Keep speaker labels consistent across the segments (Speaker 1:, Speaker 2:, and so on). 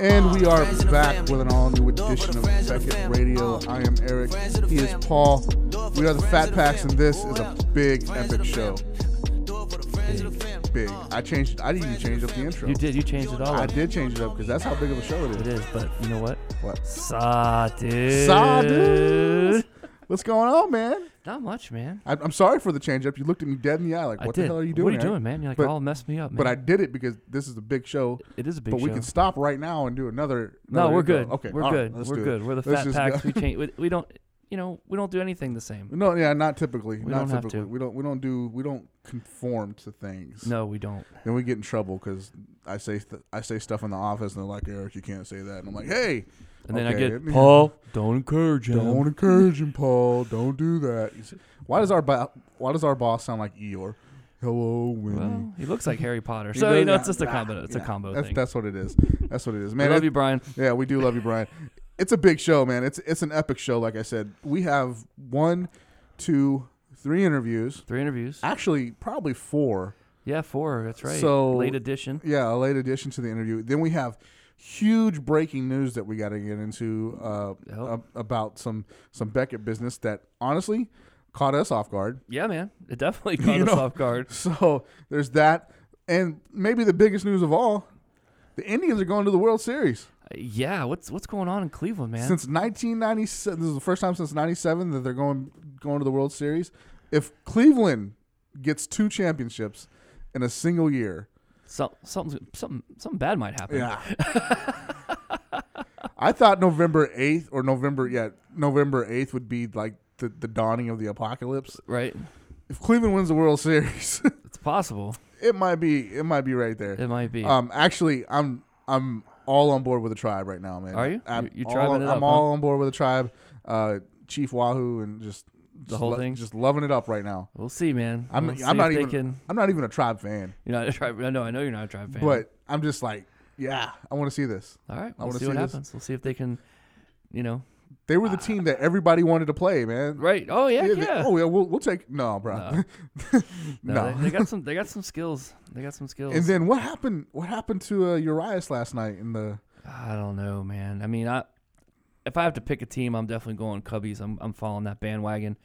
Speaker 1: And we are back with an all new edition of Beckett Radio. I am Eric. He is Paul. We are the Fat Packs, and this is a big, epic show. Big. I changed. I didn't even change up the intro.
Speaker 2: You did. You changed it all.
Speaker 1: I
Speaker 2: up.
Speaker 1: did change it up because that's how big of a show it
Speaker 2: It
Speaker 1: is.
Speaker 2: is, but you know what?
Speaker 1: What?
Speaker 2: Saw, dude.
Speaker 1: Saw, dude. What's going on, man?
Speaker 2: Not much, man.
Speaker 1: I, I'm sorry for the change up. You looked at me dead in the eye, like,
Speaker 2: I
Speaker 1: "What
Speaker 2: did.
Speaker 1: the hell are you doing?"
Speaker 2: What are you
Speaker 1: Eric?"
Speaker 2: doing, man? You're like,
Speaker 1: But-
Speaker 2: all messed me up, man.
Speaker 1: But I did it because this is a big show.
Speaker 2: it is a big
Speaker 1: but we
Speaker 2: show.
Speaker 1: can stop right now and do another.
Speaker 2: no,
Speaker 1: another
Speaker 2: we're
Speaker 1: intro.
Speaker 2: good.
Speaker 1: Okay,
Speaker 2: we're
Speaker 1: all right,
Speaker 2: good.
Speaker 1: let's
Speaker 2: we're
Speaker 1: do it.
Speaker 2: good. We're the
Speaker 1: Let's
Speaker 2: fat
Speaker 1: just
Speaker 2: packs.
Speaker 1: go.
Speaker 2: we change. We, we don't. You know, we don't do anything the same.
Speaker 1: No, yeah, not typically.
Speaker 2: We
Speaker 1: not
Speaker 2: don't have
Speaker 1: typically.
Speaker 2: to.
Speaker 1: We don't. We don't do. We don't conform to things.
Speaker 2: No, we don't.
Speaker 1: Then we get in trouble because I say th- I say stuff in the office, and they're like, "Eric, you can't say that." And I'm like, "Hey,
Speaker 2: And then
Speaker 1: Okay,
Speaker 2: I
Speaker 1: it-
Speaker 2: get Paul. Don't encourage him.
Speaker 1: don't encourage him, Paul. Don't do that." He's- why does our bo- Why does our boss sound like Eeyore? Hello, Winnie.
Speaker 2: Well, he looks like Harry Potter,
Speaker 1: He
Speaker 2: so
Speaker 1: does-
Speaker 2: you know
Speaker 1: yeah,
Speaker 2: it's just a
Speaker 1: nah,
Speaker 2: combo. It's
Speaker 1: yeah.
Speaker 2: a combo
Speaker 1: that's,
Speaker 2: thing.
Speaker 1: That's what it is. That's what it is,
Speaker 2: I
Speaker 1: man.
Speaker 2: love
Speaker 1: it-
Speaker 2: you, Brian.
Speaker 1: Yeah, we do love you, Brian. It's a big show, man. It's it's an epic show. Like I said, we have one, two, three interviews.
Speaker 2: Three interviews.
Speaker 1: Actually, probably four.
Speaker 2: Yeah, four. That's right.
Speaker 1: So-
Speaker 2: late edition.
Speaker 1: Yeah, a late addition to the interview. Then we have huge breaking news that we got to get into uh,
Speaker 2: Yep.
Speaker 1: ab- about some some Beckett business that honestly caught us off guard.
Speaker 2: Yeah, man. It definitely caught
Speaker 1: You
Speaker 2: us
Speaker 1: know-
Speaker 2: off guard.
Speaker 1: So there's that, and maybe the biggest news of all, the Indians are going to the World Series.
Speaker 2: Uh, Yeah, what's what's going on in Cleveland, man?
Speaker 1: Since 1997, this is the first time since 97 that they're going going to the World Series. If Cleveland gets two championships in a single year,
Speaker 2: So, something something something bad might happen.
Speaker 1: yeah. I thought November 8th or November, yeah, November 8th would be like the, the dawning of the apocalypse.
Speaker 2: Right?
Speaker 1: If Cleveland wins the World Series,
Speaker 2: It's possible.
Speaker 1: it might be it might be right there.
Speaker 2: It might be.
Speaker 1: Um, actually, I'm I'm all on board with the tribe right now, man.
Speaker 2: Are you?
Speaker 1: I'm
Speaker 2: You- you
Speaker 1: all-
Speaker 2: tribing it
Speaker 1: I'm
Speaker 2: up,
Speaker 1: all on board with the tribe. Uh, Chief Wahoo and just, just
Speaker 2: whole thing?
Speaker 1: just loving it up right now.
Speaker 2: we'll see, man.
Speaker 1: I'm
Speaker 2: We'll see
Speaker 1: I'm
Speaker 2: if
Speaker 1: not
Speaker 2: they
Speaker 1: even
Speaker 2: Can,
Speaker 1: I'm not even a tribe fan,
Speaker 2: you're not a tribe. I know. I know you're not a tribe fan.
Speaker 1: but I'm just like, yeah, I want to see this.
Speaker 2: all right,
Speaker 1: I
Speaker 2: we'll
Speaker 1: wanna
Speaker 2: see,
Speaker 1: see
Speaker 2: what
Speaker 1: this.
Speaker 2: happens. We'll see if they can, you know.
Speaker 1: They
Speaker 2: Ah.
Speaker 1: were the team that everybody wanted to play, man.
Speaker 2: Right? Oh yeah, yeah.
Speaker 1: they- oh yeah, we'll, we'll take no, bro.
Speaker 2: No.
Speaker 1: No.
Speaker 2: They, they got some. They got some skills. They got some skills.
Speaker 1: and then what happened? What happened to uh, Urias last night in the?
Speaker 2: I don't know, man. I mean, I if I have to pick a team, I'm definitely going Cubbies. I'm I'm following that bandwagon.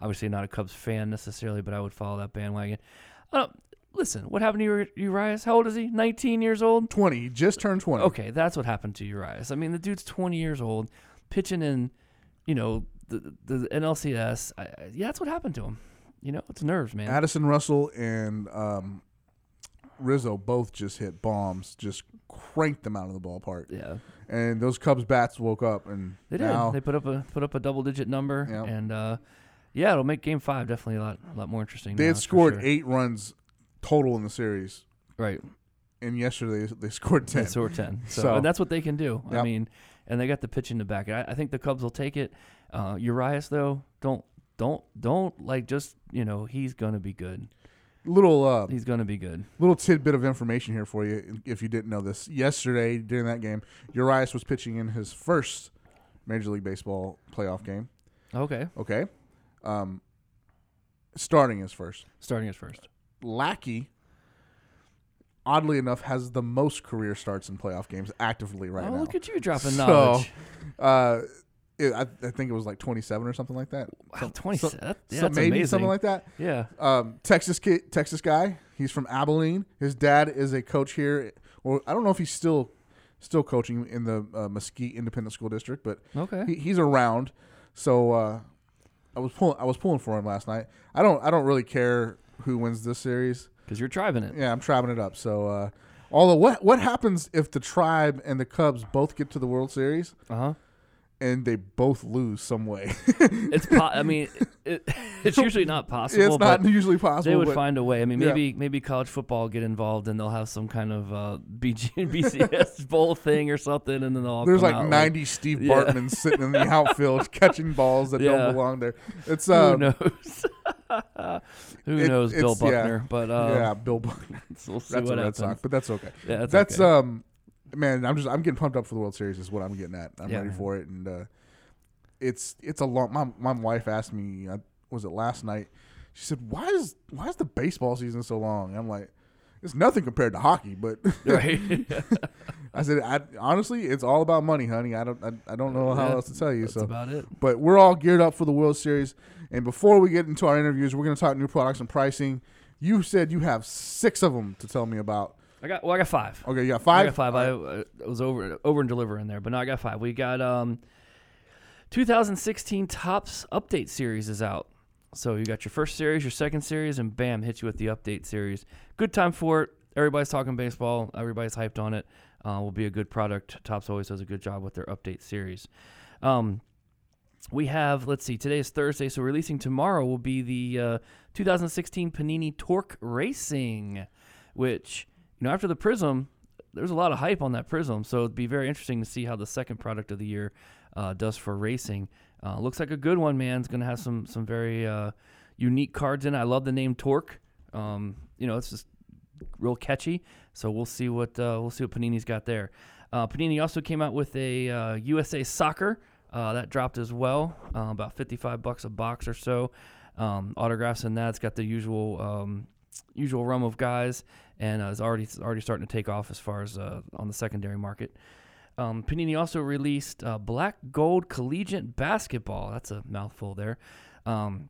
Speaker 2: Obviously, not a Cubs fan necessarily, but I would follow that bandwagon. I don't, listen, what happened to Uri- Urias? How old is he? 19 years old.
Speaker 1: 20. He just turned 20.
Speaker 2: Okay, that's what happened to Urias. I mean, the dude's 20 years old, pitching in, you know, the the NLCS. I, I- yeah, that's what happened to him. You know, it's nerves, man.
Speaker 1: Addison Russell and um, Rizzo both just hit bombs, just cranked them out of the ballpark.
Speaker 2: yeah,
Speaker 1: And those Cubs bats woke up and
Speaker 2: they did.
Speaker 1: now
Speaker 2: They put up a put up a double digit number,
Speaker 1: Yeah.
Speaker 2: and uh, yeah, it'll make Game Five definitely a lot a lot more interesting.
Speaker 1: they
Speaker 2: now,
Speaker 1: had
Speaker 2: that's for
Speaker 1: scored
Speaker 2: sure.
Speaker 1: eight runs total in the series,
Speaker 2: right?
Speaker 1: and yesterday they scored ten.
Speaker 2: They scored ten. So,
Speaker 1: So-
Speaker 2: and that's what they can do. I
Speaker 1: Yep.
Speaker 2: mean, and they got the pitching to back it. I, I think the Cubs will take it. Uh, Urias though, don't don't don't like just you know he's gonna be good.
Speaker 1: Little uh,
Speaker 2: He's gonna be good.
Speaker 1: little tidbit of information here for you, if you didn't know this. Yesterday during that game, Urias was pitching in his first Major League Baseball playoff game.
Speaker 2: Okay,
Speaker 1: Okay, um, starting his first.
Speaker 2: starting as first.
Speaker 1: Lackey, oddly enough, has the most career starts in playoff games actively right
Speaker 2: oh,
Speaker 1: now.
Speaker 2: look at you dropping
Speaker 1: So,
Speaker 2: knowledge.
Speaker 1: uh, it, I, I think it was like 27 or something like that.
Speaker 2: Wow, twenty.
Speaker 1: so-
Speaker 2: that, yeah,
Speaker 1: So
Speaker 2: that's
Speaker 1: maybe
Speaker 2: amazing.
Speaker 1: something like that.
Speaker 2: yeah.
Speaker 1: Um, Texas kid, Texas guy. He's from Abilene. His dad is a coach here. Or I don't know if he's still still coaching in the uh, Mesquite Independent School District, but
Speaker 2: Okay.
Speaker 1: he, he's around. So uh, I was pulling I was pulling for him last night. I don't I don't really care who wins this series.
Speaker 2: Because you're driving it.
Speaker 1: Yeah, I'm trapping it up. So, uh, although what what happens if the tribe and the Cubs both get to the World Series
Speaker 2: Uh huh.
Speaker 1: and they both lose some way?
Speaker 2: It's. Po- I mean, it, it's usually not possible.
Speaker 1: it's
Speaker 2: but
Speaker 1: not usually possible.
Speaker 2: They would
Speaker 1: but
Speaker 2: find a way. I mean,
Speaker 1: Yeah.
Speaker 2: maybe maybe college football will get involved and they'll have some kind of uh, BG, BCS bowl thing or something, and then they'll all
Speaker 1: there's
Speaker 2: come
Speaker 1: like
Speaker 2: out
Speaker 1: 90 Steve
Speaker 2: Yeah.
Speaker 1: Bartmans sitting in the outfield catching balls that
Speaker 2: Yeah.
Speaker 1: don't belong there. It's
Speaker 2: Who
Speaker 1: uh,
Speaker 2: knows? Who
Speaker 1: it-
Speaker 2: knows? Bill
Speaker 1: it's- yeah.
Speaker 2: Buckner, but uh,
Speaker 1: yeah, Bill Buckner.
Speaker 2: we'll
Speaker 1: That's
Speaker 2: see
Speaker 1: a
Speaker 2: what
Speaker 1: Red
Speaker 2: happens.
Speaker 1: Sox, but that's okay.
Speaker 2: Yeah, that's,
Speaker 1: That's
Speaker 2: okay.
Speaker 1: um, man, I'm just I'm getting pumped up for the World Series. Is what I'm getting at. I'm
Speaker 2: Yeah,
Speaker 1: ready
Speaker 2: man.
Speaker 1: for it, and uh, it's it's a long. My my wife asked me, uh, was it last night? She said, "Why is why is the uh, baseball season so long?" And I'm like, "It's nothing compared to hockey, but
Speaker 2: right.
Speaker 1: I said, I, honestly, it's all about money, honey. I don't, I, I don't know how
Speaker 2: Yeah,
Speaker 1: else to tell you.
Speaker 2: That's
Speaker 1: so,
Speaker 2: about it.
Speaker 1: but we're all geared up for the World Series. And before we get into our interviews, we're going to talk new products and pricing. You said you have six of them to tell me about.
Speaker 2: I got well, I got five.
Speaker 1: Okay, you got
Speaker 2: I
Speaker 1: five.
Speaker 2: got five. I, I was over over and deliver in there, but no, I got five. We got um, 2016 Tops Update Series is out. So you got your first series, your second series, and bam, hit you with the update series. Good time for it. Everybody's talking baseball. Everybody's hyped on it. Uh, will be a good product. Tops always does a good job with their update series. Um, we have let's see. Today is Thursday, so releasing tomorrow will be the uh, 2016 Panini Torque Racing, which you know after the Prism there's a lot of hype on that Prism, so it'd be very interesting to see how the second product of the year uh, does for racing. Uh, looks like a good one, man. It's going to have some some very uh, unique cards in. it. I love the name Torque. Um, you know, it's just real catchy. So we'll see what uh, we'll see what Panini's got there. Uh, Panini also came out with a uh, USA Soccer uh, that dropped as well, uh, about 55 bucks a box or so. Um, autographs in that. It's got the usual um, usual rum of guys, and uh, is already it's already starting to take off as far as uh, on the secondary market. Um, Panini also released uh, Black Gold Collegiate Basketball. That's a mouthful there. Um,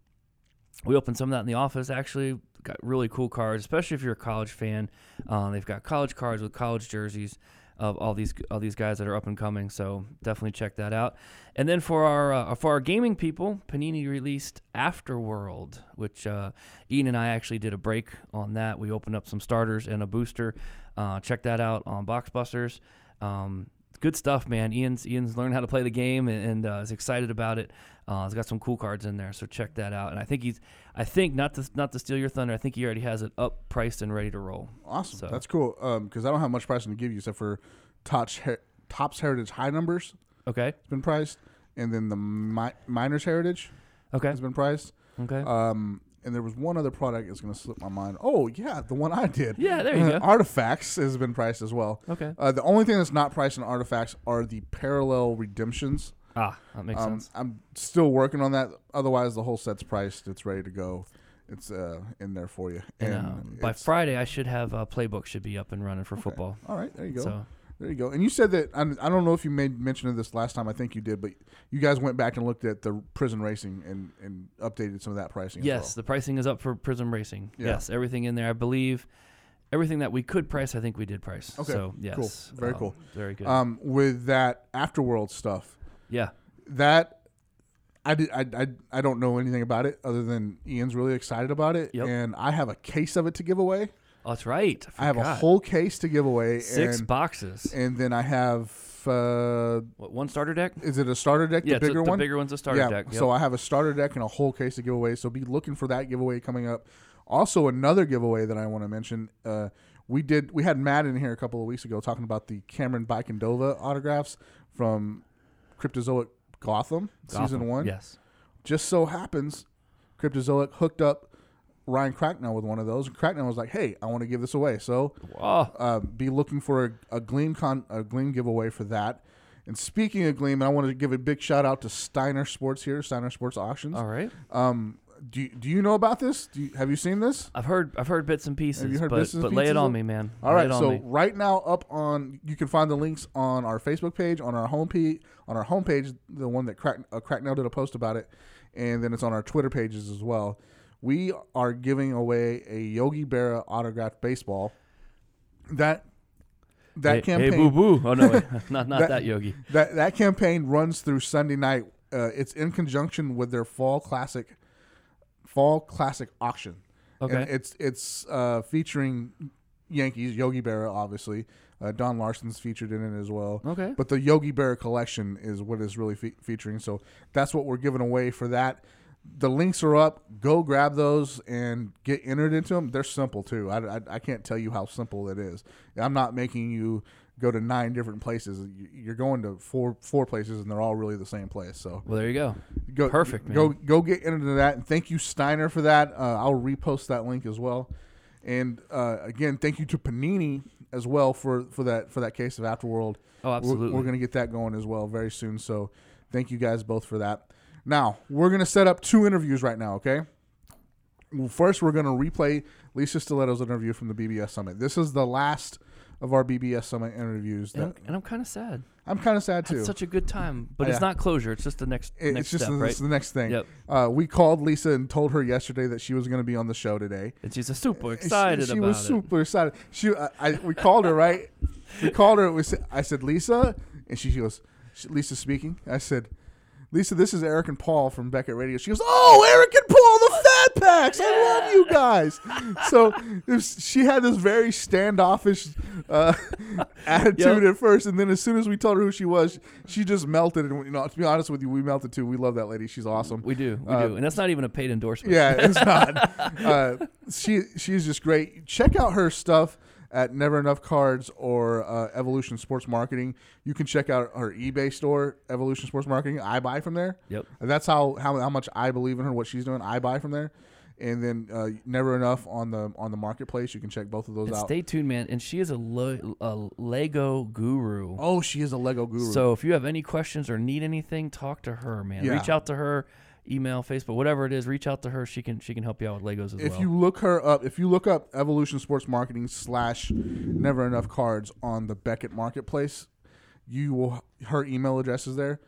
Speaker 2: we opened some of that in the office. Actually, got really cool cards, especially if you're a college fan. Uh, they've got college cards with college jerseys of all these all these guys that are up and coming. So definitely check that out. And then for our uh, for our gaming people, Panini released Afterworld, which uh, Ian and I actually did a break on that. We opened up some starters and a booster. Uh, check that out on Boxbusters. Um, good stuff, man. Ian's Ian's learned how to play the game and, and uh, is excited about it. Uh, he's got some cool cards in there, so check that out. And I think he's, I think not to not to steal your thunder. I think he already has it up, priced, and ready to roll.
Speaker 1: Awesome.
Speaker 2: So-
Speaker 1: That's cool. Um, because I don't have much pricing to give you except for Topps, Her- Topps Heritage High Numbers
Speaker 2: Okay,
Speaker 1: has been priced, and then the Mi- Miners Heritage
Speaker 2: okay,
Speaker 1: has been priced.
Speaker 2: okay.
Speaker 1: Um, and there was one other product that's going to slip my mind. Oh yeah, the one I did. Uh,
Speaker 2: Yeah, there you go.
Speaker 1: Artifacts has been priced as well.
Speaker 2: Okay.
Speaker 1: Uh, the only thing that's not priced in artifacts are the parallel redemptions.
Speaker 2: Ah, that makes
Speaker 1: Um,
Speaker 2: sense.
Speaker 1: I'm still working on that. Otherwise, the whole set's priced. It's ready to go. It's uh, in there for you.
Speaker 2: And, um, by
Speaker 1: it's-
Speaker 2: Friday, I should have uh, playbook should be up and running for football.
Speaker 1: all right, there you go.
Speaker 2: So
Speaker 1: There you go. And you said that I, I don't know if you made mention of this last time. I think you did, but you guys went back and looked at the prison racing and, and updated some of that pricing. as
Speaker 2: yes,
Speaker 1: well.
Speaker 2: the pricing is up for Prism Racing.
Speaker 1: Yeah.
Speaker 2: Yes, everything in there. I believe everything that we could price, I think we did price.
Speaker 1: Okay,
Speaker 2: So
Speaker 1: cool.
Speaker 2: yes,
Speaker 1: Very
Speaker 2: um,
Speaker 1: cool.
Speaker 2: Very good.
Speaker 1: Um, with that afterworld stuff,
Speaker 2: yeah.
Speaker 1: that I, did, I, I I don't know anything about it other than Ian's really excited about it,
Speaker 2: Yep.
Speaker 1: and I have a case of it to give away.
Speaker 2: Oh, that's right. I,
Speaker 1: I have a
Speaker 2: forgot.
Speaker 1: whole case to give away,
Speaker 2: six
Speaker 1: and
Speaker 2: boxes.
Speaker 1: and then I have uh,
Speaker 2: What one starter deck?
Speaker 1: is it a starter deck?
Speaker 2: yeah,
Speaker 1: the
Speaker 2: it's a-
Speaker 1: bigger one.
Speaker 2: The bigger one's a starter deck. Yep.
Speaker 1: So I have a starter deck and a whole case to give away. So be looking for that giveaway coming up. Also, another giveaway that I want to mention. Uh, we did. We had Matt in here a couple of weeks ago talking about the Cameron Bikendova autographs from Cryptozoic Gotham, season
Speaker 2: Gotham,
Speaker 1: one.
Speaker 2: Yes.
Speaker 1: Just so happens, Cryptozoic hooked up Ryan Cracknell with one of those, and Cracknell was like, "Hey, I want to give this away." So
Speaker 2: Oh,
Speaker 1: uh, be looking for a, a Gleam con a Gleam giveaway for that. And speaking of Gleam, I wanted to give a big shout out to Steiner Sports here, Steiner Sports Auctions.
Speaker 2: all right.
Speaker 1: Um, do you, do you know about this? Do you, have you seen this?
Speaker 2: I've heard I've heard bits and pieces,
Speaker 1: heard
Speaker 2: but,
Speaker 1: bits and
Speaker 2: but lay
Speaker 1: pieces
Speaker 2: it on
Speaker 1: of-
Speaker 2: me, man.
Speaker 1: All
Speaker 2: Lay
Speaker 1: right,
Speaker 2: it on
Speaker 1: so
Speaker 2: me.
Speaker 1: right now up on you can find the links on our Facebook page, on our homepage, on our homepage, the one that Crack, uh, Cracknell did a post about it, and then it's on our Twitter pages as well. We are giving away a Yogi Berra autographed baseball. That that
Speaker 2: hey,
Speaker 1: campaign
Speaker 2: Hey, boo boo. Oh no, wait. not not
Speaker 1: That-
Speaker 2: that, Yogi.
Speaker 1: That that campaign runs through Sunday night. Uh, it's in conjunction with their fall classic, fall classic auction.
Speaker 2: Okay.
Speaker 1: And it's it's uh, featuring Yankees Yogi Berra, obviously. Uh, Don Larson's featured in it as well.
Speaker 2: Okay.
Speaker 1: But the Yogi Berra collection is what it's really fe- featuring. So that's what we're giving away for that. The links are up. Go grab those and get entered into them. They're simple too. I, I, I can't tell you how simple it is. I'm not making you go to nine different places. You- You're going to four four places, and they're all really the same place. So
Speaker 2: Well, there you go. Oh,
Speaker 1: go,
Speaker 2: Perfect,
Speaker 1: Go
Speaker 2: man.
Speaker 1: go get into that, and thank you Steiner for that. Uh, I'll repost that link as well. And uh, again, thank you to Panini as well for, for that for that case of Afterworld.
Speaker 2: Oh,
Speaker 1: We're-
Speaker 2: absolutely.
Speaker 1: We're, going to get that going as well very soon. So thank you guys both for that. Now we're going to set up two interviews right now. Okay. Well, First, we're going to replay Lisa Stiletto's interview from the BBS Summit. This is the last of our BBS Summit interviews.
Speaker 2: And I'm,
Speaker 1: That
Speaker 2: and I'm kind of sad.
Speaker 1: I'm kind of sad
Speaker 2: I had
Speaker 1: too.
Speaker 2: such a good time, but
Speaker 1: Yeah.
Speaker 2: it's not closure. It's just the next
Speaker 1: It-
Speaker 2: next
Speaker 1: it's just
Speaker 2: step,
Speaker 1: the,
Speaker 2: right?
Speaker 1: the next thing.
Speaker 2: Yep.
Speaker 1: Uh, we called Lisa and told her yesterday that she was going to be on the show today.
Speaker 2: And she's just super
Speaker 1: And she-
Speaker 2: excited
Speaker 1: she,
Speaker 2: about
Speaker 1: was
Speaker 2: it.
Speaker 1: super excited. She, I, I, we called her right. We called her. We said, I said Lisa, and she, she goes, she- Lisa speaking. I said, Lisa, this is Eric and Paul from Beckett Radio. She goes, Oh, Eric and Paul, the Fat Packs. I love you guys. So it was- she had this very standoffish uh, attitude
Speaker 2: Yep.
Speaker 1: at first, and then as soon as we told her who she was, she just melted. And you know, to be honest with you, we melted too. We love that lady. She's awesome.
Speaker 2: we do, we
Speaker 1: Uh,
Speaker 2: do, and that's not even a paid endorsement.
Speaker 1: Yeah, it's not. uh, she she's just great. Check out her stuff at Never Enough Cards or uh, Evolution Sports Marketing. You can check out her eBay store, Evolution Sports Marketing. I buy from there.
Speaker 2: Yep.
Speaker 1: And that's how, how how much I believe in her, what she's doing. I buy from there, and then uh, Never Enough on the on the marketplace. You can check both of those
Speaker 2: And
Speaker 1: out.
Speaker 2: stay tuned, man. And she is a, lo- a Lego guru.
Speaker 1: oh, she is a Lego guru.
Speaker 2: So if you have any questions or need anything, talk to her, man.
Speaker 1: Yeah.
Speaker 2: Reach out to her, email, Facebook, whatever it is. Reach out to her. She can she can help you out with Legos as
Speaker 1: if
Speaker 2: well.
Speaker 1: you look her up, if you look up Evolution Sports Marketing slash Never Enough Cards on the Beckett Marketplace, you will her email address is there.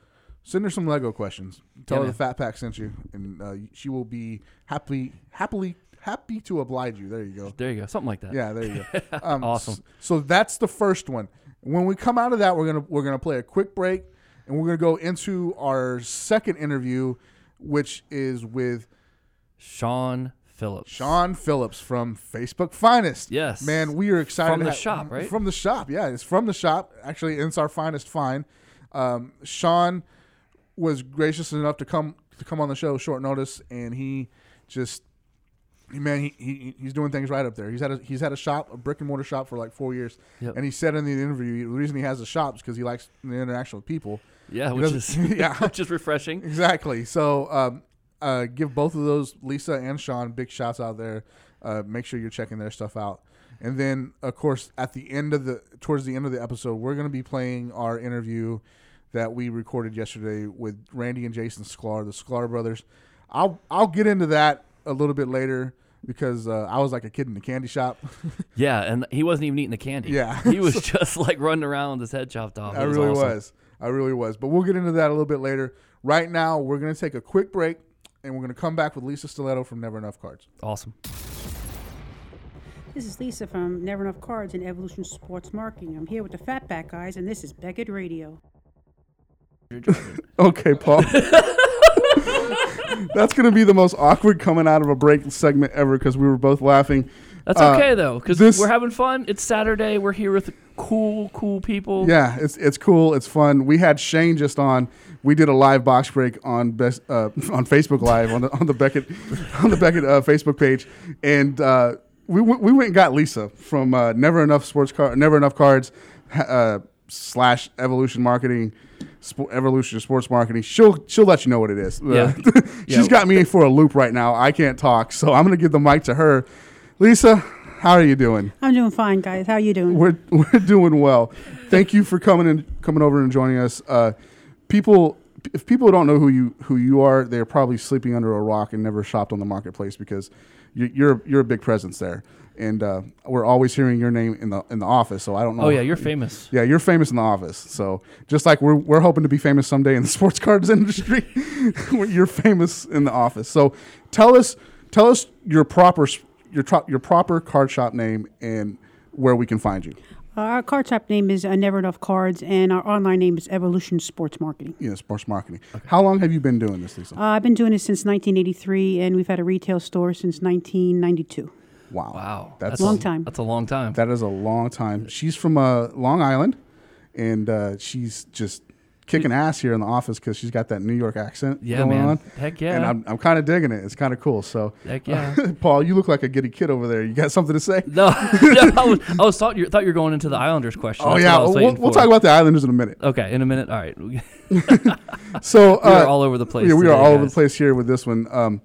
Speaker 1: Send her some Lego questions. Tell
Speaker 2: Yeah,
Speaker 1: her
Speaker 2: man.
Speaker 1: the Fat Pack sent you, and uh, she will be happily, happily, happy to oblige you. There you go.
Speaker 2: there you go, something like that.
Speaker 1: Yeah, there you go. Um,
Speaker 2: Awesome.
Speaker 1: s- So that's the first one. When we come out of that, we're gonna we're gonna play a quick break, and we're gonna go into our second interview, which is with
Speaker 2: Sean Phillips.
Speaker 1: Sean Phillips from Facebook Finest.
Speaker 2: Yes.
Speaker 1: Man, we are excited.
Speaker 2: From
Speaker 1: to
Speaker 2: the
Speaker 1: ha-
Speaker 2: shop, right?
Speaker 1: From the shop, yeah. It's from the shop. Actually, it's our finest find. Um, Sean was gracious enough to come to come on the show short notice, and he just man, he, he he's doing things right up there. He's had a he's had a shop, a brick and mortar shop for like four years,
Speaker 2: Yep.
Speaker 1: and he said in the interview the reason he has a shop is because he likes the interaction with people.
Speaker 2: Yeah,
Speaker 1: He
Speaker 2: which is
Speaker 1: doesn't- yeah.
Speaker 2: which is refreshing.
Speaker 1: Exactly. So, um, uh, give both of those Lisa and Sean big shouts out there. Uh, make sure you're checking their stuff out. And then, of course, at the end of the towards the end of the episode, we're going to be playing our interview that we recorded yesterday with Randy and Jason Sklar, the Sklar brothers. I'll I'll get into that a little bit later because uh, I was like a kid in a candy shop.
Speaker 2: Yeah, and he wasn't even eating the candy.
Speaker 1: Yeah.
Speaker 2: he was just like running around with his head chopped off.
Speaker 1: I
Speaker 2: It was
Speaker 1: really
Speaker 2: awesome.
Speaker 1: was. I really was. But we'll get into that a little bit later. Right now, we're going to take a quick break and we're going to come back with Lisa Stiletto from Never Enough Cards.
Speaker 2: awesome.
Speaker 3: This is Lisa from Never Enough Cards and Evolution Sports Marketing. I'm here with the Fatback guys, and this is Beckett Radio.
Speaker 1: Okay, Paul. That's going to be the most awkward coming out of a break segment ever because we were both laughing.
Speaker 2: That's
Speaker 1: Uh,
Speaker 2: okay though, because
Speaker 1: this-
Speaker 2: we're having fun. It's Saturday. We're here with cool, cool people.
Speaker 1: Yeah, it's it's cool. It's fun. We had Shane just on. We did a live box break on best uh, on Facebook Live on the on the Beckett on the Beckett uh, Facebook page, and uh, we went- we went and got Lisa from uh, Never Enough Sports Card Never Enough Cards ha- uh, slash Evolution Marketing. Spo- Evolution Sports Marketing. She'll she'll let you know what it is.
Speaker 2: Yeah.
Speaker 1: She's got me for a loop right now. I can't talk, so I'm gonna give the mic to her. Lisa, how are you doing?
Speaker 3: I'm doing fine, guys. How you doing?
Speaker 1: we're we're doing well. Thank you for coming and coming over and joining us. Uh, people, if people don't know who you who you are, they're probably sleeping under a rock and never shopped on the marketplace because you, you're you're a big presence there, and uh, we're always hearing your name in the in the office. So I don't know.
Speaker 2: Oh yeah, you're famous.
Speaker 1: Yeah, you're famous in the office. So just like we're, we're hoping to be famous someday in the sports cards industry, you're famous in the office. So tell us tell us your proper s- your tro- your proper card shop name and where we can find you.
Speaker 3: Our card shop name is uh, Never Enough Cards, and our online name is Evolution Sports Marketing.
Speaker 1: you know, sports marketing. How long have you been doing this, Lisa?
Speaker 3: Uh, I've been doing this since 1983, and we've had a retail store since 1992.
Speaker 1: wow.
Speaker 2: Wow,
Speaker 1: That's,
Speaker 2: a-
Speaker 3: Long time.
Speaker 2: That's a long time.
Speaker 1: that is a long time. She's from uh, Long Island, and uh, she's just kicking ass here in the office because she's got that New York accent
Speaker 2: Yeah,
Speaker 1: going
Speaker 2: man.
Speaker 1: on.
Speaker 2: Heck yeah.
Speaker 1: And I'm, I'm kind of digging it. It's kind of cool. So,
Speaker 2: Heck yeah.
Speaker 1: Paul, you look like a giddy kid over there. You got something to say?
Speaker 2: No, no, I was, I was thought you thought you were going into the Islanders question.
Speaker 1: Oh
Speaker 2: That's
Speaker 1: yeah,
Speaker 2: what I was
Speaker 1: we'll,
Speaker 2: waiting
Speaker 1: we'll
Speaker 2: for.
Speaker 1: talk about the Islanders in a minute.
Speaker 2: Okay, in a minute. All right, we
Speaker 1: So uh,
Speaker 2: are all over the place.
Speaker 1: yeah, we are
Speaker 2: today,
Speaker 1: all over the
Speaker 2: guys.
Speaker 1: place here with this one. Um,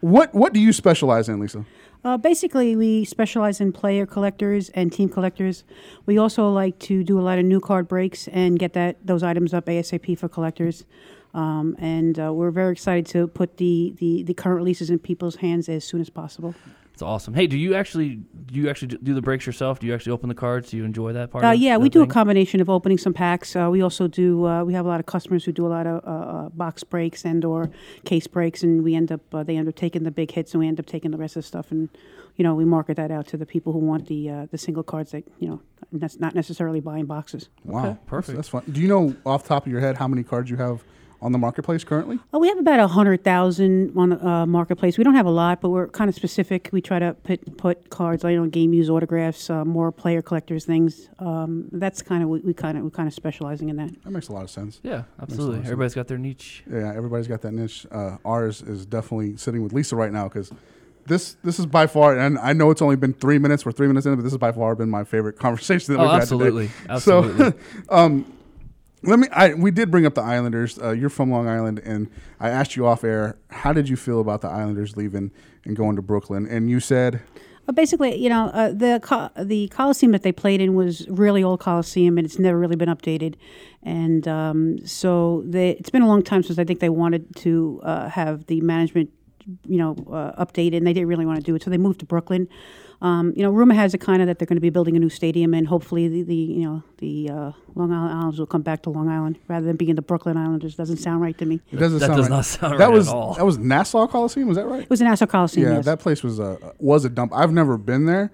Speaker 1: what what do you specialize in, Lisa?
Speaker 3: Uh, basically, we specialize in player collectors and team collectors. We also like to do a lot of new card breaks and get that those items up ASAP for collectors. Um, and uh, we're very excited to put the, the, the current releases in people's hands as soon as possible.
Speaker 2: It's awesome. Hey, do you actually do you actually do the breaks yourself? Do you actually open the cards? Do you enjoy that part?
Speaker 3: Uh,
Speaker 2: of
Speaker 3: yeah,
Speaker 2: the
Speaker 3: we do a
Speaker 2: thing?
Speaker 3: combination of opening some packs. Uh, we also do. Uh, we have a lot of customers who do a lot of uh, uh, box breaks and or case breaks, and we end up uh, they end up taking the big hits, and we end up taking the rest of the stuff, and you know we market that out to the people who want the uh, the single cards that you know that's not necessarily buying boxes.
Speaker 1: Wow,
Speaker 2: Okay,
Speaker 1: That's-
Speaker 2: perfect.
Speaker 1: That's, fun. Do you know off the top of your head how many cards you have on the marketplace currently?
Speaker 3: Uh, we have about a hundred thousand on the uh, marketplace. We don't have a lot, but we're kind of specific. We try to put put cards, like, you know, game use autographs, uh, more player collectors things. Um, that's kind of we, we kind of we kind of specializing in that.
Speaker 1: That makes a lot of sense.
Speaker 2: Yeah, absolutely.
Speaker 1: awesome.
Speaker 2: Everybody's got their niche.
Speaker 1: Yeah, everybody's got that niche. Uh, ours is definitely sitting with Lisa right now because this this is by far, and I know it's only been three minutes. We're three minutes in, but this has by far been my favorite conversation that
Speaker 2: Oh,
Speaker 1: we've had today.
Speaker 2: absolutely, absolutely.
Speaker 1: So, um, let me. I we did bring up the Islanders. Uh, you're from Long Island, and I asked you off air. How did you feel about the Islanders leaving and going to Brooklyn? And you said,
Speaker 3: Well, basically, you know, uh, the co- the Coliseum that they played in was really old Coliseum, and it's never really been updated. And um, so they, it's been a long time since I think they wanted to uh, have the management, you know, uh, updated, and they didn't really want to do it. So they moved to Brooklyn. Um, you know, rumor has it kind of that they're going to be building a new stadium, and hopefully the, the you know the uh, Long Island Islanders will come back to Long Island rather than being the Brooklyn Islanders. Doesn't sound right to me.
Speaker 1: "It doesn't
Speaker 2: that
Speaker 1: sound
Speaker 2: does
Speaker 1: right."
Speaker 2: not sound
Speaker 1: that
Speaker 2: right
Speaker 1: was
Speaker 2: at all.
Speaker 1: that was Nassau Coliseum. Was that right?
Speaker 3: It was an Nassau Coliseum.
Speaker 1: Yeah,
Speaker 3: yes.
Speaker 1: that place was a was a dump. I've never been there,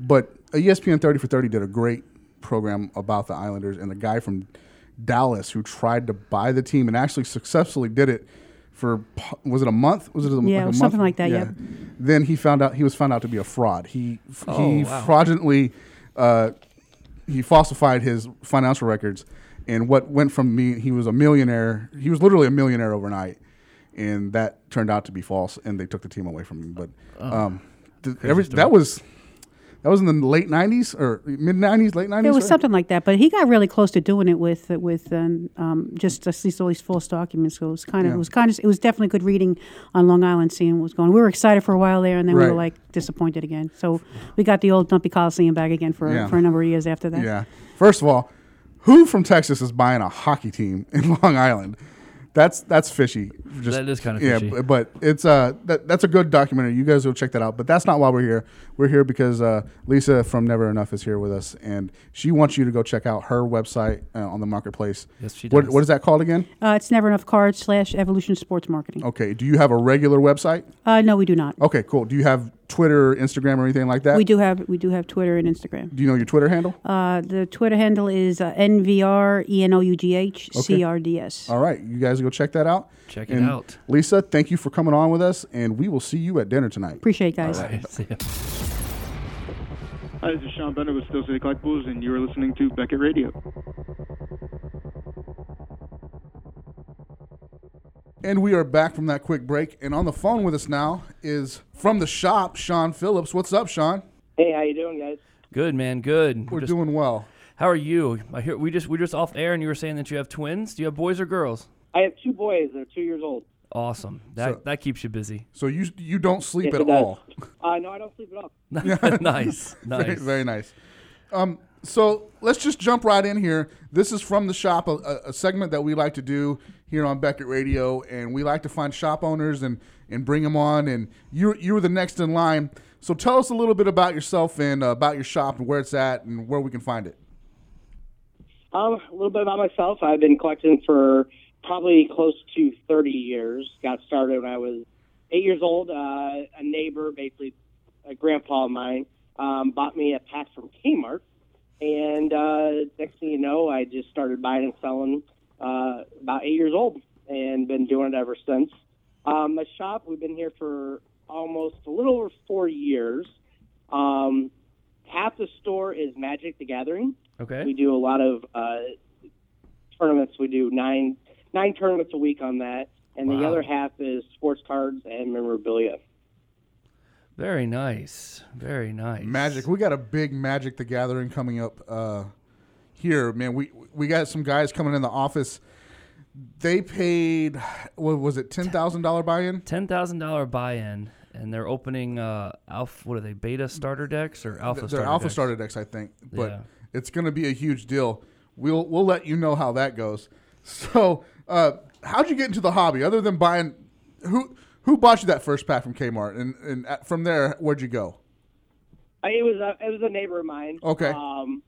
Speaker 1: but E ESPN Thirty for Thirty did a great program about the Islanders and the guy from Dallas who tried to buy the team and actually successfully did it for p- was it a month? Was it, a,
Speaker 3: Yeah,
Speaker 1: like a
Speaker 3: something
Speaker 1: month?
Speaker 3: like that, yeah.
Speaker 1: Then he found out he was found out to be a fraud. He f-
Speaker 2: Oh,
Speaker 1: he
Speaker 2: wow.
Speaker 1: fraudulently. Uh, he falsified his financial records and what went from me he was a millionaire he was literally a millionaire overnight and that turned out to be false and they took the team away from him but um, th- every,
Speaker 2: Oh. story.
Speaker 1: that was that was in the late 90s or mid 90s late 90s
Speaker 3: It was
Speaker 1: right?
Speaker 3: something like that, but he got really close to doing it with with um, um, just at least all these false documents. So it was kind of
Speaker 1: Yeah.
Speaker 3: it was kind of it was definitely good reading on Long Island, seeing what was going. We were excited for a while there, and then we
Speaker 1: Right.
Speaker 3: were like disappointed again. So we got the old dumpy Coliseum back again for
Speaker 1: Yeah.
Speaker 3: for a number of years after that.
Speaker 1: yeah first of all who from texas is buying a hockey team in long island that's that's fishy just
Speaker 2: that is kind of
Speaker 1: yeah,
Speaker 2: fishy.
Speaker 1: b- but it's uh that, that's a good documentary. You guys will check that out. But that's not why we're here. We're here because uh, Lisa from Never Enough is here with us, and she wants you to go check out her website uh, on the marketplace.
Speaker 2: Yes, she
Speaker 1: What,
Speaker 2: does.
Speaker 1: what is that called again?
Speaker 3: Uh, it's never enough cards slash evolution sports marketing.
Speaker 1: Okay. Do you have a regular website?
Speaker 3: Uh, no, we do not.
Speaker 1: Okay, cool. Do you have Twitter, Instagram, or anything like that?
Speaker 3: We do have we do have Twitter and Instagram.
Speaker 1: Do you know your Twitter handle?
Speaker 3: Uh, the Twitter handle is uh, nvr enough crds.
Speaker 1: All right, you guys go check that out.
Speaker 2: Check it
Speaker 1: And
Speaker 2: out.
Speaker 1: Lisa, thank you for coming on with us, and we will see you at dinner tonight.
Speaker 3: Appreciate it, guys.
Speaker 2: Sorry, see ya.
Speaker 4: Hi, this is Sean Bender with Still City Clock Blues, and you are listening to Beckett Radio.
Speaker 1: And we are back from that quick break, and on the phone with us now is from the shop, Sean Phillips. What's up, Sean?
Speaker 5: Hey, how you doing, guys?
Speaker 2: Good man, good.
Speaker 1: We're
Speaker 2: Just-
Speaker 1: doing well.
Speaker 2: How are you? I hear we just we just off air, and you were saying that you have twins. Do you have boys or girls?
Speaker 5: I have two boys. They're two years old.
Speaker 2: Awesome. That
Speaker 1: So-
Speaker 2: that keeps you busy.
Speaker 1: So you you don't sleep
Speaker 5: Yes,
Speaker 1: at
Speaker 5: it does.
Speaker 1: all.
Speaker 5: Uh, no, I don't sleep at all.
Speaker 2: nice,
Speaker 1: Very,
Speaker 2: nice.
Speaker 1: very nice. Um, so let's just jump right in here. This is from the shop, a, a, a segment that we like to do here on Beckett Radio, and we like to find shop owners and and bring them on. And you you were the next in line. So tell us a little bit about yourself and uh, about your shop and where it's at and where we can find it.
Speaker 5: Um, a little bit about myself. I've been collecting for probably close to 30 years. Got started when I was eight years old. Uh, a neighbor, basically a grandpa of mine, um, bought me a pack from Kmart. And uh, next thing you know, I just started buying and selling uh, about eight years old and been doing it ever since. Um, my shop, we've been here for almost a little over four years. Um, half the store is Magic the Gathering. We
Speaker 2: Okay.
Speaker 5: do a lot of uh, tournaments. We do nine nine tournaments a week on that, and the
Speaker 2: Wow.
Speaker 5: other half is sports cards and memorabilia.
Speaker 2: Very nice. Very nice.
Speaker 1: Magic. We got a big Magic the Gathering coming up uh, here, man. We we got some guys coming in the office. They paid what was it ten thousand dollar buy in?
Speaker 2: Ten thousand dollar buy-in, and they're opening uh alpha. What are they? Beta starter decks or alpha?
Speaker 1: They're
Speaker 2: starter
Speaker 1: Alpha
Speaker 2: decks?
Speaker 1: Starter decks, I think. But
Speaker 2: Yeah.
Speaker 1: it's going to be a huge deal. We'll we'll let you know how that goes. So, uh, how'd you get into the hobby other than buying? Who Who bought you that first pack from Kmart? And and uh, from there, where'd you go?
Speaker 5: I- It was a it was a neighbor of mine.
Speaker 1: Okay.
Speaker 5: Um,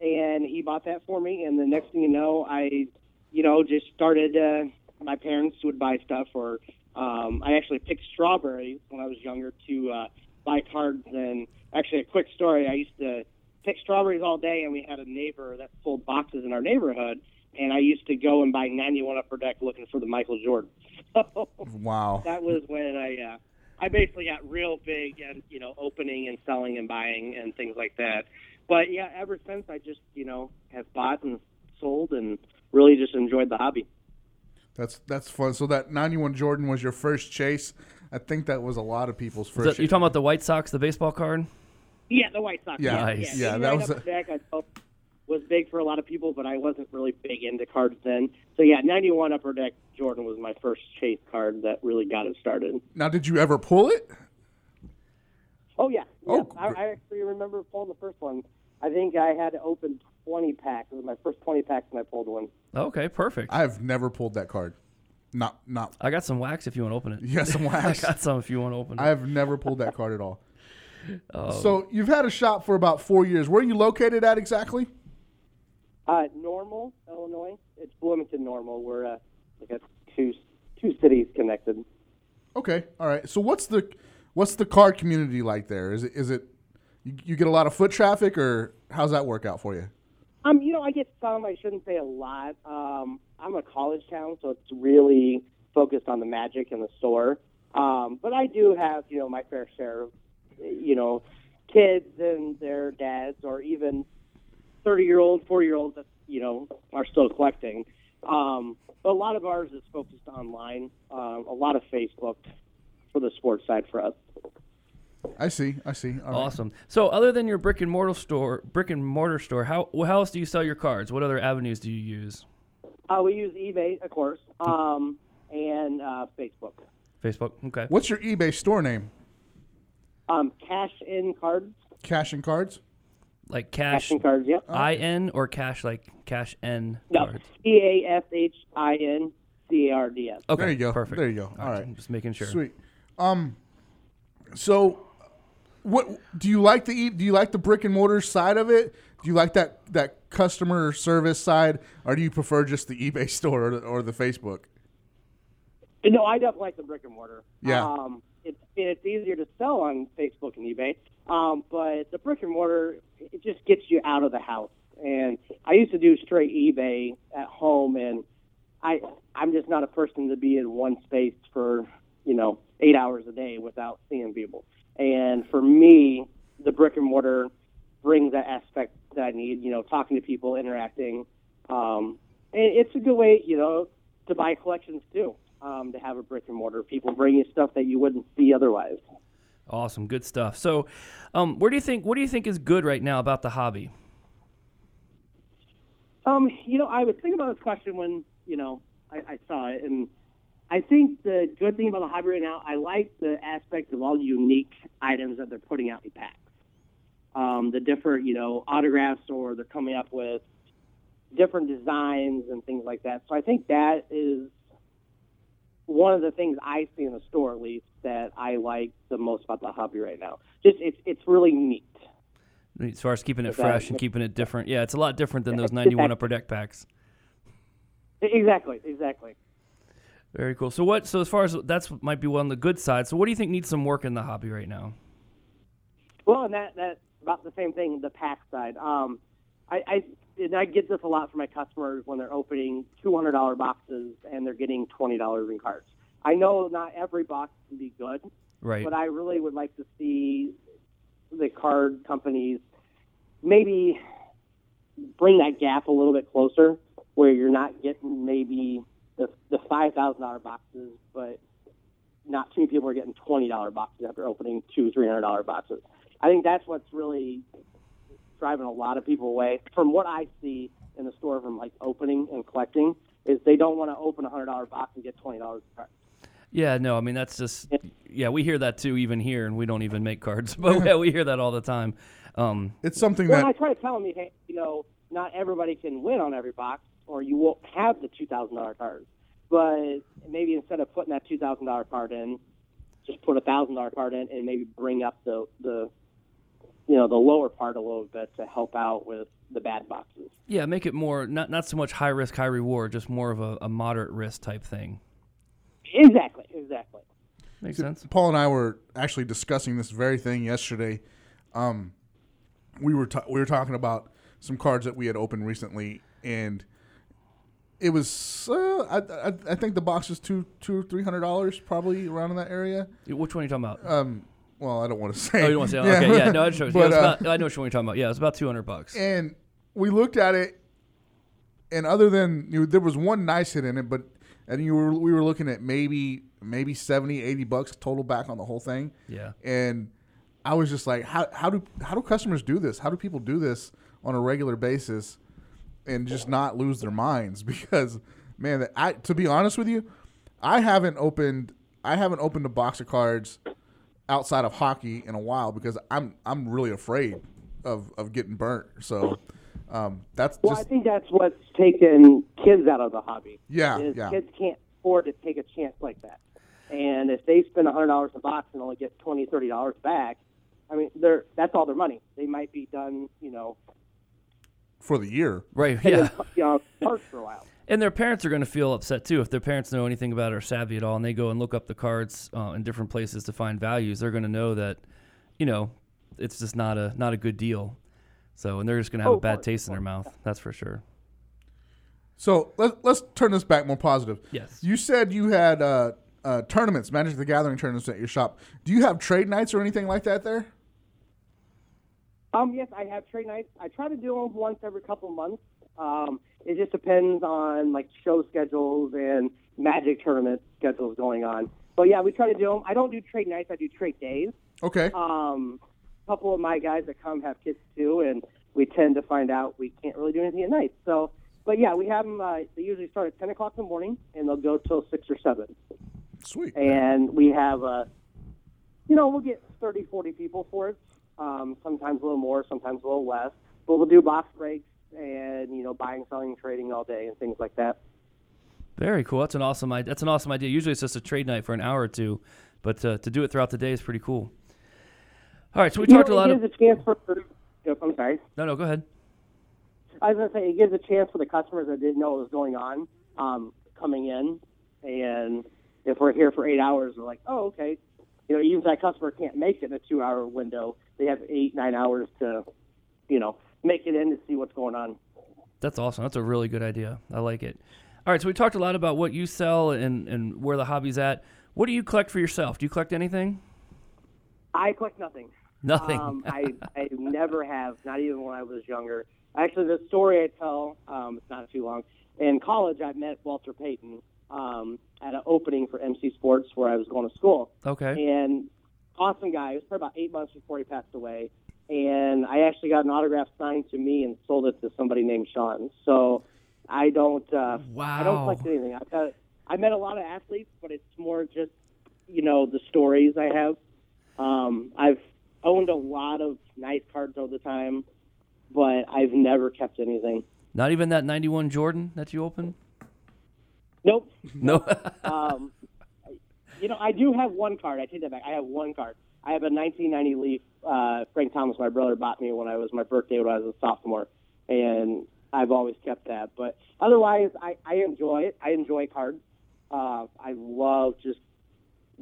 Speaker 5: and he bought that for me, and the next thing you know, I, you know, just started. Uh, my parents would buy stuff, or um, I actually picked strawberries when I was younger to uh, buy cards. And actually, a quick story: I used to pick strawberries all day, and we had a neighbor that sold boxes in our neighborhood, and I used to go and buy 91 Upper Deck looking for the Michael Jordan. So
Speaker 1: Wow.
Speaker 5: that was when I uh, I basically got real big and you know opening and selling and buying and things like that. But yeah, ever since I just you know have bought and sold and really just enjoyed the hobby.
Speaker 1: That's that's fun. So that 91 Jordan was your first chase. I think that was a lot of people's
Speaker 2: Is
Speaker 1: first.
Speaker 2: that- you talking about the White Sox, the baseball card?
Speaker 5: Yeah, the White Sox.
Speaker 1: Yeah.
Speaker 2: Nice.
Speaker 1: Yeah,
Speaker 5: and
Speaker 1: that
Speaker 5: right
Speaker 1: was
Speaker 5: up
Speaker 1: a-
Speaker 5: back, I felt was big for a lot of people, but I wasn't really big into cards then. So yeah, 91 Upper Deck Jordan was my first chase card that really got it started.
Speaker 1: now, did you ever pull it?
Speaker 5: Oh yeah, yeah.
Speaker 1: Oh,
Speaker 5: I,
Speaker 1: great.
Speaker 5: I actually remember pulling the first one. I think I had to open 20 packs. It was my first 20 packs when I pulled one.
Speaker 2: Okay, perfect. I,
Speaker 1: I've never pulled that card. Not not.
Speaker 2: got some wax if you want to open it.
Speaker 1: Yes, some wax.
Speaker 2: I got some if you want to open it.
Speaker 1: I've never pulled that card at all.
Speaker 2: Oh.
Speaker 1: so you've had a shop for about four years. Where are you located at exactly?
Speaker 5: Uh, Normal, Illinois. It's Bloomington Normal. We're uh, like a two two cities connected.
Speaker 1: Okay, all right. So what's the what's the card community like there? Is it is it you, you get a lot of foot traffic or how's that work out for you?
Speaker 5: Um, you know, I get some. I shouldn't say a lot. Um, I'm a college town, so it's really focused on the magic and the store. Um, but I do have, you know, my fair share of, you know, kids and their dads, or even thirty-year-old, forty-year-olds that you know are still collecting. Um, but a lot of ours is focused online. Um, a lot of Facebook for the sports side for us.
Speaker 1: I see. I see. All right.
Speaker 2: Awesome. So, other than your brick and mortar store, brick and mortar store, how wh- how else do you sell your cards? What other avenues do you use?
Speaker 5: Uh, we use eBay, of course, um, and uh, Facebook.
Speaker 2: Facebook. Okay.
Speaker 1: What's your eBay store name?
Speaker 5: Um, cash in cards.
Speaker 1: Cash and cards.
Speaker 2: Like cash,
Speaker 5: Cashing cards, yep.
Speaker 2: I N or cash like cash N
Speaker 5: No,
Speaker 2: cards.
Speaker 5: C A S H I N C A R D S.
Speaker 2: Okay.
Speaker 1: There you go.
Speaker 2: Perfect.
Speaker 1: There you go. All right.
Speaker 2: I'm just making sure.
Speaker 1: Sweet. Um. So, what do you like to eat? Do you like the brick and mortar side of it? Do you like that that customer service side, or do you prefer just the eBay store or the, or the Facebook?
Speaker 5: No, I definitely like the brick and mortar.
Speaker 1: Yeah.
Speaker 5: Um, it's it's easier to sell on Facebook and eBay, um, but the brick and mortar it just gets you out of the house. And I used to do straight eBay at home, and I I'm just not a person to be in one space for you know eight hours a day without seeing people. And for me, the brick and mortar brings that aspect that I need. You know, talking to people, interacting. Um, and it's a good way, you know, to buy collections too. Um, to have a brick and mortar, people bring you stuff that you wouldn't see otherwise.
Speaker 2: Awesome. Good stuff. So, um, where do you think what do you think is good right now about the hobby?
Speaker 5: Um, you know, I was thinking about this question when you know I, I saw it, and I think the good thing about the hobby right now, I like the aspect of all the unique items that they're putting out in packs. Um, the different, you know, autographs, or they're coming up with different designs and things like that. So I think that is one of the things I see in the store, at least, that I like the most about the hobby right now. Just it's it's really neat.
Speaker 2: I mean, As far as keeping it
Speaker 5: Exactly.
Speaker 2: fresh and keeping it different. Yeah, it's a lot different than those 91 upper deck packs.
Speaker 5: E-, Exactly, exactly.
Speaker 2: Very cool. So what? So as far as that's what might be one on the good side. So what do you think needs some work in the hobby right now?
Speaker 5: Well, and that that's about the same thing. The pack side. Um, I, I and I get this a lot from my customers when they're opening two hundred dollar boxes and they're getting twenty dollars in cards. I know not every box can be good,
Speaker 2: Right.
Speaker 5: but I really would like to see the card companies maybe bring that gap a little bit closer, where you're not getting maybe the the five thousand dollar boxes, but not too many people are getting twenty dollar boxes after opening two three hundred dollar boxes. I think that's what's really driving a lot of people away from what I see in the store from like opening and collecting is they don't want to open a hundred dollar box and get twenty dollars.
Speaker 2: Yeah, no, I mean that's just yeah, we hear that too even here and we don't even make cards. But yeah, we hear that all the time. Um
Speaker 1: It's something
Speaker 5: Well, I
Speaker 1: that
Speaker 5: try to tell them, hey, you know, not everybody can win on every box, or you won't have the two thousand dollar card. But maybe instead of putting that two thousand dollar card in, just put a thousand dollar card in and maybe bring up the the you know the lower part a little bit to help out with the bad boxes.
Speaker 2: Yeah, make it more not not so much high risk, high reward, just more of a, a moderate risk type thing.
Speaker 5: Exactly, exactly.
Speaker 2: Makes
Speaker 1: See,
Speaker 2: sense.
Speaker 1: Paul and I were actually discussing this very thing yesterday. Um, we were ta- we were talking about some cards that we had opened recently, and it was uh, I, I I think the box was two two three hundred dollars probably around in that area.
Speaker 2: Which one are you talking about?
Speaker 1: Um, well, I don't want to say.
Speaker 2: oh, you don't want to say? Okay, Uh, yeah, no, I, just, yeah,
Speaker 1: But,
Speaker 2: it's
Speaker 1: uh,
Speaker 2: about, I know which one you're talking about. Yeah, it's about two hundred bucks.
Speaker 1: and we looked at it, and other than you know, there was one nice hit in it, but and you were we were looking at maybe maybe 70, 80 bucks total back on the whole thing.
Speaker 2: Yeah.
Speaker 1: and I was just like, how how do how do customers do this? How do people do this on a regular basis and just not lose their minds? Because man, that I to be honest with you, I haven't opened I haven't opened a box of cards outside of hockey in a while because I'm I'm really afraid of of getting burnt. So um, that's
Speaker 5: Well,
Speaker 1: just
Speaker 5: I think that's what's taken kids out of the hobby.
Speaker 1: Yeah,
Speaker 5: is
Speaker 1: yeah.
Speaker 5: Kids can't afford to take a chance like that. And if they spend hundred dollars a box and only get twenty, thirty dollars back, I mean, they're that's all their money. They might be done, you know,
Speaker 1: for the year.
Speaker 2: Right.
Speaker 5: paying
Speaker 2: Yeah.
Speaker 5: you know, parts for a while.
Speaker 2: And their parents are going to feel upset too if their parents know anything about it or savvy at all, and they go and look up the cards uh, in different places to find values. They're going to know that, you know, it's just not a not a good deal. So, and they're just going to have
Speaker 5: Oh,
Speaker 2: a
Speaker 5: of
Speaker 2: bad
Speaker 5: course,
Speaker 2: taste in their mouth. That's for sure.
Speaker 1: So let, let's turn this back more positive.
Speaker 2: Yes.
Speaker 1: You said you had uh, uh, tournaments, Magic the Gathering tournaments at your shop. Do you have trade nights or anything like that there?
Speaker 5: Um, yes, I have trade nights. I try to do them once every couple months. Um, it just depends on like show schedules and magic tournament schedules going on. But yeah, we try to do them. I don't do trade nights. I do trade days.
Speaker 1: Okay.
Speaker 5: Um, a couple of my guys that come have kids too, and we tend to find out we can't really do anything at night. So, but yeah, we have them. Uh, they usually start at ten o'clock in the morning, and they'll go till six or seven.
Speaker 1: Sweet.
Speaker 5: And we have uh, you know, we'll get 30, 40 people for it. Um, sometimes a little more, sometimes a little less. But we'll do box breaks and you know, buying, selling, trading all day and things like that.
Speaker 2: Very cool. That's an awesome. i- That's an awesome idea. Usually it's just a trade night for an hour or two, but uh, to do it throughout the day is pretty cool. All right. So we
Speaker 5: You
Speaker 2: talked
Speaker 5: know,
Speaker 2: a lot
Speaker 5: it
Speaker 2: of.
Speaker 5: gives a chance for. Yep, I'm sorry.
Speaker 2: No, no. Go ahead.
Speaker 5: I was gonna say it gives a chance for the customers that didn't know what was going on um, coming in, and if we're here for eight hours, we're like, oh, okay. You know, even if that customer can't make it in a two-hour window, they have eight, nine hours to, you know, make it in to see what's going on.
Speaker 2: That's awesome. That's a really good idea. I like it. All right, so we talked a lot about what you sell and, and where the hobby's at. What do you collect for yourself? Do you collect anything?
Speaker 5: I collect nothing.
Speaker 2: Nothing.
Speaker 5: Um, I, I never have, not even when I was younger. Actually, the story I tell, um, it's not too long. In college, I met Walter Payton um, at an opening for MC Sports where I was going to school.
Speaker 2: okay.
Speaker 5: And awesome guy. He was probably about eight months before he passed away. And I actually got an autograph signed to me and sold it to somebody named Sean. So I don't. Uh, I
Speaker 2: Wow.
Speaker 5: don't collect anything. I've got. I met a lot of athletes, but it's more just you know the stories I have. Um, I've owned a lot of nice cards over the time, but I've never kept anything.
Speaker 2: Not even that 91 Jordan that you opened?
Speaker 5: Nope.
Speaker 2: No.
Speaker 5: Um, you know, I do have one card. I take that back. I have one card. I have a 1990 Leaf. Uh, Frank Thomas, my brother, bought me when I was my birthday when I was a sophomore, and I've always kept that. But otherwise, I, I enjoy it. I enjoy cards. Uh, I love just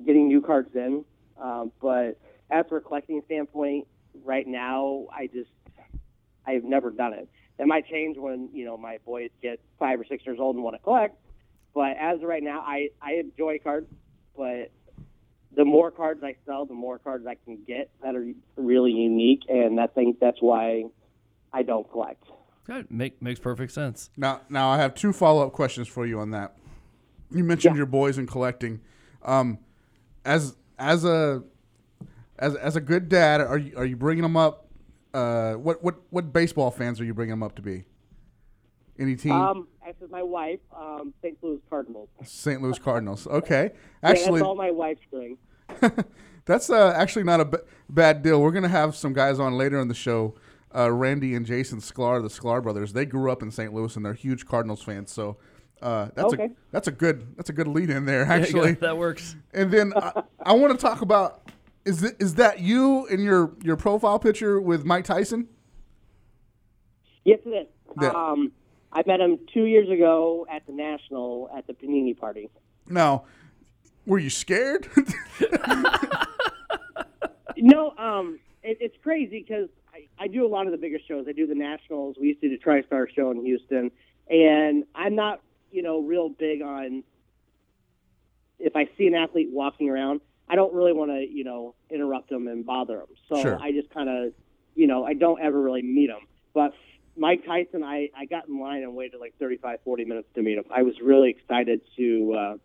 Speaker 5: getting new cards in. Um, but as for a collecting standpoint, right now, I just I've never done it. That might change when you know my boys get five or six years old and want to collect. But as of right now, I I enjoy cards, but the more cards I sell, the more cards I can get that are really unique, and I think that's why I don't collect.
Speaker 2: That make, makes perfect sense.
Speaker 1: Now, now I have two follow up questions for you on that. You mentioned your boys and collecting. Um, as as a as as a good dad, are you are you bringing them up? Uh, what what what baseball fans are you bringing them up to be? Any team?
Speaker 5: Um, as for my wife, um, St. Louis Cardinals. Yeah,
Speaker 1: St. Louis Cardinals. Okay, actually,
Speaker 5: that's all my wife's doing.
Speaker 1: That's uh, actually not a b- bad deal. We're gonna have some guys on later in the show, uh, Randy and Jason Sklar, the Sklar brothers. They grew up in St. Louis and they're huge Cardinals fans. So Uh, that's a
Speaker 5: Okay.
Speaker 1: that's a good that's a good lead in there
Speaker 2: There you go.
Speaker 1: actually.
Speaker 2: that works.
Speaker 1: And then I, I want to talk about is th- is that you in your your profile picture with Mike Tyson?
Speaker 5: Yes, it is.
Speaker 1: Yeah.
Speaker 5: Um, I met him two years ago at the National at the Panini party.
Speaker 1: Now, were you scared?
Speaker 5: No, um, it, it's crazy because I, I do a lot of the bigger shows. I do the Nationals. We used to do the TriStar show in Houston, and I'm not, you know, real big on if I see an athlete walking around, I don't really want to, you know, interrupt them and bother them. So
Speaker 1: Sure.
Speaker 5: I just kind of, you know, I don't ever really meet them. But Mike Tyson, I, I got in line and waited like 35, 40 minutes to meet him. I was really excited to uh,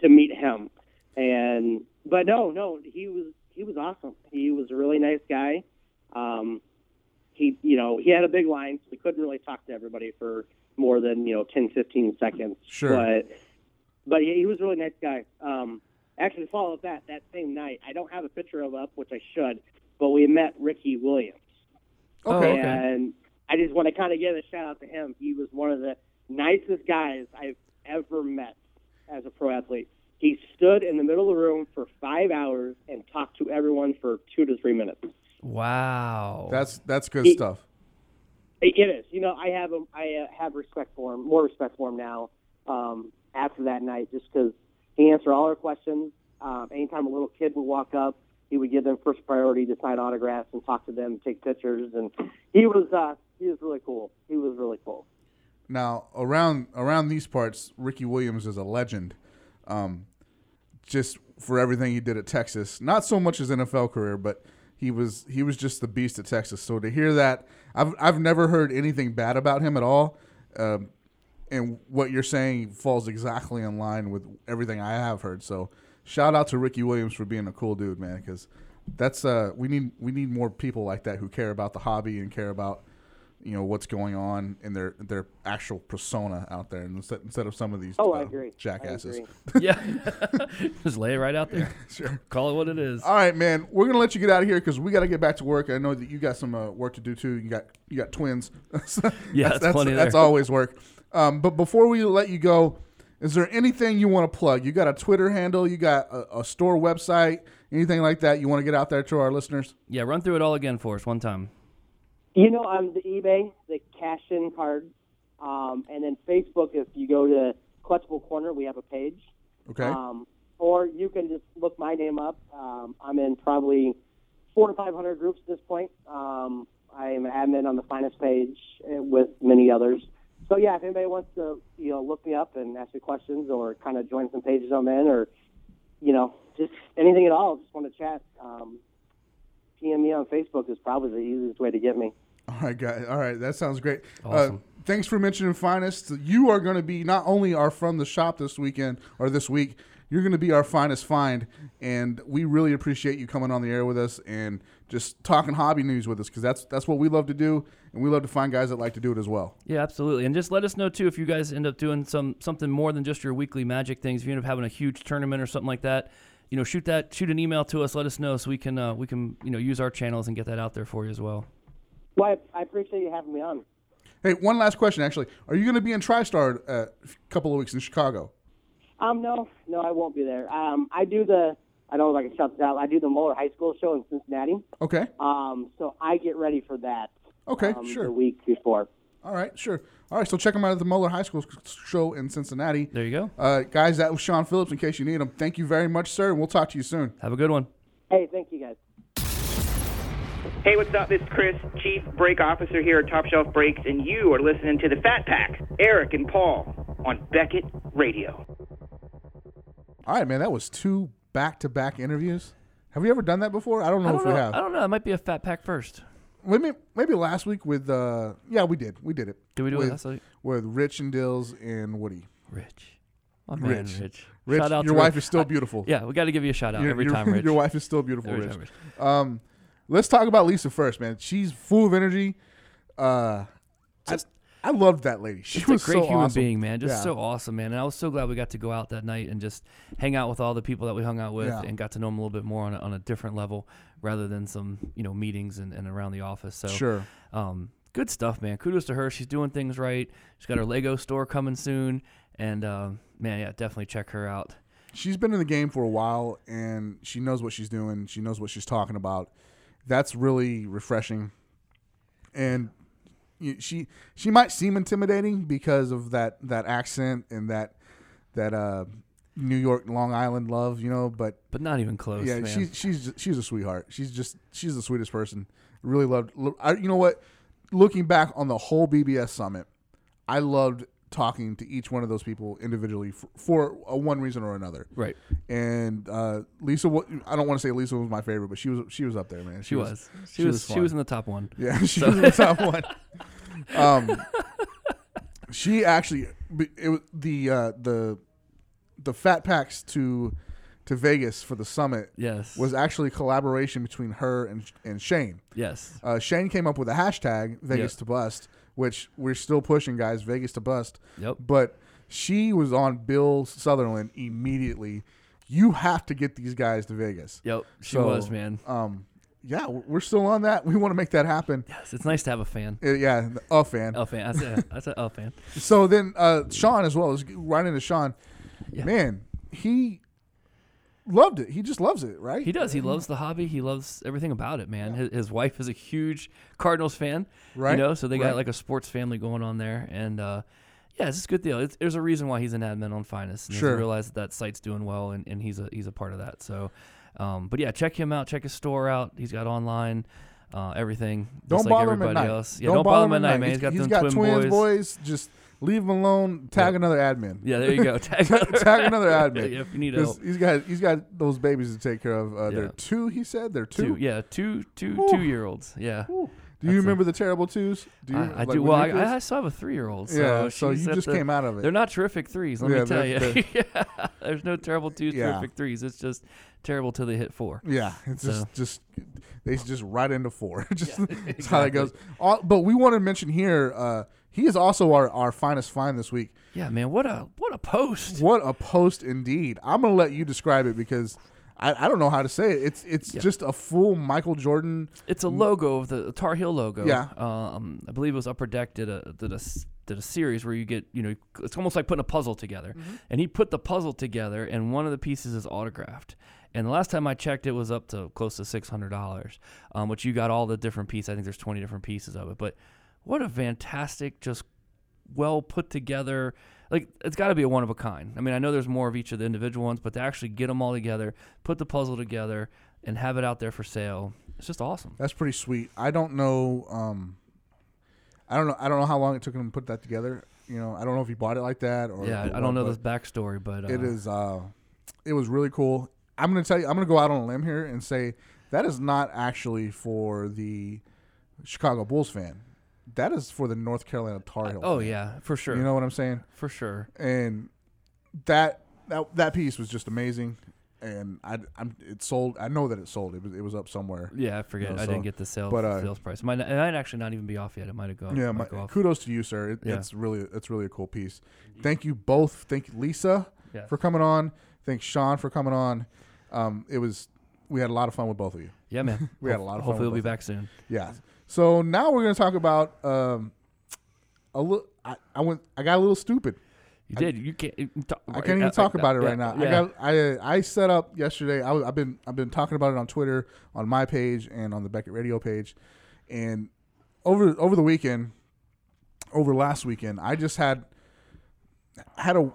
Speaker 5: to meet him, and but no, no, he was he was awesome. He was a really nice guy. Um, he, you know, he had a big line, so we couldn't really talk to everybody for more than you know 10, 15 seconds.
Speaker 1: Sure.
Speaker 5: But but yeah, he was a really nice guy. Um, actually, to follow up that that same night, I don't have a picture of up, which I should, but we met Ricky Williams,
Speaker 2: Oh,
Speaker 1: Okay.
Speaker 2: okay.
Speaker 5: and I just want to kind of give a shout out to him. He was one of the nicest guys I've ever met as a pro athlete. He stood in the middle of the room for five hours and talked to everyone for two to three minutes.
Speaker 2: Wow.
Speaker 1: That's that's good
Speaker 5: He-
Speaker 1: stuff.
Speaker 5: It it is. You know, I have a, I uh, have respect for him, more respect for him now um, after that night, just because he answered all our questions. Um, anytime a little kid would walk up, he would give them first priority to sign autographs and talk to them, take pictures, and he was uh, he was really cool. He was really cool.
Speaker 1: Now around around these parts, Ricky Williams is a legend, um, just for everything he did at Texas. Not so much his NFL career, but he was he was just the beast at Texas. So to hear that, I've I've never heard anything bad about him at all, um, and what you're saying falls exactly in line with everything I have heard. So shout out to Ricky Williams for being a cool dude, man, because that's uh we need we need more people like that who care about the hobby and care about you know what's going on in their their actual persona out there and instead, instead of some of these
Speaker 5: Oh,
Speaker 1: uh,
Speaker 5: I agree. I
Speaker 1: jackasses
Speaker 5: agree.
Speaker 2: yeah. Just lay it right out there.
Speaker 1: sure Uh,
Speaker 2: Call it what it is.
Speaker 1: all right man we're gonna let you get out of here because we got to get back to work i know that you got some uh, work to do too you got you got twins So
Speaker 2: Yeah,
Speaker 1: that's
Speaker 2: that's
Speaker 1: that's,
Speaker 2: plenty
Speaker 1: that's
Speaker 2: there.
Speaker 1: always work um, but before we let you go is there anything you want to plug you got a twitter handle you got a, a store website anything like that you want to get out there to our listeners
Speaker 2: Yeah, run through it all again for us one time.
Speaker 5: You know, on the eBay, the cash in card, um, and then Facebook. If you go to Collectible Corner, we have a page.
Speaker 1: okay
Speaker 5: Um, or you can just look my name up. Um, I'm in probably four to 500 groups at this point. Um, I am an admin on the finest page uh, with many others. So yeah, if anybody wants to, you know, look me up and ask me questions or kind of join some pages I'm in or, you know, just anything at all, just want to chat, um, PM me on Facebook is probably the easiest way to get me.
Speaker 1: All right, guys. All right, that sounds great. Uh,
Speaker 2: Awesome.
Speaker 1: thanks for mentioning Finest. You are going to be not only our from the shop this weekend or this week, you're going to be our finest find, and we really appreciate you coming on the air with us and just talking hobby news with us because that's that's what we love to do, and we love to find guys that like to do it as well.
Speaker 2: Yeah, absolutely. And just let us know too if you guys end up doing some something more than just your weekly magic things. If you end up having a huge tournament or something like that, you know, shoot that shoot an email to us. Let us know so we can uh, we can you know use our channels and get that out there for you as well.
Speaker 5: Well, I, I appreciate you having me on.
Speaker 1: Hey, one last question actually: Are you going to be in TriStar uh, a couple of weeks in Chicago?
Speaker 5: Um, no, no, I won't be there. Um, I do the, I don't know if I can shout this out. I do the Muller High School show in Cincinnati.
Speaker 1: Okay.
Speaker 5: Um, so I get ready for that.
Speaker 1: Okay,
Speaker 5: um,
Speaker 1: sure.
Speaker 5: The week before.
Speaker 1: All right, sure. All right, so check them out at the Muller High School show in Cincinnati.
Speaker 2: There you go.
Speaker 1: Uh, guys, that was Sean Phillips. In case you need him, thank you very much, sir, and we'll talk to you soon.
Speaker 2: Have a good one.
Speaker 5: Hey, thank you guys.
Speaker 6: Hey, what's up? This is Chris, Chief Brake Officer here at Top Shelf Brakes, and you are listening to the Fat Pack, Eric and Paul, on Beckett Radio.
Speaker 1: All right, man, that was two back-to-back interviews. Have we ever done that before? I don't know
Speaker 2: I
Speaker 1: Oh,
Speaker 2: don't
Speaker 1: if
Speaker 2: know.
Speaker 1: we have.
Speaker 2: I don't know. It might be a fat pack first.
Speaker 1: Maybe maybe last week with uh, yeah, we did. We did it.
Speaker 2: Did we do it
Speaker 1: with,
Speaker 2: last week?
Speaker 1: with Rich and Dills and Woody?
Speaker 2: Rich, my man,
Speaker 1: Rich.
Speaker 2: Rich.
Speaker 1: Rich,
Speaker 2: shout out
Speaker 1: your
Speaker 2: to
Speaker 1: wife
Speaker 2: Rich.
Speaker 1: is still
Speaker 2: I-
Speaker 1: beautiful.
Speaker 2: yeah, we got to give you a shout out
Speaker 1: Your-
Speaker 2: every
Speaker 1: your-
Speaker 2: time, Rich.
Speaker 1: Your wife is still beautiful,
Speaker 2: Every
Speaker 1: Rich.
Speaker 2: time, Rich.
Speaker 1: Um, let's talk about Lisa first, man. She's full of energy. Uh,
Speaker 2: Just-
Speaker 1: I, I loved that lady. She
Speaker 2: She's
Speaker 1: was
Speaker 2: a great
Speaker 1: so
Speaker 2: human
Speaker 1: awesome.
Speaker 2: being, man. Just
Speaker 1: Yeah.
Speaker 2: so awesome, man. And I was so glad we got to go out that night and just hang out with all the people that we hung out with
Speaker 1: Yeah.
Speaker 2: and got to know them a little bit more on a, on a different level rather than some, you know, meetings and, and around the office. So,
Speaker 1: Sure.
Speaker 2: Um, good stuff, man. Kudos to her. She's doing things right. She's got her Lego store coming soon. And um, man, yeah, definitely check her out.
Speaker 1: she's been in the game for a while and she knows what she's doing. She knows what she's talking about. That's really refreshing. And you- she she might seem intimidating because of that that accent and that that uh New York Long Island love, you know, but
Speaker 2: But not even close.
Speaker 1: yeah,
Speaker 2: man.
Speaker 1: she's she's ju- she's a sweetheart. She's just she's the sweetest person. Really loved. lo- I, you know what? Looking back on the whole BBS summit, I loved talking to each one of those people individually for, for uh, one reason or another.
Speaker 2: Right.
Speaker 1: And uh, Lisa, wa- I don't want to say Lisa was my favorite, but she was she was up there, man. She,
Speaker 2: She was. She was. She
Speaker 1: fun.
Speaker 2: was in the top one.
Speaker 1: Yeah, she was the top one. Um, she actually, b- it was the uh, the the fat packs to to Vegas for the summit
Speaker 2: Yes.
Speaker 1: was actually a collaboration between her and and Shane.
Speaker 2: yes.
Speaker 1: Uh, Shane came up with a hashtag Vegas
Speaker 2: Yeah.
Speaker 1: to bust, which we're still pushing, guys. Vegas to bust.
Speaker 2: Yep.
Speaker 1: But she was on Bill Sutherland immediately. You have to get these guys to Vegas.
Speaker 2: Yep. She
Speaker 1: So,
Speaker 2: was man.
Speaker 1: Um, yeah, we're we're still on that. We want to make that happen.
Speaker 2: Yes. It's nice to have a fan.
Speaker 1: Uh, yeah, a fan.
Speaker 2: L fan. That's a, that's a L fan.
Speaker 1: So then uh, Sean as well is right into Sean.
Speaker 2: Yeah.
Speaker 1: Man, he loved it. He just loves it, right?
Speaker 2: He does. He loves the hobby. He loves everything about it, man. His, his wife is a huge Cardinals fan,
Speaker 1: Right,
Speaker 2: You know, so they
Speaker 1: right.
Speaker 2: got like a sports family going on there, and uh, yeah, it's just a good deal. It's, there's a reason why he's an admin on Finest. And
Speaker 1: Sure.
Speaker 2: He's realized that that site's doing well, and, and he's a he's a part of that. So, um, but yeah, check him out. Check his store out. He's got online. Uh, everything.
Speaker 1: Don't
Speaker 2: just like
Speaker 1: bother him
Speaker 2: everybody
Speaker 1: at night.
Speaker 2: else. Yeah, don't, bother him at night, man. he's got them twin
Speaker 1: twins,
Speaker 2: boys.
Speaker 1: boys. Just leave him alone. Tag
Speaker 2: Yeah.
Speaker 1: another admin.
Speaker 2: Yeah, there you go. Tag another,
Speaker 1: Tag another admin.
Speaker 2: Yeah, if you need
Speaker 1: 'Cause
Speaker 2: help.
Speaker 1: He's got he's got those babies to take care of. Uh, They're
Speaker 2: Yeah.
Speaker 1: two. He said they're two.
Speaker 2: two, yeah, two, two,
Speaker 1: Whew.
Speaker 2: two year olds. Yeah.
Speaker 1: Whew. Do you
Speaker 2: That's a-
Speaker 1: remember the terrible twos? Do you,
Speaker 2: I, I
Speaker 1: like,
Speaker 2: do.
Speaker 1: when
Speaker 2: Well,
Speaker 1: you
Speaker 2: I, I
Speaker 1: kids?
Speaker 2: still have a three-year-old. So
Speaker 1: yeah. So
Speaker 2: she's
Speaker 1: you
Speaker 2: at
Speaker 1: just
Speaker 2: the-
Speaker 1: came out of it.
Speaker 2: They're not terrific threes. Let
Speaker 1: Yeah,
Speaker 2: me tell
Speaker 1: they're-
Speaker 2: you.
Speaker 1: they're-
Speaker 2: yeah. There's no terrible two
Speaker 1: Yeah.
Speaker 2: terrific threes. It's just terrible till they hit four.
Speaker 1: Yeah, it's
Speaker 2: So-
Speaker 1: just just they just right into four. just that's how that
Speaker 2: exactly.
Speaker 1: goes. All, but we want to mention here, uh, he is also our, our finest find this week.
Speaker 2: Yeah, man. What a what a post.
Speaker 1: What a post indeed! I'm gonna let you describe it because I, I don't know how to say it. It's it's just a full Michael Jordan.
Speaker 2: It's a logo of the Tar Heel logo.
Speaker 1: Yeah.
Speaker 2: Um, I believe it was Upper Deck did a did a s- did a series where you get you know it's almost like putting a puzzle together, and he put the puzzle together, and one of the pieces is autographed. And the last time I checked, it was up to close to six hundred dollars, um, which you got all the different pieces. I think there's twenty different pieces of it, but what a fantastic just well put together. Like it's got to be a one of a kind. I mean, I know there's more of each of the individual ones, but to actually get them all together, put the puzzle together, and have it out there for sale, it's just awesome.
Speaker 1: That's pretty sweet. I don't know. Um, I don't know. I don't know how long it took him to put that together. You know, I don't know if he bought it like that or
Speaker 2: Yeah,
Speaker 1: or
Speaker 2: I- I
Speaker 1: what,
Speaker 2: don't know
Speaker 1: but
Speaker 2: this backstory, but uh,
Speaker 1: It is. Uh, it was really cool. I'm gonna tell you. I'm gonna go out on a limb here and say that is not actually for the Chicago Bulls fan. That is for the North Carolina Tar Heel.
Speaker 2: Oh
Speaker 1: fan.
Speaker 2: yeah, for sure,
Speaker 1: You know what I'm saying?
Speaker 2: for sure.
Speaker 1: And that that that piece was just amazing. And I I'm, it sold. I know that it sold. It was it was up somewhere.
Speaker 2: Yeah, I forget.
Speaker 1: know,
Speaker 2: I
Speaker 1: so-
Speaker 2: didn't get the sales
Speaker 1: but, uh,
Speaker 2: sales price. It might, not- it might actually not even be off yet. It might have gone.
Speaker 1: Yeah, my,
Speaker 2: might go off.
Speaker 1: kudos to you, sir. It,
Speaker 2: Yeah.
Speaker 1: It's really it's really a cool piece. Thank you both. Thank you, Lisa
Speaker 2: Yes.
Speaker 1: for coming on. Thanks Sean for coming on. Um, it was we had a lot of fun with both of you.
Speaker 2: Yeah, man.
Speaker 1: We had a lot of fun
Speaker 2: Hopefully,
Speaker 1: with
Speaker 2: we'll be
Speaker 1: both.
Speaker 2: back soon.
Speaker 1: Yeah. So now we're gonna talk about um, a little. I, I went. I got a little stupid.
Speaker 2: You did. You can't. you can talk-
Speaker 1: I can't even
Speaker 2: uh,
Speaker 1: talk
Speaker 2: uh,
Speaker 1: about it
Speaker 2: yeah,
Speaker 1: right now.
Speaker 2: yeah.
Speaker 1: I got. I I set up yesterday. I was, I've been I've been talking about it on Twitter, on my page, and on the Beckett Radio page, and over over the weekend, over last weekend, I just had had a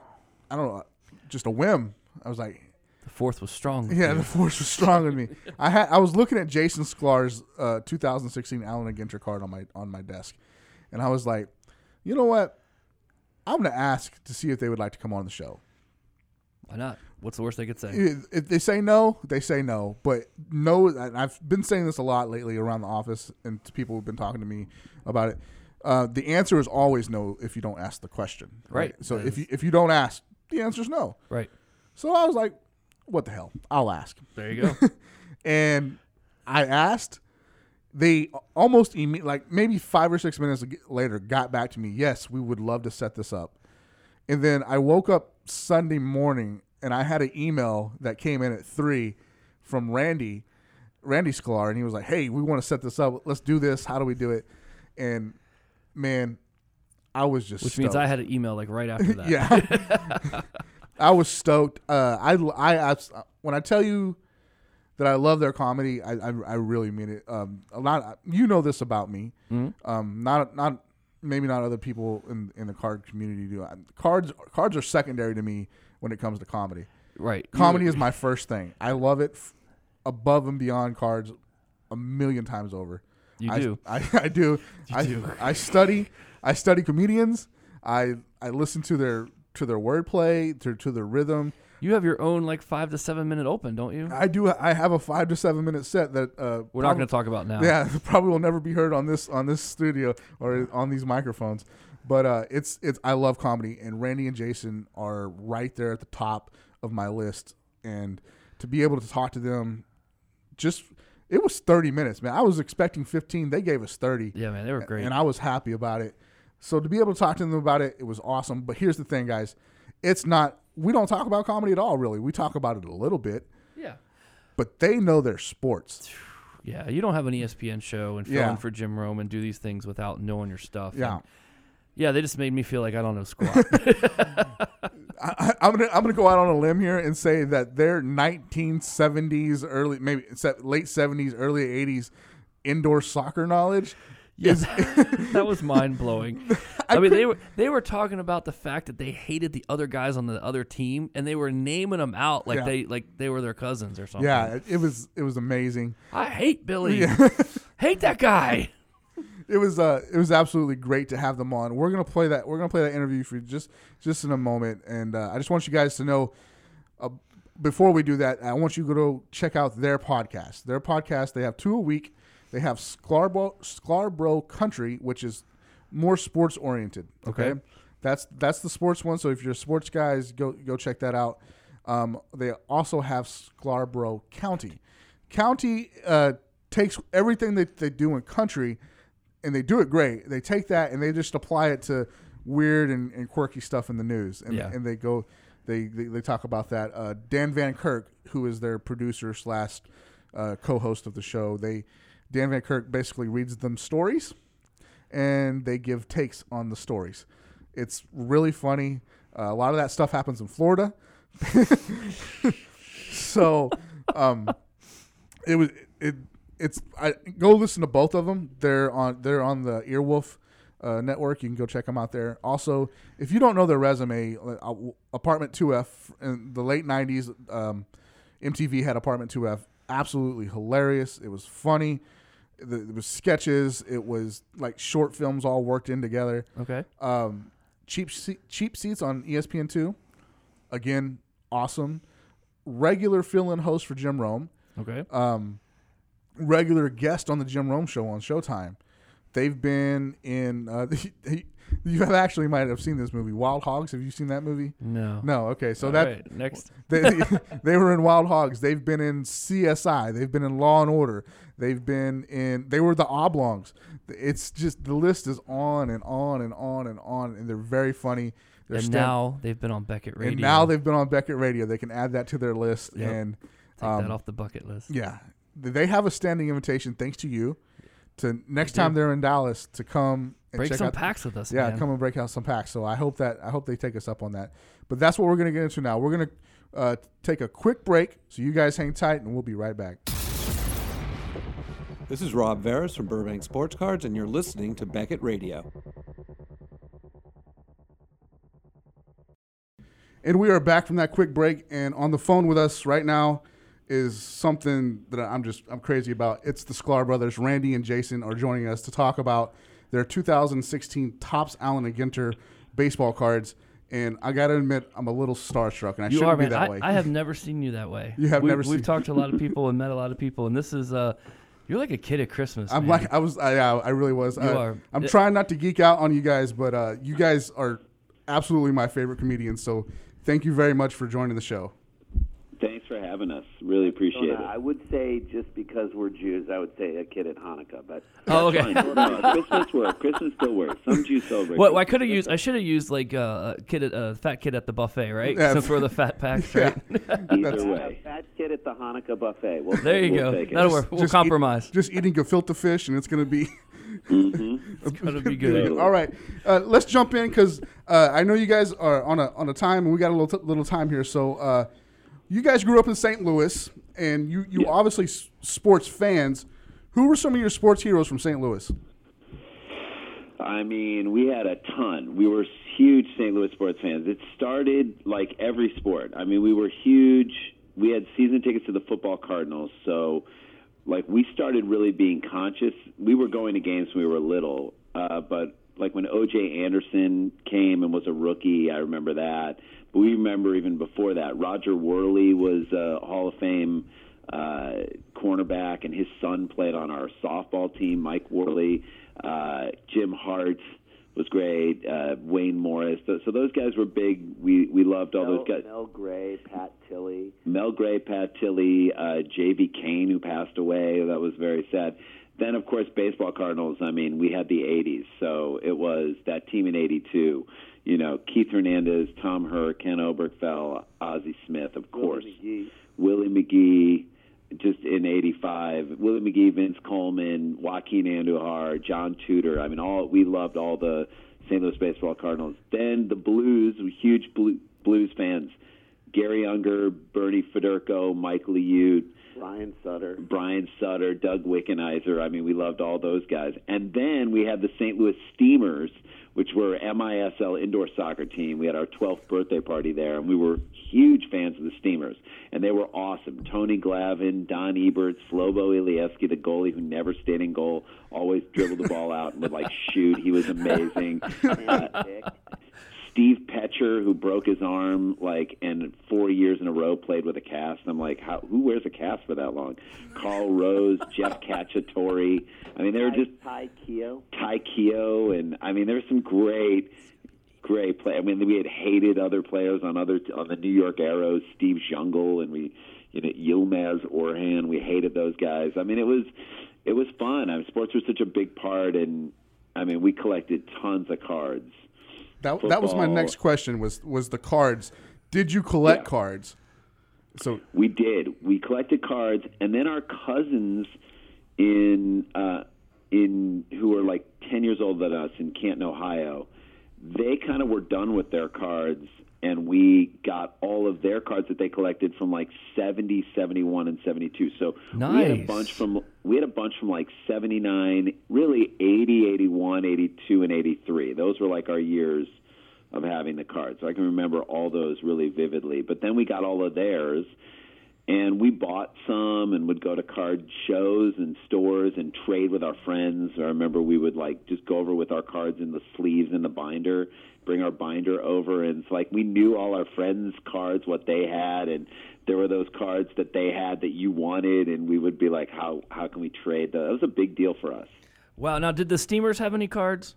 Speaker 1: I don't know, just a whim. I was like,
Speaker 2: the fourth was strong.
Speaker 1: yeah, the force was strong with me. I had I was looking at Jason Sklar's uh, 2016 Allen and Ginter card on my on my desk, and I was like, you know what? I'm gonna ask to see if they would like to come on the show.
Speaker 2: Why not? What's the worst they could say?
Speaker 1: If if they say no, they say no. But no, and I've been saying this a lot lately around the office, and to people who've been talking to me about it. Uh, the answer is always no if you don't ask the question.
Speaker 2: Right.
Speaker 1: So if you if you don't ask, the answer is no.
Speaker 2: Right.
Speaker 1: So I was like, what the hell? I'll ask.
Speaker 2: There you go.
Speaker 1: and I asked. They almost imme- like maybe five or six minutes ag- later got back to me. Yes, we would love to set this up. And then I woke up Sunday morning and I had an email that came in at three from Randy, Randy Sklar, and he was like, "Hey, we want to set this up. Let's do this. How do we do it?" And man, I was just
Speaker 2: which
Speaker 1: stoked.
Speaker 2: means I had an email like right after that.
Speaker 1: yeah. I was stoked. Uh, I, I, I, when I tell you that I love their comedy, I, I, I really mean it. Um, a lot, you know this about me. Um, not, not maybe not other people in, in the card community do. I, cards, cards are secondary to me when it comes to comedy.
Speaker 2: Right. You-
Speaker 1: Comedy is my first thing. I love it f- above and beyond cards, a million times over.
Speaker 2: You
Speaker 1: I,
Speaker 2: do.
Speaker 1: I, I do. I,
Speaker 2: do.
Speaker 1: I study. I study comedians. I I listen to their to their wordplay, to to their rhythm.
Speaker 2: You have your own like five to seven minute open, don't you?
Speaker 1: I do. I have a five to seven minute set that uh,
Speaker 2: We're not going to talk about now.
Speaker 1: Yeah, probably will never be heard on this on this studio or on these microphones. But uh, it's it's I love comedy, and Randy and Jason are right there at the top of my list. And to be able to talk to them, just it was thirty minutes, man. I was expecting fifteen. They gave us thirty.
Speaker 2: Yeah, man, they were great.
Speaker 1: And I was happy about it. So to be able to talk to them about it, it was awesome. But here's the thing, guys. It's not we don't talk about comedy at all, really. We talk about it a little bit,
Speaker 2: yeah.
Speaker 1: but they know their sports.
Speaker 2: Yeah, you don't have an E ESPN show and fill
Speaker 1: Yeah.
Speaker 2: in for Jim Rome and do these things without knowing your stuff.
Speaker 1: Yeah.
Speaker 2: And- yeah, they just made me feel like I don't know squat.
Speaker 1: I, I'm gonna I'm gonna go out on a limb here and say that their 1970s, early maybe se- late 70s, early 80s indoor soccer knowledge.
Speaker 2: yes. that was mind blowing. I, mean, they were they were talking about the fact that they hated the other guys on the other team and they were naming them out like
Speaker 1: Yeah.
Speaker 2: they like they were their cousins or something.
Speaker 1: Yeah, it, it was it was amazing.
Speaker 2: I hate Billy. hate that guy.
Speaker 1: It was uh it was absolutely great to have them on. We're gonna play that we're gonna play that interview for you just just in a moment, and uh, I just want you guys to know. Uh, before we do that, I want you to go check out their podcast. Their podcast they have two a week. They have Scarborough Scarborough Country, which is more sports oriented. Okay?
Speaker 2: Okay.
Speaker 1: that's that's the sports one. So if you're sports guys, go go check that out. Um, they also have Scarborough County. County uh, takes everything that they do in country, and they do it great. They take that and they just apply it to weird and, and quirky stuff in the news, and,
Speaker 2: Yeah.
Speaker 1: and they go they, they they talk about that. Uh, Dan Van Kirk, who is their producer slash uh, co-host of the show, they Dan Van Kirk basically reads them stories, and they give takes on the stories. It's really funny. Uh, a lot of that stuff happens in Florida, so um, it was it it's I go listen to both of them. They're on they're on the Earwolf uh, network. You can go check them out there. Also, if you don't know their resume, like, uh, Apartment Two F in the late '90s, um, MTV had Apartment Two F. Absolutely hilarious. It was funny. The- It was sketches. It was like short films all worked in together.
Speaker 2: Okay.
Speaker 1: Um, cheap se- cheap seats on E ESPN two, again awesome. Regular fill-in host for Jim Rome
Speaker 2: Okay.
Speaker 1: um, regular guest on the Jim Rome show on Showtime. They've been in. Uh, you have actually might have seen this movie, Wild Hogs. Have you seen that movie?
Speaker 2: no.
Speaker 1: No. Okay. So
Speaker 2: All
Speaker 1: that
Speaker 2: right, next.
Speaker 1: they, they were in Wild Hogs. They've been in CSI. They've been in Law and Order. They've been in. They were the Oblongs. It's just the list is on and on and on and on, and they're very funny. They're
Speaker 2: And
Speaker 1: stand-
Speaker 2: now they've been on Beckett Radio.
Speaker 1: and now they've been on Beckett Radio. They can add that to their list
Speaker 2: Yep.
Speaker 1: and
Speaker 2: take
Speaker 1: um,
Speaker 2: that off the bucket list.
Speaker 1: Yeah, Th- they have a standing invitation thanks to you. To next time they're in Dallas, to come and
Speaker 2: Break
Speaker 1: check
Speaker 2: some
Speaker 1: out-
Speaker 2: packs with us.
Speaker 1: Yeah,
Speaker 2: man.
Speaker 1: come and break out some packs. So I hope that I hope they take us up on that. But that's what we're gonna get into now. We're gonna uh, take a quick break, so you guys hang tight, and we'll be right back.
Speaker 7: This is Rob Veras from Burbank Sports Cards, and you're listening to Beckett Radio.
Speaker 1: And we are back from that quick break, and on the phone with us right now is something that I'm just I'm crazy about. It's the Sklar brothers, Randy and Jason, are joining us to talk about their 2016 Topps Allen and Ginter baseball cards. And I gotta admit, I'm a little starstruck, and I
Speaker 2: You
Speaker 1: shouldn't
Speaker 2: are,
Speaker 1: be
Speaker 2: man.
Speaker 1: that
Speaker 2: I,
Speaker 1: way.
Speaker 2: I have never seen you that way.
Speaker 1: You have
Speaker 2: we,
Speaker 1: never
Speaker 2: We've
Speaker 1: seen-
Speaker 2: talked to a lot of people and met a lot of people, and this is uh, you're like a kid at Christmas.
Speaker 1: I'm
Speaker 2: man.
Speaker 1: like I was I, yeah, I really was. I,
Speaker 2: are.
Speaker 1: I'm
Speaker 2: Yeah.
Speaker 1: trying not to geek out on you guys, but uh, you guys are absolutely my favorite comedians. So thank you very much for joining the show.
Speaker 8: Thanks for having us. Really appreciate
Speaker 9: No, no,
Speaker 8: it.
Speaker 9: I would say just because we're Jews, I would say a kid at Hanukkah, but
Speaker 2: oh, okay.
Speaker 8: Fine, no, no, Christmas works. Christmas still works. Some Jews celebrate.
Speaker 2: Well, I could have used. I should have used like uh, a kid, at, a fat kid at the buffet, right?
Speaker 1: Yeah.
Speaker 2: Since we're the fat packs, right?
Speaker 8: Either way.
Speaker 9: a fat kid at the Hanukkah buffet. Well,
Speaker 2: There you go.
Speaker 8: We'll take it.
Speaker 2: That'll work. We'll
Speaker 1: eat-
Speaker 2: compromise.
Speaker 1: just eating gefilte fish, and it's gonna be
Speaker 2: It's gonna be good.
Speaker 1: All right, uh, let's jump in because uh, I know you guys are on a on a time, and we got a little t- little time here. So, uh, you guys grew up in St. Louis, and you you obviously s- sports fans. Who were some of your sports heroes from St. Louis?
Speaker 8: I mean, we had a ton. We were huge St. Louis sports fans. It started like every sport. I mean, we were huge. We had season tickets to the football Cardinals, so like we started really being conscious. We were going to games when we were little, uh, but like when O.J. Anderson came and was a rookie, I remember that. But we remember even before that, Roger Worley was a Hall of Fame uh, cornerback, and his son played on our softball team. Mike Worley, uh, Jim Hart was great. Uh, Wayne Morris. So, so those guys were big. We we loved all
Speaker 9: Mel,
Speaker 8: those guys.
Speaker 9: Mel Gray, Pat Tilley.
Speaker 8: Mel Gray, Pat Tilley, uh, J.B. Kane, who passed away. That was very sad. Then, of course, baseball Cardinals. I mean, we had the 80s, so it was that team in 82. You know, Keith Hernandez, Tom Herr, Ken Obergfell, Ozzie Smith, of course.
Speaker 9: Willie
Speaker 8: Willie McGee, just in '85. Willie McGee, Vince Coleman, Joaquin Andujar, John Tudor. I mean, all we loved all the St. Louis baseball Cardinals. Then the Blues, huge blue, Blues fans. Gary Unger, Bernie Federico, Mike Liute,
Speaker 9: McGee, Ryan Sutter.
Speaker 8: Brian Sutter, Doug Wickenheiser. I mean, we loved all those guys. And then we had the St. Louis Steamers, which were MISL indoor soccer team. We had our 12th birthday party there, and we were huge fans of the Steamers. And they were awesome. Tony Glavin, Don Eberts, Slobo Ilieski, the goalie who never stayed in goal, always dribbled the ball out and would like shoot. He was amazing. Uh, Steve Petcher, who broke his arm like and four years in a row played with a cast. I'm like, how? Who wears a cast for that long? Carl Rose, Jeff Cacciatore. I mean, they were just
Speaker 9: Ty Keough.
Speaker 8: Ty Keough, and I mean, there were some great, great play. I mean, we had hated other players on other on the New York Arrows, Steve Jungle, and we, you know, Yilmaz Orhan. We hated those guys. I mean, it was, it was fun. I mean, sports was such a big part, and I mean, we collected tons of cards.
Speaker 1: That that was my
Speaker 8: Football.
Speaker 1: next question was was the cards. Did you collect cards? So
Speaker 8: We did. We collected cards, and then our cousins in uh, in who are like ten years older than us in Canton, Ohio, they kind of were done with their cards, and we got all of their cards that they collected from like 70, 71, and seventy two. So we had a
Speaker 2: Nice.
Speaker 8: bunch from we had a bunch from like seventy nine, really 80, 81, 82, and eighty three. Those were like our years of having the cards. So I can remember all those really vividly. But then we got all of theirs, and we bought some and would go to card shows and stores and trade with our friends. I remember we would like just go over with our cards in the sleeves in the binder, bring our binder over, and it's like we knew all our friends' cards, what they had, and there were those cards that they had that you wanted, and we would be like, how how can we trade those? That was a big deal for us.
Speaker 2: Wow. Now, did the Steamers have any cards?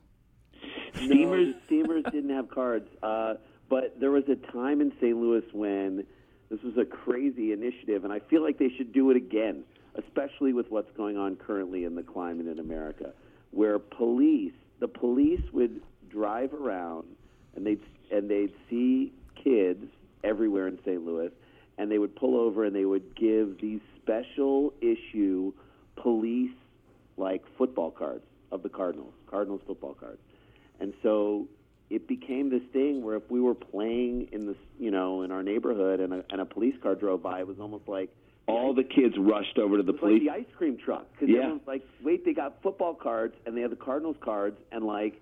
Speaker 9: Steamers Steamers didn't have cards. Uh, but there was a time in St. Louis when this was a crazy initiative, and I feel like they should do it again, especially with what's going on currently in the climate in America, where police, the police would drive around and they'd and they'd see kids everywhere in St. Louis, and they would pull over and they would give these special issue police like football cards of the Cardinals, Cardinals football cards. And so it became this thing where if we were playing in this, you know, in our neighborhood and a, and a police car drove by, it was almost like
Speaker 8: All the kids rushed over to the
Speaker 9: it was like
Speaker 8: police.
Speaker 9: the ice cream truck because
Speaker 8: Yeah.
Speaker 9: everyone's like, wait, they got football cards and they have the Cardinals cards and like,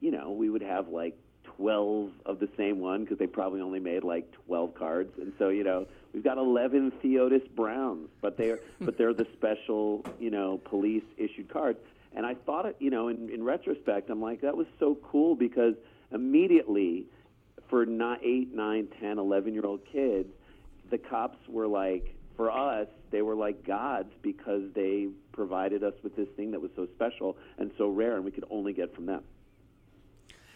Speaker 9: you know, we would have like twelve of the same one because they probably only made like twelve cards and so you know we've got eleven Theotis Browns, but they're but they're the special you know police issued cards. And I thought it, you know, in, in retrospect, I'm like that was so cool because immediately for not eight, nine, ten, eleven year old kids, the cops were like, for us, they were like gods because they provided us with this thing that was so special and so rare, and we could only get from them.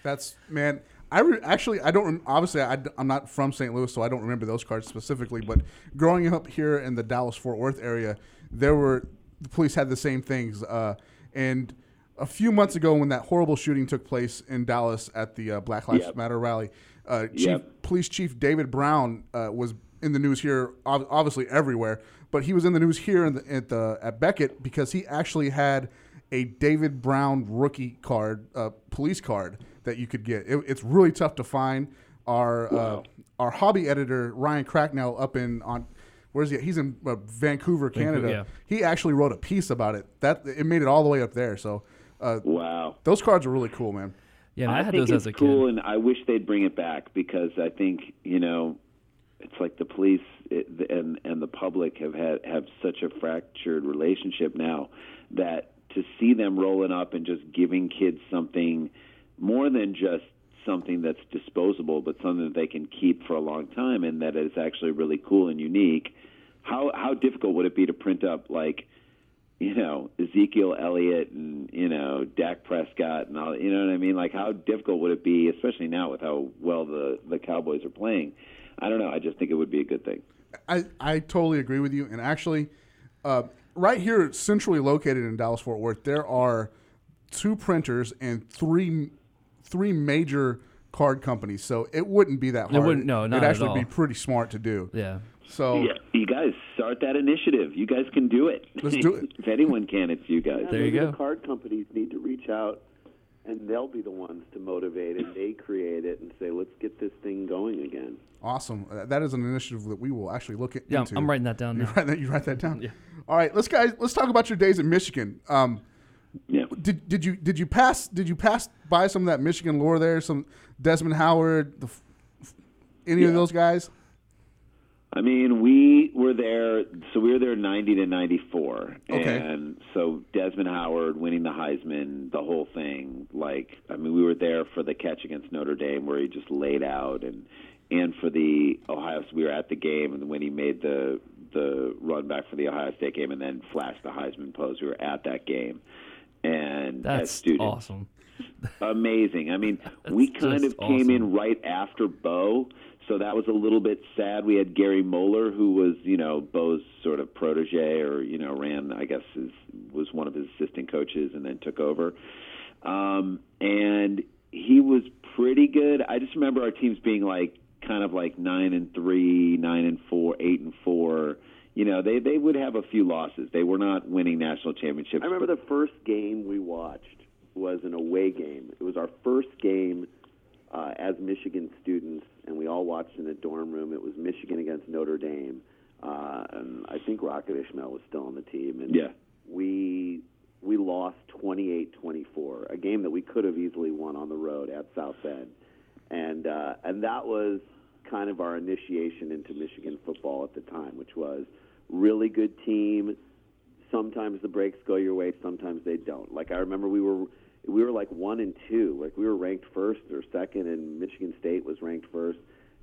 Speaker 1: That's man. I re- actually I don't rem- obviously I, am not from St. Louis, so I don't remember those cards specifically. But growing up here in the Dallas Fort Worth area, there were the police had the same things. Uh, and a few months ago, when that horrible shooting took place in Dallas at the uh, Black Lives
Speaker 8: Yep.
Speaker 1: Matter rally, uh, Chief
Speaker 8: Yep.
Speaker 1: Police Chief David Brown uh, was in the news here, ob- obviously everywhere, but he was in the news here in the, at the at Beckett because he actually had a David Brown rookie card, uh, police card that you could get. It, it's really tough to find. Our uh, our hobby editor Ryan Cracknell up in on where's he? At? He's in uh, Vancouver, Canada.
Speaker 2: yeah.
Speaker 1: He actually wrote a piece about it. That it made it all the way up there. So uh,
Speaker 8: Wow.
Speaker 1: those cards are really cool, man.
Speaker 2: Yeah, man, I, had
Speaker 8: think
Speaker 2: those
Speaker 8: it's
Speaker 2: as a
Speaker 8: cool,
Speaker 2: kid.
Speaker 8: and I wish they'd bring it back because I think you know, it's like the police it, the- and and the public have had have such a fractured relationship now that to see them rolling up and just giving kids something more than just something that's disposable, but something that they can keep for a long time and that is actually really cool and unique. How how difficult would it be to print up like you know Ezekiel Elliott and you know Dak Prescott and all you know what I mean like how difficult would it be especially now with how well the the Cowboys are playing I don't know I just think it would be a good thing
Speaker 1: I, I totally agree with you. And actually, uh, right here, centrally located in Dallas Fort Worth, there are two printers and three three major card companies. So it wouldn't be that hard.
Speaker 2: wouldn't- no, not
Speaker 1: It'd
Speaker 2: at
Speaker 1: actually
Speaker 2: all.
Speaker 1: be pretty smart to do.
Speaker 2: Yeah.
Speaker 1: So
Speaker 8: yeah you guys start that initiative you guys can do it
Speaker 1: Let's do it.
Speaker 8: if anyone can it's you guys
Speaker 2: There you
Speaker 9: Maybe
Speaker 2: go.
Speaker 9: The card companies need to reach out, and they'll be the ones to motivate it. They create it and say, "Let's get this thing going again."
Speaker 1: awesome. Uh, That is an initiative that we will actually look at.
Speaker 2: Yeah, I'm-
Speaker 1: into.
Speaker 2: I'm writing that down
Speaker 1: You
Speaker 2: now.
Speaker 1: write that, you write that down. All right, let's guys let's talk about your days in Michigan. Um,
Speaker 8: yeah
Speaker 1: did, did you did you pass did you pass by some of that Michigan lore there? Some Desmond Howard, the, f- f- any of
Speaker 8: Yeah.
Speaker 1: those guys?
Speaker 8: I mean, we were there, so we were there 90 to 94.
Speaker 1: Okay.
Speaker 8: And so Desmond Howard winning the Heisman, the whole thing. Like, I mean, we were there for the catch against Notre Dame where he just laid out, and and for the Ohio, we were at the game, and when he made the the run back for the Ohio State game, and then flashed the Heisman pose, we were at that game. And as
Speaker 2: That's
Speaker 8: students,
Speaker 2: awesome.
Speaker 8: amazing. I mean, we kind
Speaker 2: just
Speaker 8: of came
Speaker 2: awesome.
Speaker 8: in right after Bo, so that was a little bit sad. We had Gary Moeller, who was you know Bo's sort of protege, or you know ran, I guess, his, was one of his assistant coaches, and then took over. Um, and he was pretty good. I just remember our teams being like kind of like nine and three, nine and four, eight and four. You know, they they would have a few losses. They were not winning national championships.
Speaker 9: I remember the first game we watched was an away game. It was our first game uh, as Michigan students, and we all watched in a dorm room. It was Michigan against Notre Dame, uh, and I think Rocket Ishmael was still on the team. And
Speaker 8: Yeah.
Speaker 9: we we lost 28-24, a game that we could have easily won on the road at South Bend, and uh, and that was kind of our initiation into Michigan football at the time, which was really good team. Sometimes the breaks go your way, sometimes they don't. Like I remember we were we were like one and two, like we were ranked first or second, and Michigan State was ranked first,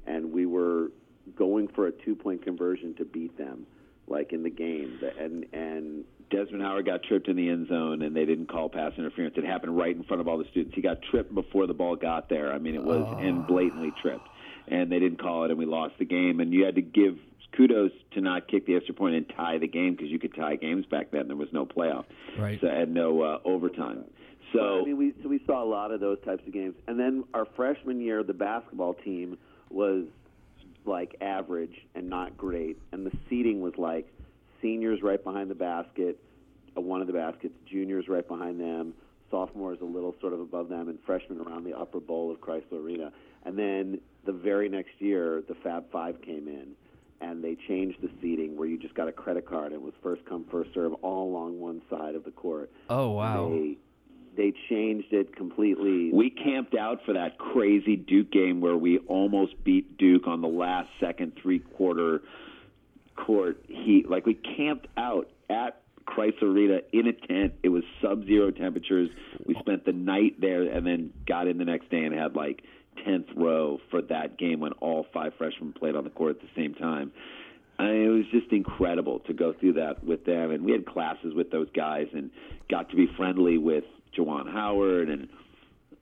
Speaker 9: and we were going for a two point conversion to beat them, like in the game, The- and and
Speaker 8: Desmond Howard got tripped in the end zone, and they didn't call pass interference. It happened right in front of all the students. He got tripped before the ball got there. I mean, it was and blatantly tripped, and they didn't call it, and we lost the game. And you had to give kudos to not kick the extra point and tie the game because you could tie games back then. There was no playoff,
Speaker 2: Right.
Speaker 8: So and no uh, overtime. So
Speaker 9: I mean, we so we saw a lot of those types of games, and then our freshman year, the basketball team was like average and not great, and the seating was like seniors right behind the basket, uh, one of the baskets, juniors right behind them, sophomores a little sort of above them, and freshmen around the upper bowl of Chrysler Arena. And then the very next year, the Fab Five came in. And they changed the seating where you just got a credit card. and It was first come, first serve, all along one side of the court
Speaker 2: Oh wow.
Speaker 9: they they changed it completely.
Speaker 8: We camped out for that crazy Duke game where we almost beat Duke on the last second three quarter court heat. Like we camped out at Chrysler Arena in a tent. It was sub zero temperatures. We spent the night there and then got in the next day and had like tenth row for that game when all five freshmen played on the court at the same time. I mean, it was just incredible to go through that with them, and we had classes with those guys, and got to be friendly with Jawan Howard and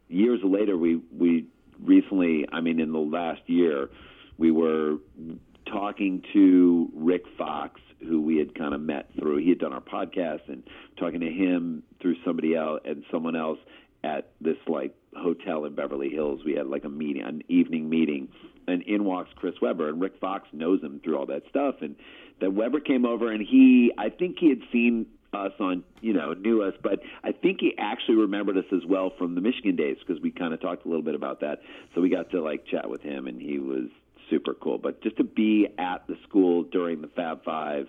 Speaker 8: years later we we recently i mean in the last year we were talking to rick fox who we had kind of met through he had done our podcast and talking to him through somebody else and someone else at this like hotel in beverly hills we had like a meeting an evening meeting and in walks chris weber and rick fox knows him through all that stuff and that weber came over and he i think he had seen us on, you know, knew us, but I think he actually remembered us as well from the Michigan days because we kind of talked a little bit about that. So we got to like chat with him, and he was super cool. But just to be at the school during the Fab Five,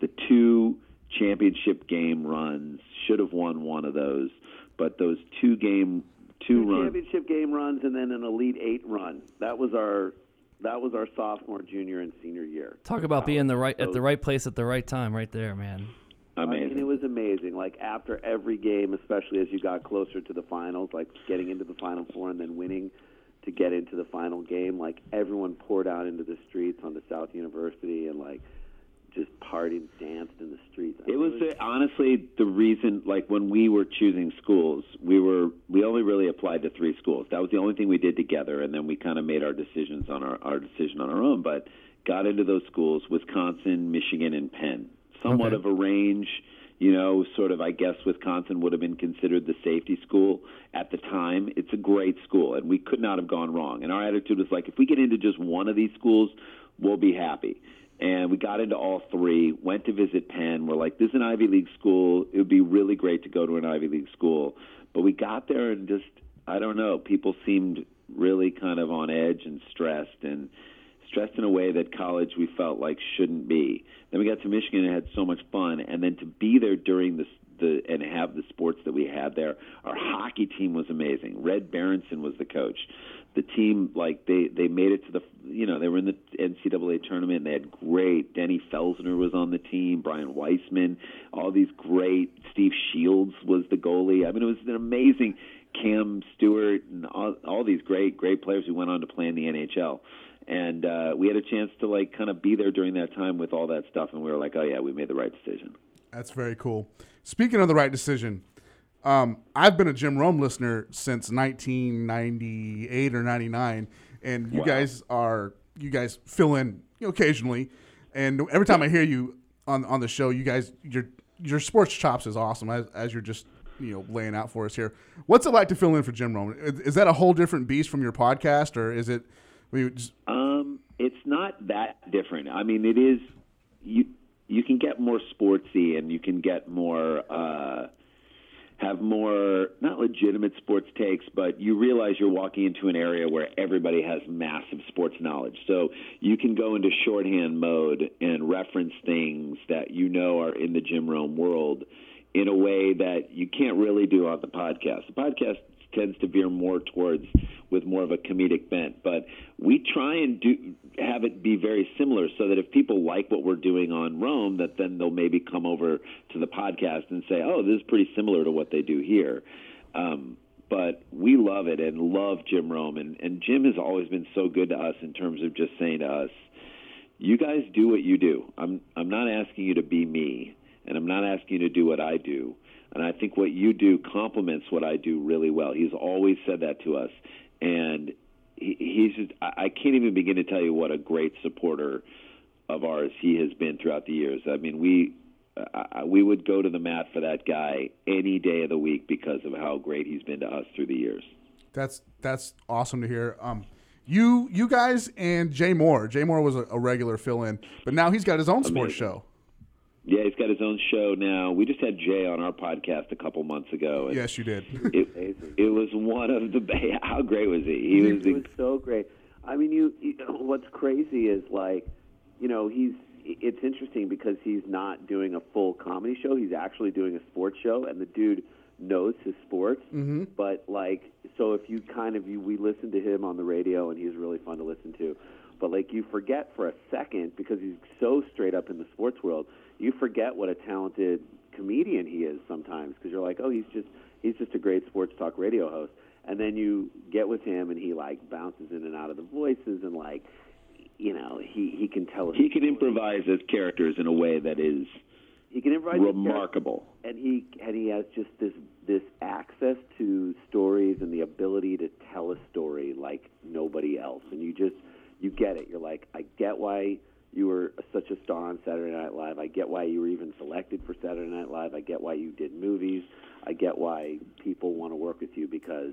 Speaker 8: the two championship game runs should have won one of those, but those two game two,
Speaker 9: Two
Speaker 8: runs.
Speaker 9: championship game runs and then an Elite Eight run. That was our that was our sophomore, junior, and senior year.
Speaker 2: Talk about being the right at the right place at the right time, right there, man.
Speaker 9: I mean, it was amazing. Like after every game, especially as you got closer to the finals, like getting into the final four and then winning to get into the final game, like everyone poured out into the streets onto South University and like just partied, danced in the streets. I
Speaker 8: It
Speaker 9: mean,
Speaker 8: was the, honestly the reason. Like when we were choosing schools, we were we only really applied to three schools. That was the only thing we did together, and then we kind of made our decisions on our our decision on our own. But got into those schools: Wisconsin, Michigan, and Penn. Somewhat
Speaker 10: Okay.
Speaker 8: of a range, you know. Sort of, I guess Wisconsin would have been considered the safety school at the time. It's a great school, and we could not have gone wrong. And our attitude was like, if we get into just one of these schools, we'll be happy and we got into all three. Went to visit Penn. We're like, this is an Ivy League school. It would be really great to go to an Ivy League school. But we got there and just, I don't know, people seemed really kind of on edge and stressed and stressed in a way that college we felt like shouldn't be. Then we got to Michigan and had so much fun. And then to be there during this. The, and have the sports that we had there. Our hockey team was amazing. Red Berenson was the coach the team like they they made it to the you know they were in the NCAA tournament. And they had great Denny Felsner was on the team, Brian Weissman, all these great. Steve Shields was the goalie. I mean, it was an amazing. Cam Stewart and all, all these great great players who went on to play in the NHL. And uh, we had a chance to like kind of be there during that time with all that stuff, and we were like, oh yeah, we made the right decision.
Speaker 11: That's very cool. Speaking of the right decision, um, I've been a Jim Rome listener since 1998 or 99, and you
Speaker 1: Wow.
Speaker 11: guys are you guys fill in you know, occasionally, and every time I hear you on on the show, you guys your your sports chops is awesome as, as you're just you know laying out for us here. What's it like to fill in for Jim Rome? Is, is that a whole different beast from your podcast, or is it? We just,
Speaker 8: Um, it's not that different. I mean, it is you you can get more sportsy and you can get more uh, have more not legitimate sports takes, but you realize you're walking into an area where everybody has massive sports knowledge. So you can go into shorthand mode and reference things that you know are in the Jim Rome world in a way that you can't really do on the podcast. The podcast tends to veer more towards with more of a comedic bent, but we try and do have it be very similar so that if people like what we're doing on Rome, that then they'll maybe come over to the podcast and say, "Oh, this is pretty similar to what they do here." Um, but we love it and love Jim Rome, and, and Jim has always been so good to us in terms of just saying to us, "You guys do what you do. I'm I'm not asking you to be me, and I'm not asking you to do what I do." And I think what you do complements what I do really well. He's always said that to us, and he, he's just I, I can't even begin to tell you what a great supporter of ours he has been throughout the years. I mean, we I, I- we would go to the mat for that guy any day of the week because of how great he's been to us through the years.
Speaker 11: That's that's awesome to hear. Um, you you guys and Jay Moore. Jay Moore was a, a regular fill in, but now he's got his own sports
Speaker 8: Amazing.
Speaker 11: show.
Speaker 8: Yeah, he's got his own show now. We just had Jay on our podcast a couple months ago. And
Speaker 11: Yes, you did.
Speaker 8: it, it was one of the be- how great was he? He was
Speaker 9: it was so great. I mean, you, you what's crazy is like, you know, he's it's interesting because he's not doing a full comedy show. He's actually doing a sports show, and the dude knows his sports.
Speaker 11: Mm-hmm.
Speaker 9: But like, so if you kind of you, we listened to him on the radio, and he's really fun to listen to. But like, you forget for a second because he's so straight up in the sports world. You forget what a talented comedian he is sometimes because you're like, oh, he's just he's just a great sports talk radio host. And then you get with him, and he like bounces in and out of the voices, and like, you know, he he can tell
Speaker 8: he can improvise his characters in a way that is
Speaker 9: he can improvise his character
Speaker 8: remarkable.
Speaker 9: and he and he has just this this access to stories and the ability to tell a story like nobody else and you just you get it you're like i get why you were such a star on saturday night live i get why you were even selected for saturday night live i get why you did movies i get why people want to work with you because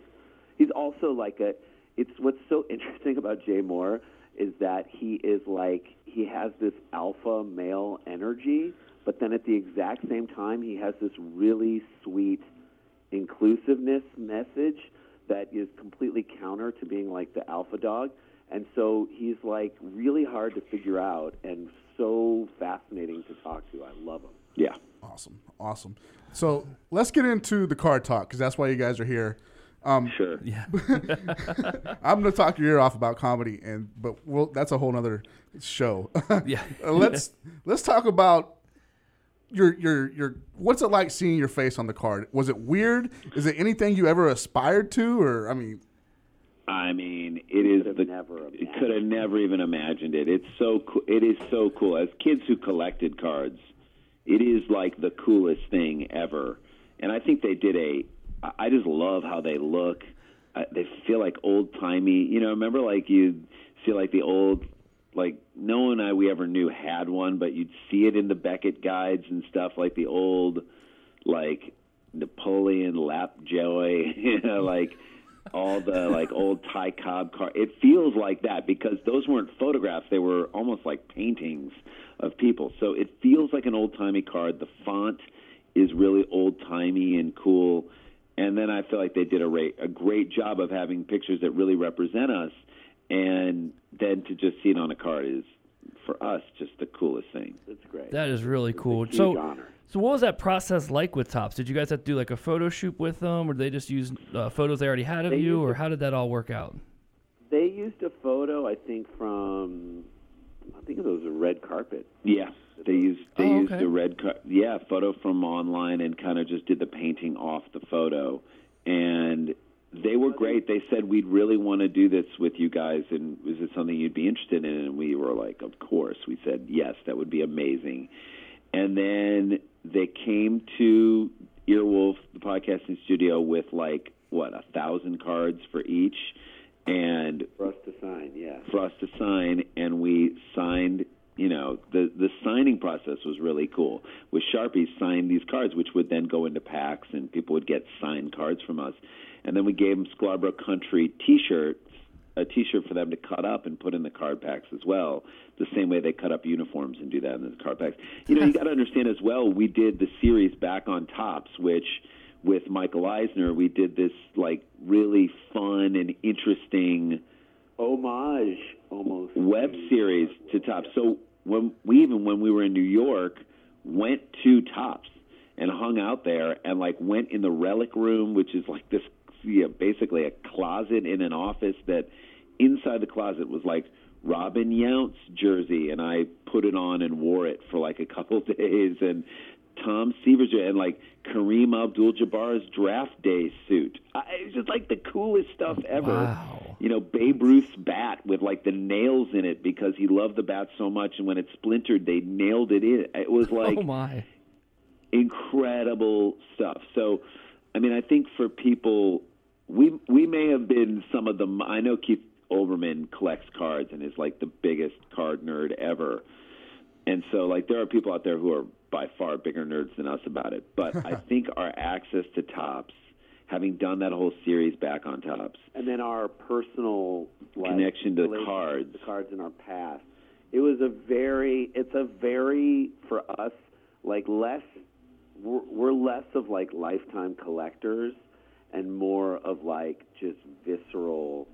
Speaker 9: he's also like a it's what's so interesting about jay moore is that he is like he has this alpha male energy But then at the exact same time, he has this really sweet inclusiveness message that is completely counter to being like the alpha dog. And so he's like really hard to figure out and so fascinating to talk to. I love him.
Speaker 8: Yeah.
Speaker 1: Awesome. Awesome. So let's get into the card talk because that's why you guys are here. Um,
Speaker 8: sure.
Speaker 2: Yeah.
Speaker 1: I'm going to talk your ear off about comedy, and but we'll, that's a whole other show. Uh,
Speaker 2: Yeah.
Speaker 1: let's let's talk about your your your. What's it like seeing your face on the card? Was it weird? Is it anything you ever aspired to, or I mean,
Speaker 8: I mean, it is
Speaker 9: Could've
Speaker 8: the
Speaker 9: never
Speaker 8: it
Speaker 9: imagined.
Speaker 8: could have never even imagined it. It's so cool. It is so cool. As kids who collected cards, it is like the coolest thing ever. And I think they did a. I I just love how they look. I, they feel like old timey. You know, remember like you feel like the old. Like no one I we ever knew had one, but you'd see it in the Beckett guides and stuff, like the old, like Napoleon Lapjoy, you know, like all the like old Ty Cobb car. It feels like that because those weren't photographs; they were almost like paintings of people. So it feels like an old timey card. The font is really old timey and cool. And then I feel like they did a, ra- a great job of having pictures that really represent us, and then to just see it on a card is for us just the coolest thing.
Speaker 9: It's great.
Speaker 2: That is really cool.
Speaker 9: huge
Speaker 2: So,
Speaker 9: honor.
Speaker 2: so what was that process like with Tops? Did you guys have to do like a photo shoot with them, or did they just use uh, photos they already had of
Speaker 9: They
Speaker 2: you,
Speaker 9: used
Speaker 2: or
Speaker 9: to-
Speaker 2: how did that all work out?
Speaker 9: They used a photo, I think, from I think it was a red carpet.
Speaker 8: Yeah, they used they
Speaker 2: Oh,
Speaker 8: used
Speaker 2: okay.
Speaker 8: the red car- yeah photo from online and kind of just did the painting off the photo, and they were great. They said we'd really want to do this with you guys, and is it something you'd be interested in? And we were like, of course. We said yes, that would be amazing. And then they came to Earwolf, the podcasting studio, with like what a thousand cards for each, and
Speaker 9: For us to sign, yeah.
Speaker 8: for us to sign, and we signed. You know, the the signing process was really cool. With Sharpies, signed these cards, which would then go into packs, and people would get signed cards from us. And then we gave them Scarborough Country T-shirts, a T-shirt for them to cut up and put in the card packs as well. The same way they cut up uniforms and do that in the card packs. You know, you got to understand as well. We did the series back on tops, which with Michael Eisner, we did this like really fun and interesting
Speaker 9: Homage, almost.
Speaker 8: web series to Tops. So when we even when we were in New York, went to Tops and hung out there and like went in the relic room, which is like this yeah, basically a closet in an office that inside the closet was like Robin Yount's jersey and I put it on and wore it for like a couple days and Tom Seaver's and like Kareem Abdul-Jabbar's draft day suit. I, it's just like the coolest stuff ever
Speaker 2: Wow.
Speaker 8: you know, Babe Ruth's bat with like the nails in it because he loved the bat so much, and when it splintered, they nailed it in. It was like
Speaker 2: oh my.
Speaker 8: incredible stuff. So, I mean, I think for people, we we may have been some of the. m- I know Keith Olbermann collects cards and is like the biggest card nerd ever, and so like there are people out there who are by far bigger nerds than us about it. But I think our access to tops, having done that whole series back on tops,
Speaker 9: and then our personal like,
Speaker 8: Connection to the
Speaker 9: relationship
Speaker 8: cards.
Speaker 9: with the cards in our past. It was a very, it's a very for us like less. We're, we're less of like lifetime collectors and more of like just visceral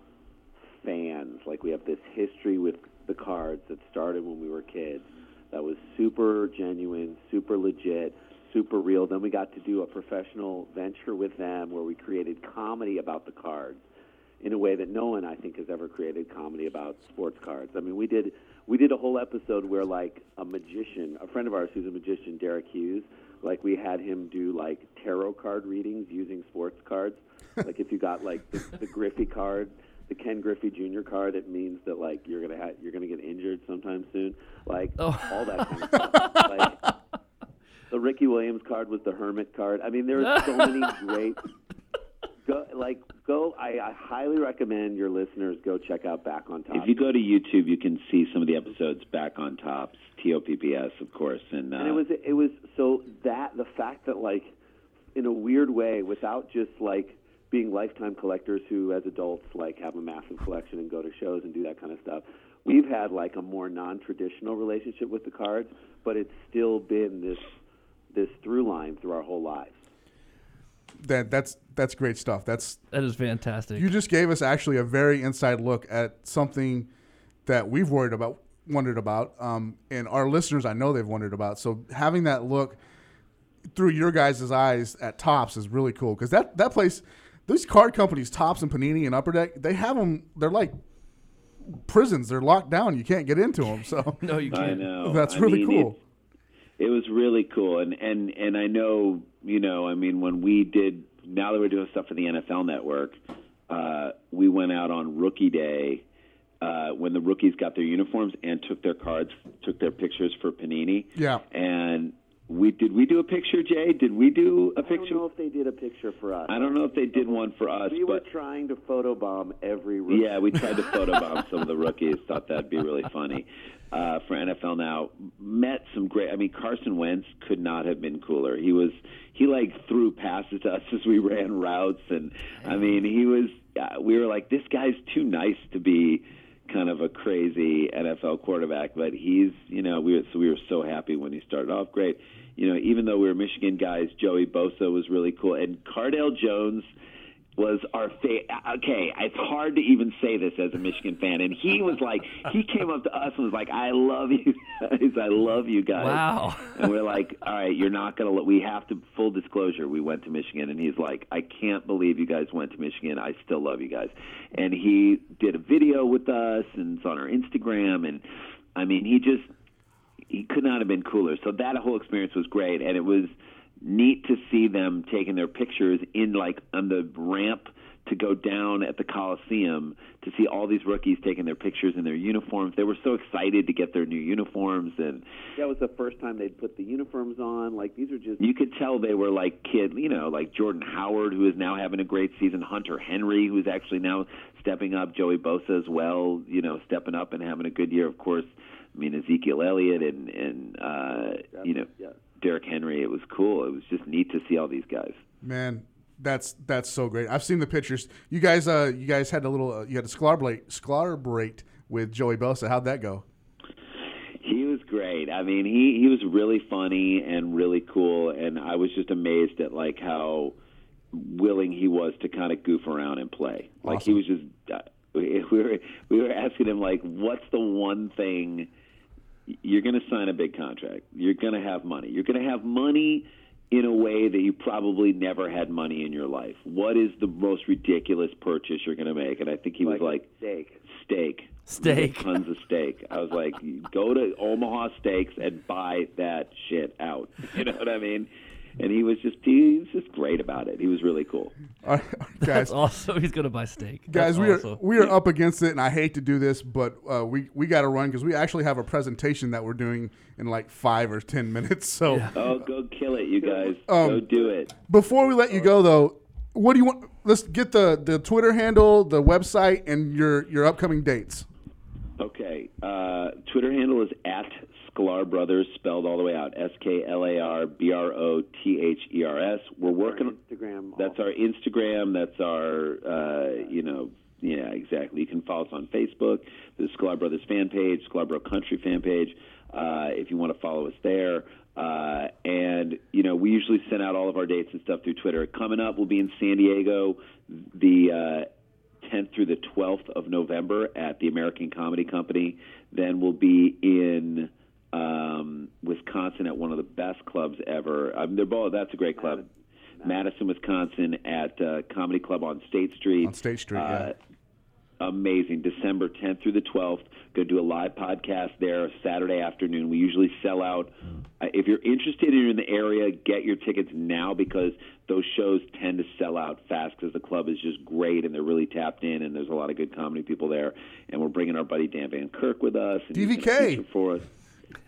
Speaker 9: fans. Like we have this history with the cards that started when we were kids. That was super genuine, super legit, super real. Then we got to do a professional venture with them where we created comedy about the cards in a way that no one I think has ever created comedy about sports cards. I mean, we did we did a whole episode where like a magician, a friend of ours who's a magician, Derek Hughes, like we had him do like tarot card readings using sports cards. like if you got like the, the Griffey card, the Ken Griffey Jr. card, it means that like you're gonna ha- you're gonna get injured sometime soon. Like
Speaker 2: Oh.
Speaker 9: all that kind of stuff. Like, the Ricky Williams card was the Hermit card. I mean, there are so many great. Go, like, go. I, I highly recommend your listeners go check out Back on Top.
Speaker 8: If you go to YouTube, you can see some of the episodes back on tops, T O P P S, of course, and, uh,
Speaker 9: and it was it was so that the fact that like in a weird way without just like being lifetime collectors who as adults like have a massive collection and go to shows and do that kind of stuff we've had like a more non-traditional relationship with the cards, but it's still been this this through line through our whole lives.
Speaker 1: That that's that's great stuff. That's
Speaker 2: That is fantastic.
Speaker 1: you just gave us actually a very inside look at something that we've worried about, wondered about, um, and our listeners I know they've wondered about. So having that look through your guys' eyes at Tops is really cool because that that place, those card companies, Tops and Panini and Upper Deck, they have them. They're like prisons. They're locked down. You can't get into them. So
Speaker 2: no, you
Speaker 8: I
Speaker 2: can't.
Speaker 8: know.
Speaker 1: That's
Speaker 8: I
Speaker 1: really
Speaker 8: mean,
Speaker 1: cool.
Speaker 8: It, it was really cool, and and and I know you know. I mean, when we did now that we're doing stuff for the NFL Network, uh, we went out on Rookie Day uh, when the rookies got their uniforms and took their cards, took their pictures for Panini.
Speaker 1: Yeah.
Speaker 8: and we did we do a picture, Jay? Did we do a
Speaker 9: I don't
Speaker 8: picture?
Speaker 9: know if they did a picture for us.
Speaker 8: I don't know if they did one for us,
Speaker 9: We were
Speaker 8: but
Speaker 9: trying to photobomb every room.
Speaker 8: yeah, we tried to photobomb some of the rookies. Thought that'd be really funny uh, for NFL. Now met some great. I mean, Carson Wentz could not have been cooler. He was he like threw passes to us as we ran routes, and I mean, he was. Uh, we were like, this guy's too nice to be kind of a crazy NFL quarterback, but he's you know we were, so we were so happy when he started off great. You know, even though we were Michigan guys, Joey Bosa was really cool, and Cardell Jones was our favorite. Okay, it's hard to even say this as a Michigan fan. And he was like, he came up to us and was like, I love you guys. I love you guys.
Speaker 2: Wow.
Speaker 8: And we're like, all right, you're not going to, we have to, full disclosure, we went to Michigan. And he's like, I can't believe you guys went to Michigan. I still love you guys. And he did a video with us and it's on our Instagram. And I mean, he just, he could not have been cooler. So that whole experience was great, and it was neat to see them taking their pictures in like on the ramp to go down at the Coliseum to see all these rookies taking their pictures in their uniforms. They were so excited to get their new uniforms, and
Speaker 9: That was the first time they'd put the uniforms on. Like these are just
Speaker 8: you could tell they were like kid, you know, like Jordan Howard, who is now having a great season, Hunter Henry, who's actually now stepping up, Joey Bosa as well, you know, stepping up and having a good year. Of course, I mean Ezekiel Elliott and and uh, you know
Speaker 9: yeah.
Speaker 8: Derrick Henry. It was cool. It was just neat to see all these guys.
Speaker 1: Man, that's that's so great. I've seen the pictures. You guys, uh, you guys had a little, uh, you had a scarblate, scarblate with Joey Bosa. How'd that go?
Speaker 8: He was great. I mean, he he was really funny and really cool, and I was just amazed at like how willing he was to kind of goof around and play. Like he was just uh, we we were we were asking him like, what's the one thing you're going to sign a big contract? You're going to have money. You're going to have money in a way that you probably never had money in your life. What is the most ridiculous purchase you're going to make? And I think he was like
Speaker 9: steak.
Speaker 8: steak.
Speaker 2: Steak.
Speaker 8: Tons of steak. I was like, go to Omaha Steaks and buy that shit out. You know what I mean? And he was just he was just great about it. He was really cool.
Speaker 1: All right, guys,
Speaker 2: That's also he's gonna buy steak.
Speaker 1: guys,
Speaker 2: That's
Speaker 1: we are
Speaker 2: awesome.
Speaker 1: we are up against it, and I hate to do this, but uh, we we got to run because we actually have a presentation that we're doing in like five or ten minutes. So
Speaker 8: Oh, go kill it, you guys.
Speaker 1: Um,
Speaker 8: go do it.
Speaker 1: before we let you go, though, what do you want? Let's get the the Twitter handle, the website, and your your upcoming dates.
Speaker 8: Okay. Uh, Twitter handle is at Sklar Brothers, spelled all the way out. S K L A R B R O T H E R S. We're working
Speaker 9: Instagram.
Speaker 8: That's our Instagram. That's our, uh, you know, yeah, exactly. You can follow us on Facebook, the Sklar Brothers fan page, Scarborough Country fan page, uh, if you want to follow us there. Uh, and, you know, we usually send out all of our dates and stuff through Twitter. Coming up, we'll be in San Diego the uh, 10th through the 12th of November at the American Comedy Company. Then we'll be in. Um, Wisconsin at one of the best clubs ever. Um, they're both. That's a great club. Madison, Wisconsin, at uh, Comedy Club on State Street.
Speaker 1: On State Street,
Speaker 8: Uh, Amazing. December 10th through the 12th. Going to do a live podcast there Saturday afternoon. We usually sell out. Uh, if you're interested and you're in the area, get your tickets now because those shows tend to sell out fast because the club is just great and they're really tapped in and there's a lot of good comedy people there. And we're bringing our buddy Dan Van Kirk with us. And he's
Speaker 1: DVK.
Speaker 8: gonna feature for us.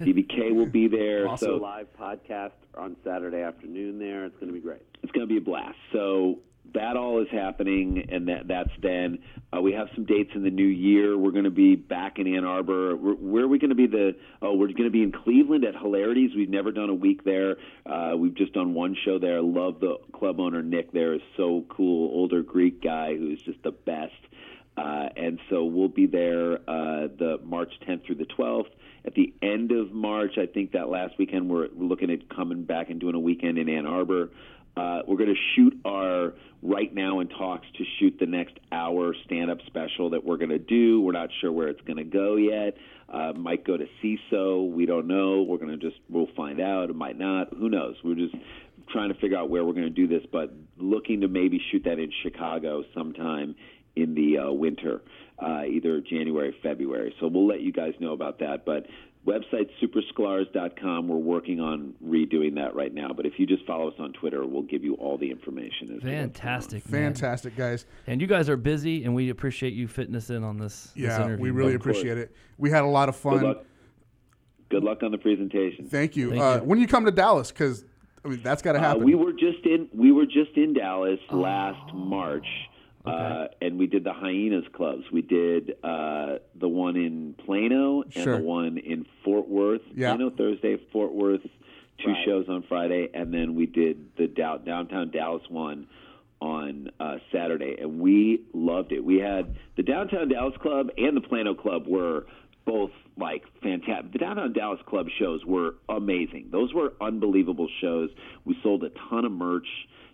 Speaker 8: DVK will be there.
Speaker 9: also
Speaker 8: so
Speaker 9: live podcast on Saturday afternoon. There, it's going to be great.
Speaker 8: it's going to be a blast. So that all is happening, and that that's then. Uh, we have some dates in the new year. We're going to be back in Ann Arbor. We're, where are we going to be? The oh, we're going to be in Cleveland at Hilarities. We've never done a week there. Uh, we've just done one show there. I love the club owner Nick. There is so cool, older Greek guy who's just the best. Uh, and so we'll be there uh, the March 10th through the 12th. At the end of March, I think that last weekend, we're looking at coming back and doing a weekend in Ann Arbor. Uh, we're going to shoot our right now in talks to shoot the next hour stand up special that we're going to do. We're not sure where it's going to go yet. Uh, might go to CISO. We don't know. We're going to just, we'll find out. It might not. Who knows? We're just trying to figure out where we're going to do this, but looking to maybe shoot that in Chicago sometime in the uh, winter, uh, either January or February. So we'll let you guys know about that. But website supersclars.com, we're working on redoing that right now. But if you just follow us on Twitter, we'll give you all the information. as to what's going on.
Speaker 2: Fantastic, man.
Speaker 1: Fantastic, guys.
Speaker 2: And you guys are busy, and we appreciate you fitting us in on this. this
Speaker 1: Yeah,
Speaker 2: interview,
Speaker 1: we
Speaker 2: man.
Speaker 1: really appreciate it. We had a lot of
Speaker 8: Good
Speaker 1: fun.
Speaker 8: luck. Good luck on the presentation.
Speaker 1: Thank you.
Speaker 2: Thank
Speaker 1: uh,
Speaker 2: you.
Speaker 1: When you come to Dallas, because I mean that's got to
Speaker 8: Uh,
Speaker 1: happen.
Speaker 8: we were just in we were just in Dallas last March, uh,
Speaker 2: Oh. Okay.
Speaker 8: and we did the Hyenas clubs. We did uh, the one in Plano and
Speaker 1: Sure.
Speaker 8: the one in Fort Worth.
Speaker 1: Yeah.
Speaker 8: Plano Thursday, Fort Worth, two shows on Friday, and then we did the Dow- downtown Dallas one on uh, Saturday, and we loved it. We had the downtown Dallas club and the Plano club were both like fantastic. The downtown Dallas club shows were amazing. Those were unbelievable shows. We sold a ton of merch.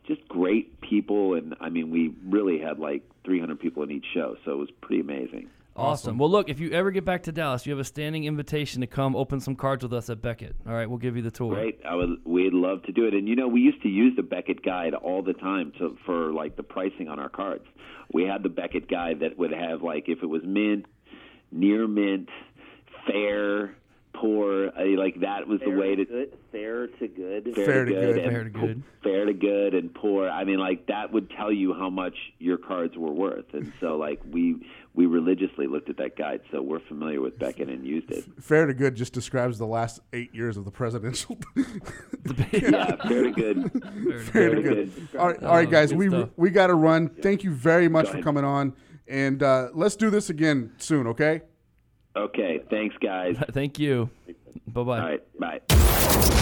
Speaker 8: Just great people, and I mean, we really had like 300 people in each show, so it was pretty amazing.
Speaker 2: Awesome. Well, look, if you ever get back to Dallas, you have a standing invitation to come open some cards with us at Beckett. All right, we'll give you the tour.
Speaker 8: Right, I would. We'd love to do it, and you know, we used to use the Beckett guide all the time to for like the pricing on our cards. We had the Beckett guide that would have like if it was mint, near mint, fair, poor, I mean, like that was the way to
Speaker 9: good, fair to good.
Speaker 1: Fair to good.
Speaker 8: and
Speaker 2: Fair to
Speaker 8: po-
Speaker 2: good.
Speaker 8: fair to good, and poor. I mean, like that would tell you how much your cards were worth, and so like we we religiously looked at that guide, so we're familiar with Beckett and used it.
Speaker 1: Fair to good just describes the last eight years of the presidential.
Speaker 8: Yeah, fair to good.
Speaker 1: Fair to good. All right, all right, guys,
Speaker 2: Uh, good
Speaker 1: we
Speaker 2: stuff.
Speaker 1: we got to run. Thank you very much
Speaker 8: Go
Speaker 1: for
Speaker 8: ahead.
Speaker 1: coming on, and uh, let's do this again soon. Okay.
Speaker 8: Okay, thanks guys.
Speaker 2: Thank you. Bye bye.
Speaker 8: All right, bye.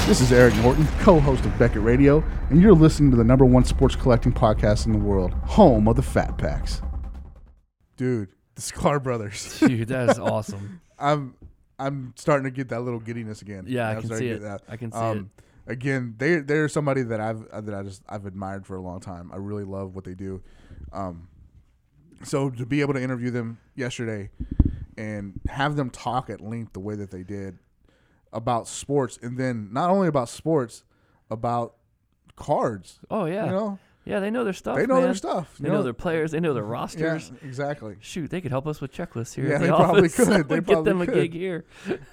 Speaker 1: This is Eric Norton, co host of Beckett Radio, and you're listening to the number one sports collecting podcast in the world, home of the Fat Packs. Dude, the Scar Brothers.
Speaker 2: Dude, that is awesome.
Speaker 1: I'm I'm starting to get that little giddiness again.
Speaker 2: Yeah, I
Speaker 1: I'm
Speaker 2: can
Speaker 1: starting
Speaker 2: see
Speaker 1: to
Speaker 2: it.
Speaker 1: get Um,
Speaker 2: I can see
Speaker 1: Again, they they're somebody that I've uh, that I just I've admired for a long time. I really love what they do. Um, so to be able to interview them yesterday and have them talk at length the way that they did about sports, and then not only about sports, about cards.
Speaker 2: Oh yeah.
Speaker 1: You know,
Speaker 2: Yeah, they know their stuff.
Speaker 1: They know their
Speaker 2: man.
Speaker 1: stuff, you
Speaker 2: They know,
Speaker 1: know?
Speaker 2: their players. They know their
Speaker 1: yeah,
Speaker 2: rosters.
Speaker 1: exactly.
Speaker 2: Shoot, they could help us with checklists here.
Speaker 1: Yeah,
Speaker 2: at the
Speaker 1: they probably
Speaker 2: office.
Speaker 1: could. They
Speaker 2: We'd get
Speaker 1: probably
Speaker 2: them
Speaker 1: could.
Speaker 2: a gig here.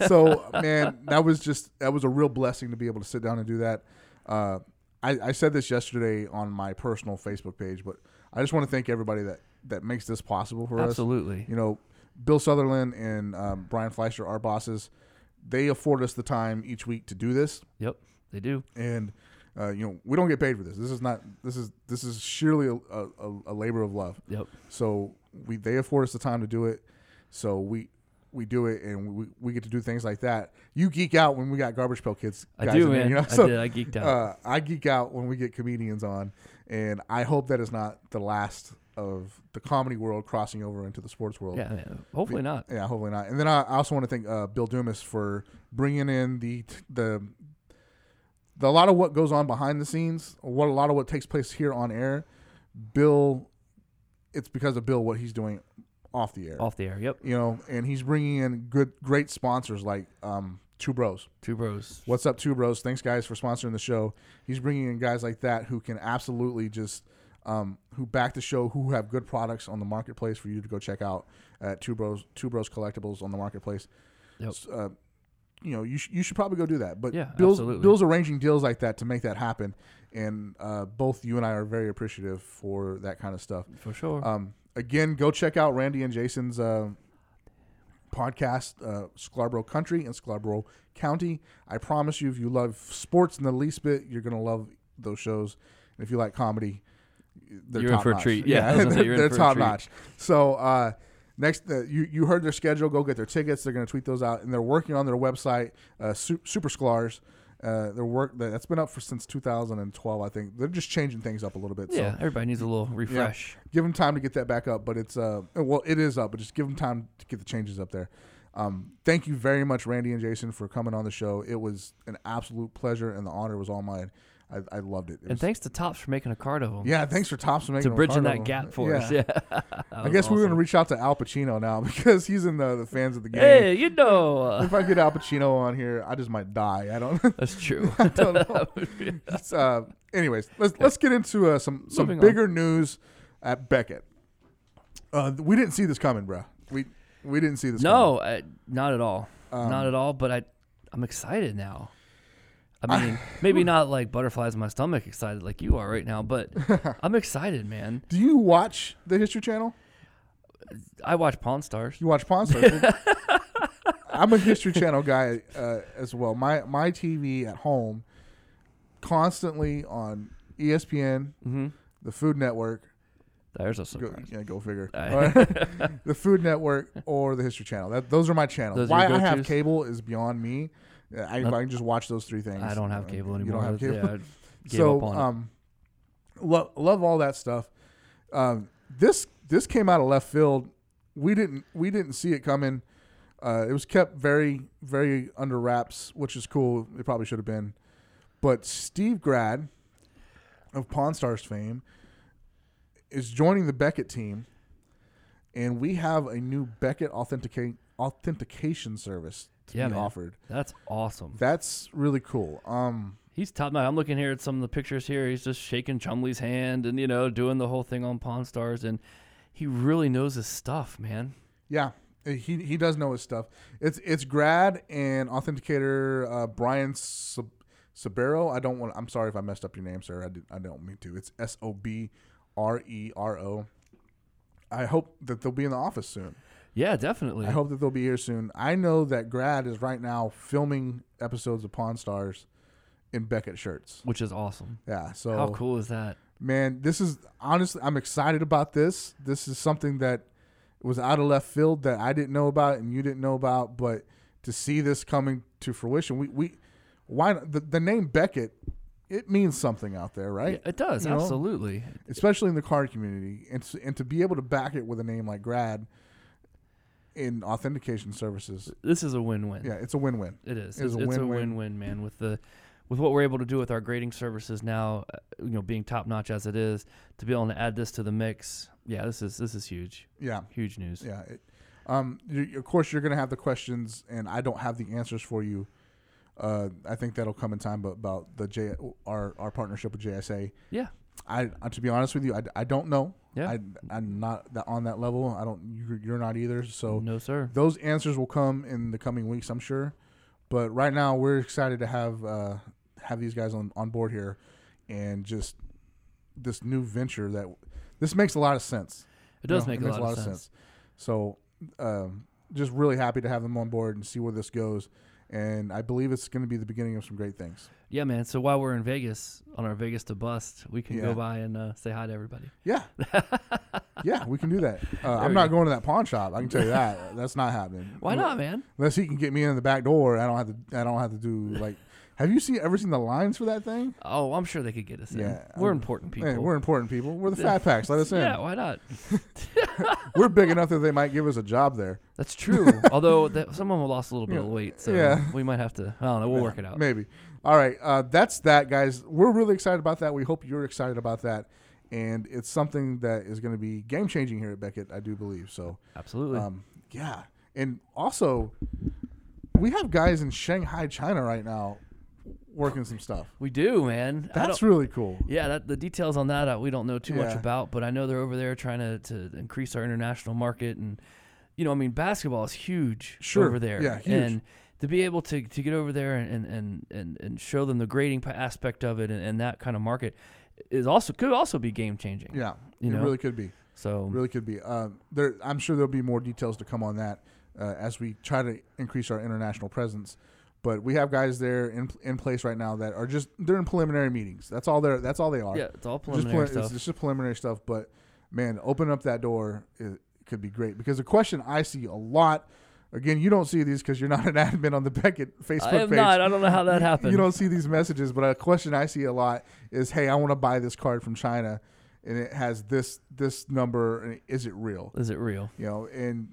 Speaker 1: so man, that was just that was a real blessing to be able to sit down and do that. Uh, I, I said this yesterday on my personal Facebook page, but I just want to thank everybody that that makes this possible for us.
Speaker 2: Absolutely.
Speaker 1: You know, Bill Sutherland and um, Brian Fleischer, our bosses, they afford us the time each week to do this,
Speaker 2: Yep, they do.
Speaker 1: and uh, you know we don't get paid for this. This is not this is this is surely a, a, a labor of love.
Speaker 2: Yep.
Speaker 1: So we they afford us the time to do it. So we we do it and we, we get to do things like that. You geek out when we got garbage pail kids.
Speaker 2: I
Speaker 1: guys
Speaker 2: do,
Speaker 1: in there,
Speaker 2: man.
Speaker 1: you know?
Speaker 2: I did. I geeked out.
Speaker 1: Uh, I geek out when we get comedians on, and I hope that is not the last of the comedy world crossing over into the sports world.
Speaker 2: Yeah, man. hopefully not.
Speaker 1: Yeah, hopefully not. And then I I also want to thank uh, Bill Dumas for bringing in the the the a lot of what goes on behind the scenes, or what a lot of what takes place here on air. Bill, it's because of Bill what he's doing off the air.
Speaker 2: Off the air. Yep.
Speaker 1: You know, and he's bringing in good, great sponsors like um, Two Bros.
Speaker 2: Two bros.
Speaker 1: What's up, Two Bros? Thanks, guys, for sponsoring the show. He's bringing in guys like that who can absolutely just um, who back the show, who have good products on the marketplace for you to go check out at Two Bros. Two Bros Collectibles on the marketplace.
Speaker 2: Yep.
Speaker 1: S- Uh, you know, you, sh- you should probably go do that. But
Speaker 2: Yeah,
Speaker 1: Bill's,
Speaker 2: absolutely.
Speaker 1: Bill's arranging deals like that to make that happen, and uh, both you and I are very appreciative for that kind of stuff.
Speaker 2: For sure.
Speaker 1: Um, again, go check out Randy and Jason's uh, podcast, uh, Scarborough Country and Scarborough County. I promise you, if you love sports in the least bit, you're going to love those shows. And if you like comedy, they're
Speaker 2: You're in
Speaker 1: top
Speaker 2: for a
Speaker 1: notch.
Speaker 2: treat. Yeah, I was gonna say, you're
Speaker 1: they're,
Speaker 2: in for a
Speaker 1: top
Speaker 2: treat.
Speaker 1: notch. So uh, next, uh, you you heard their schedule. Go get their tickets. They're going to tweet those out, and they're working on their website, uh, Su- Super Scholars, Uh, their work that's been up for since 2012, I think. They're just changing things up a little bit.
Speaker 2: Yeah,
Speaker 1: so,
Speaker 2: everybody needs a little refresh.
Speaker 1: Yeah, give them time to get that back up, but it's uh well it is up, but just give them time to get the changes up there. Um, thank you very much, Randy and Jason, for coming on the show. It was an absolute pleasure, and the honor was all mine. I, I loved it. it
Speaker 2: and
Speaker 1: was-
Speaker 2: thanks to Tops for making a card of them.
Speaker 1: yeah, thanks for Tops for making
Speaker 2: to
Speaker 1: a
Speaker 2: bridging
Speaker 1: card
Speaker 2: that
Speaker 1: of them.
Speaker 2: gap for us. Yeah,
Speaker 1: I guess we're going to reach out to Al Pacino now because he's in the, the fans of the game.
Speaker 2: Hey, you know, uh,
Speaker 1: if I get Al Pacino on here, I just might die. I don't.
Speaker 2: That's true.
Speaker 1: I don't know. It's, uh, anyways, let's let's get into uh, some some
Speaker 2: Moving on.
Speaker 1: bigger news at Beckett. Uh, we didn't see this coming, bro. We we didn't see this. Um, coming.
Speaker 2: no, I, not at all, not at all. But I, I'm excited now. I mean, maybe not like butterflies in my stomach excited like you are right now, but I'm excited, man.
Speaker 1: Do you watch the History Channel?
Speaker 2: I watch Pawn Stars.
Speaker 1: You watch Pawn Stars? I'm a History Channel guy uh, as well. My my TV at home constantly on E ESPN,
Speaker 2: Mm-hmm.
Speaker 1: the Food Network.
Speaker 2: There's a
Speaker 1: Go,
Speaker 2: surprise.
Speaker 1: yeah, go figure.
Speaker 2: Aye.
Speaker 1: the Food Network or the History Channel. That, those are my channels.
Speaker 2: Those are
Speaker 1: Why
Speaker 2: your
Speaker 1: I have
Speaker 2: go-tos?
Speaker 1: cable is beyond me. Uh, I, if I can just watch those three things.
Speaker 2: I don't have
Speaker 1: uh,
Speaker 2: cable
Speaker 1: you
Speaker 2: anymore.
Speaker 1: don't have
Speaker 2: Yeah, I
Speaker 1: cable.
Speaker 2: gave
Speaker 1: so,
Speaker 2: up on it.
Speaker 1: um, lo- love all that stuff. Um, this this came out of left field. We didn't we didn't see it coming. Uh, it was kept very very under wraps, which is cool. It probably should have been. But Steve Grad of Pawn Stars fame is joining the Beckett team, and we have a new Beckett authenticate authentication service to
Speaker 2: Yeah,
Speaker 1: be
Speaker 2: man.
Speaker 1: offered.
Speaker 2: That's awesome.
Speaker 1: That's really cool. Um,
Speaker 2: He's top notch. I'm looking here at some of the pictures here. He's just shaking Chumley's hand and you know doing the whole thing on Pawn Stars, and he really knows his stuff, man.
Speaker 1: yeah, uh, he he does know his stuff. It's it's grad and authenticator uh, Brian Sab- Sabero. I don't want. I'm sorry if I messed up your name, sir. I did, I don't mean to. It's S O B R E R O. I hope that they'll be in the office soon.
Speaker 2: Yeah, definitely.
Speaker 1: I hope that they'll be here soon. I know that Grad is right now filming episodes of Pawn Stars in Beckett shirts.
Speaker 2: which is awesome.
Speaker 1: Yeah, so
Speaker 2: How cool is that?
Speaker 1: man, this is honestly I'm excited about this. This is something that was out of left field that I didn't know about and you didn't know about, but to see this coming to fruition, we we why the, the name Beckett it means something out there, right?
Speaker 2: It does
Speaker 1: You know?
Speaker 2: absolutely.
Speaker 1: especially in the card community, and s- and to be able to back it with a name like Grad in authentication services,
Speaker 2: This is a win-win.
Speaker 1: yeah, it's a win-win.
Speaker 2: Uh, It is.
Speaker 1: It is
Speaker 2: It's,
Speaker 1: a
Speaker 2: it's a
Speaker 1: win-win.
Speaker 2: win-win, man. With the with what we're able to do with our grading services now, uh, you know, being top notch as it is, to be able to add this to the mix, yeah, this is this is huge,
Speaker 1: Yeah,
Speaker 2: huge news.
Speaker 1: yeah. It, um, you, you- of course, you're gonna have the questions, and I don't have the answers for you. Uh, I think that'll come in time, but about the J our our partnership with JSA,
Speaker 2: Yeah,
Speaker 1: I uh, to be honest with you, I, I don't know.
Speaker 2: Yeah.
Speaker 1: I, I'm not that on that level. I don't. You're, you're not either. So
Speaker 2: no sir.
Speaker 1: those answers will come in the coming weeks, I'm sure. But right now, we're excited to have uh, have these guys on, on board here, and just this new venture that this makes a lot of sense.
Speaker 2: It does
Speaker 1: You know,
Speaker 2: make a
Speaker 1: makes
Speaker 2: lot, of sense.
Speaker 1: So, um, just really happy to have them on board and see where this goes. And I believe it's going to be the beginning of some great things.
Speaker 2: Yeah, man. So while we're in Vegas on our Vegas to bust, we can
Speaker 1: Yeah.
Speaker 2: go by and uh, say hi to everybody.
Speaker 1: Yeah, yeah, we can do that. Uh,
Speaker 2: we
Speaker 1: I'm not
Speaker 2: go.
Speaker 1: going to that pawn shop. I can tell you that. That's not happening.
Speaker 2: Why not, man?
Speaker 1: Unless he can get me in the back door, I don't have to. I don't have to do like. Have you seen ever seen the lines for that thing?
Speaker 2: Oh, I'm sure they could get us in.
Speaker 1: Yeah,
Speaker 2: we're
Speaker 1: I'm-
Speaker 2: important people.
Speaker 1: Hey, we're important people. We're the fat packs. Let us in.
Speaker 2: yeah, why not?
Speaker 1: We're big enough that they might give us a job there.
Speaker 2: That's true. Although that, some of them lost a little bit of weight, so
Speaker 1: Yeah.
Speaker 2: we might have to. I don't know. We'll work it out.
Speaker 1: Maybe. All right. Uh, that's that, guys. We're really excited about that. We hope you're excited about that. And it's something that is going to be game changing here at Beckett, I do believe. So,
Speaker 2: Absolutely.
Speaker 1: um, yeah. And also, we have guys in Shanghai, China right now working some stuff.
Speaker 2: we do, man. I
Speaker 1: That's
Speaker 2: don't-
Speaker 1: really cool.
Speaker 2: Yeah, that, the details on that uh, we don't know too much
Speaker 1: Yeah.
Speaker 2: about, but I know they're over there trying to, to increase our international market. And, you know, I mean, basketball is huge
Speaker 1: Sure.
Speaker 2: over there.
Speaker 1: Yeah, huge.
Speaker 2: And to be able to, to get over there and, and, and, and show them the grading pa- aspect of it and, and that kind of market is also could also be game changing.
Speaker 1: Yeah.
Speaker 2: You
Speaker 1: it
Speaker 2: know?
Speaker 1: really could be.
Speaker 2: So,
Speaker 1: Really could be. Uh, there, I'm sure there'll be more details to come on that uh, as we try to increase our international presence. But we have guys there in in place right now that are just they're in preliminary meetings. That's all they're that's all they are.
Speaker 2: yeah, it's all
Speaker 1: just
Speaker 2: preliminary
Speaker 1: prelim-
Speaker 2: stuff.
Speaker 1: It's, it's just preliminary stuff. But man, open up that door it could be great because the question I see a lot Again, you don't see these because you're not an admin on the Beckett Facebook
Speaker 2: I am
Speaker 1: page.
Speaker 2: not. I don't know how that happened.
Speaker 1: You don't see these messages, but a question I see a lot is, "Hey, I want to buy this card from China, and it has this this number. And is it real?
Speaker 2: Is it real?
Speaker 1: You know, and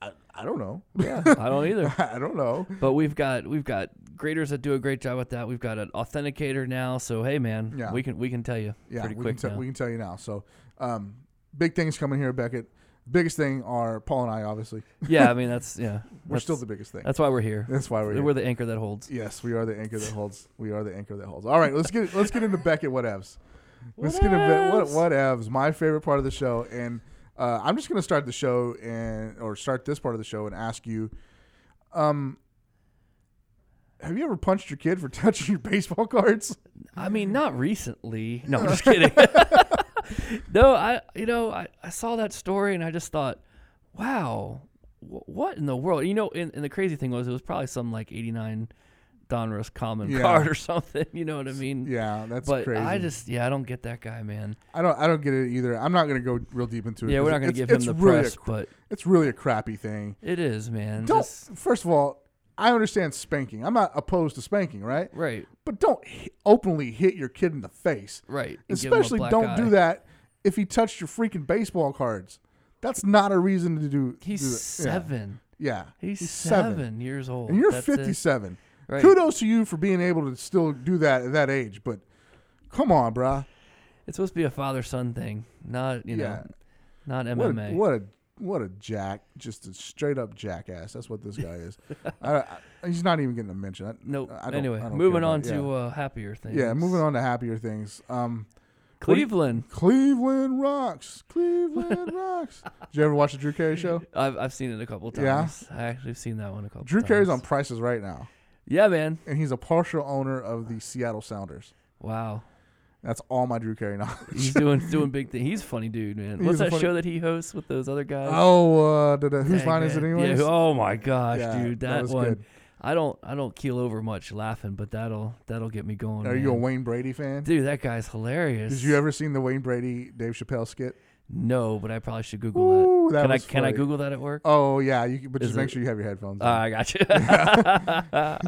Speaker 1: I, I don't know.
Speaker 2: Yeah, I don't either.
Speaker 1: I don't know.
Speaker 2: But we've got we've got graders that do a great job with that. We've got an authenticator now, so hey man,
Speaker 1: Yeah.
Speaker 2: we can we can tell you
Speaker 1: Yeah,
Speaker 2: pretty
Speaker 1: we
Speaker 2: quick
Speaker 1: Can te-
Speaker 2: now.
Speaker 1: we can tell you now. So, um, big things coming here, Beckett. Biggest thing are Paul and I, obviously.
Speaker 2: yeah, I mean that's yeah.
Speaker 1: We're
Speaker 2: that's-
Speaker 1: still the biggest thing.
Speaker 2: That's why we're here.
Speaker 1: That's why we're here.
Speaker 2: We're the anchor that holds.
Speaker 1: Yes, we are the anchor that holds. We are the anchor that holds. All right, let's get let's get into Beckett whatevs. Let's get into what whatevs. My favorite part of the show, and uh, I'm just going to start the show and or start this part of the show and ask you, um, have you ever punched your kid for touching your baseball cards?
Speaker 2: I mean, not recently. No, I'm just kidding. no, I you know I, I saw that story and I just thought, wow, wh- what in the world? You know, and, and the crazy thing was it was probably some like '89 Donruss common
Speaker 1: Yeah.
Speaker 2: card or something. You know what I mean?
Speaker 1: Yeah, that's
Speaker 2: but
Speaker 1: crazy.
Speaker 2: I just yeah I don't get that guy, man.
Speaker 1: I don't I don't get it either. I'm not going to go real deep into it.
Speaker 2: Yeah,
Speaker 1: 'cause
Speaker 2: we're not gonna
Speaker 1: it's-
Speaker 2: give him
Speaker 1: it's
Speaker 2: the
Speaker 1: really a
Speaker 2: press,
Speaker 1: cr-
Speaker 2: but
Speaker 1: it's really a crappy thing.
Speaker 2: it is, man.
Speaker 1: Don't
Speaker 2: Just-
Speaker 1: first of all, I understand spanking. I'm not opposed to spanking, right?
Speaker 2: right,
Speaker 1: But don't h- openly hit your kid in the face.
Speaker 2: right. and give him a
Speaker 1: Especially
Speaker 2: black
Speaker 1: don't
Speaker 2: eye.
Speaker 1: do that if he touched your freaking baseball cards. That's not a reason to do.
Speaker 2: He's
Speaker 1: do that. Yeah.
Speaker 2: seven.
Speaker 1: Yeah,
Speaker 2: He's, seven. years old.
Speaker 1: and you're
Speaker 2: That's it.
Speaker 1: 57.
Speaker 2: Right.
Speaker 1: Kudos to you for being able to still do that at that age. But come on, bruh.
Speaker 2: It's supposed to be a father son thing, not you
Speaker 1: Yeah.
Speaker 2: know, not
Speaker 1: What a,
Speaker 2: MMA.
Speaker 1: what a what a jack! Just a straight up jackass. That's what this guy is. I, I- he's not even getting a mention. I,
Speaker 2: Nope.
Speaker 1: I don't-
Speaker 2: anyway,
Speaker 1: I don't care
Speaker 2: moving
Speaker 1: about
Speaker 2: on
Speaker 1: it.
Speaker 2: to
Speaker 1: Yeah.
Speaker 2: uh, happier things.
Speaker 1: yeah, moving on to happier things. Um, what do you-
Speaker 2: Cleveland.
Speaker 1: Cleveland rocks. Cleveland rocks. Did you ever watch the Drew Carey show?
Speaker 2: I've, I've seen it a couple
Speaker 1: Yeah?
Speaker 2: times. I actually have seen that one a couple
Speaker 1: Drew
Speaker 2: times.
Speaker 1: Carey's on prices right now,
Speaker 2: Yeah, man.
Speaker 1: and he's a partial owner of the Seattle Sounders.
Speaker 2: Wow.
Speaker 1: That's all my Drew Carey knowledge.
Speaker 2: He's doing doing big things. He's a funny dude, man.
Speaker 1: He's
Speaker 2: What's
Speaker 1: a
Speaker 2: that
Speaker 1: funny-
Speaker 2: show that he hosts with those other guys?
Speaker 1: oh, uh, da, da, whose
Speaker 2: Dang,
Speaker 1: line is it
Speaker 2: man.
Speaker 1: anyway?
Speaker 2: Yeah, who- oh my gosh,
Speaker 1: Yeah,
Speaker 2: dude.
Speaker 1: that
Speaker 2: That,
Speaker 1: was
Speaker 2: one.
Speaker 1: good.
Speaker 2: I don't I don't keel over much laughing, but that'll that'll get me going.
Speaker 1: Are you a
Speaker 2: man.
Speaker 1: Wayne Brady fan?
Speaker 2: Dude, that guy's hilarious.
Speaker 1: Did you ever seen the Wayne Brady Dave Chappelle skit?
Speaker 2: No, but I probably should Google
Speaker 1: Ooh, that
Speaker 2: Can I
Speaker 1: was
Speaker 2: can I
Speaker 1: funny.
Speaker 2: Google that at work?
Speaker 1: Oh yeah, you, can- but
Speaker 2: Is
Speaker 1: just make
Speaker 2: it-
Speaker 1: sure you have your headphones.
Speaker 2: Oh,
Speaker 1: on.
Speaker 2: I got you. That's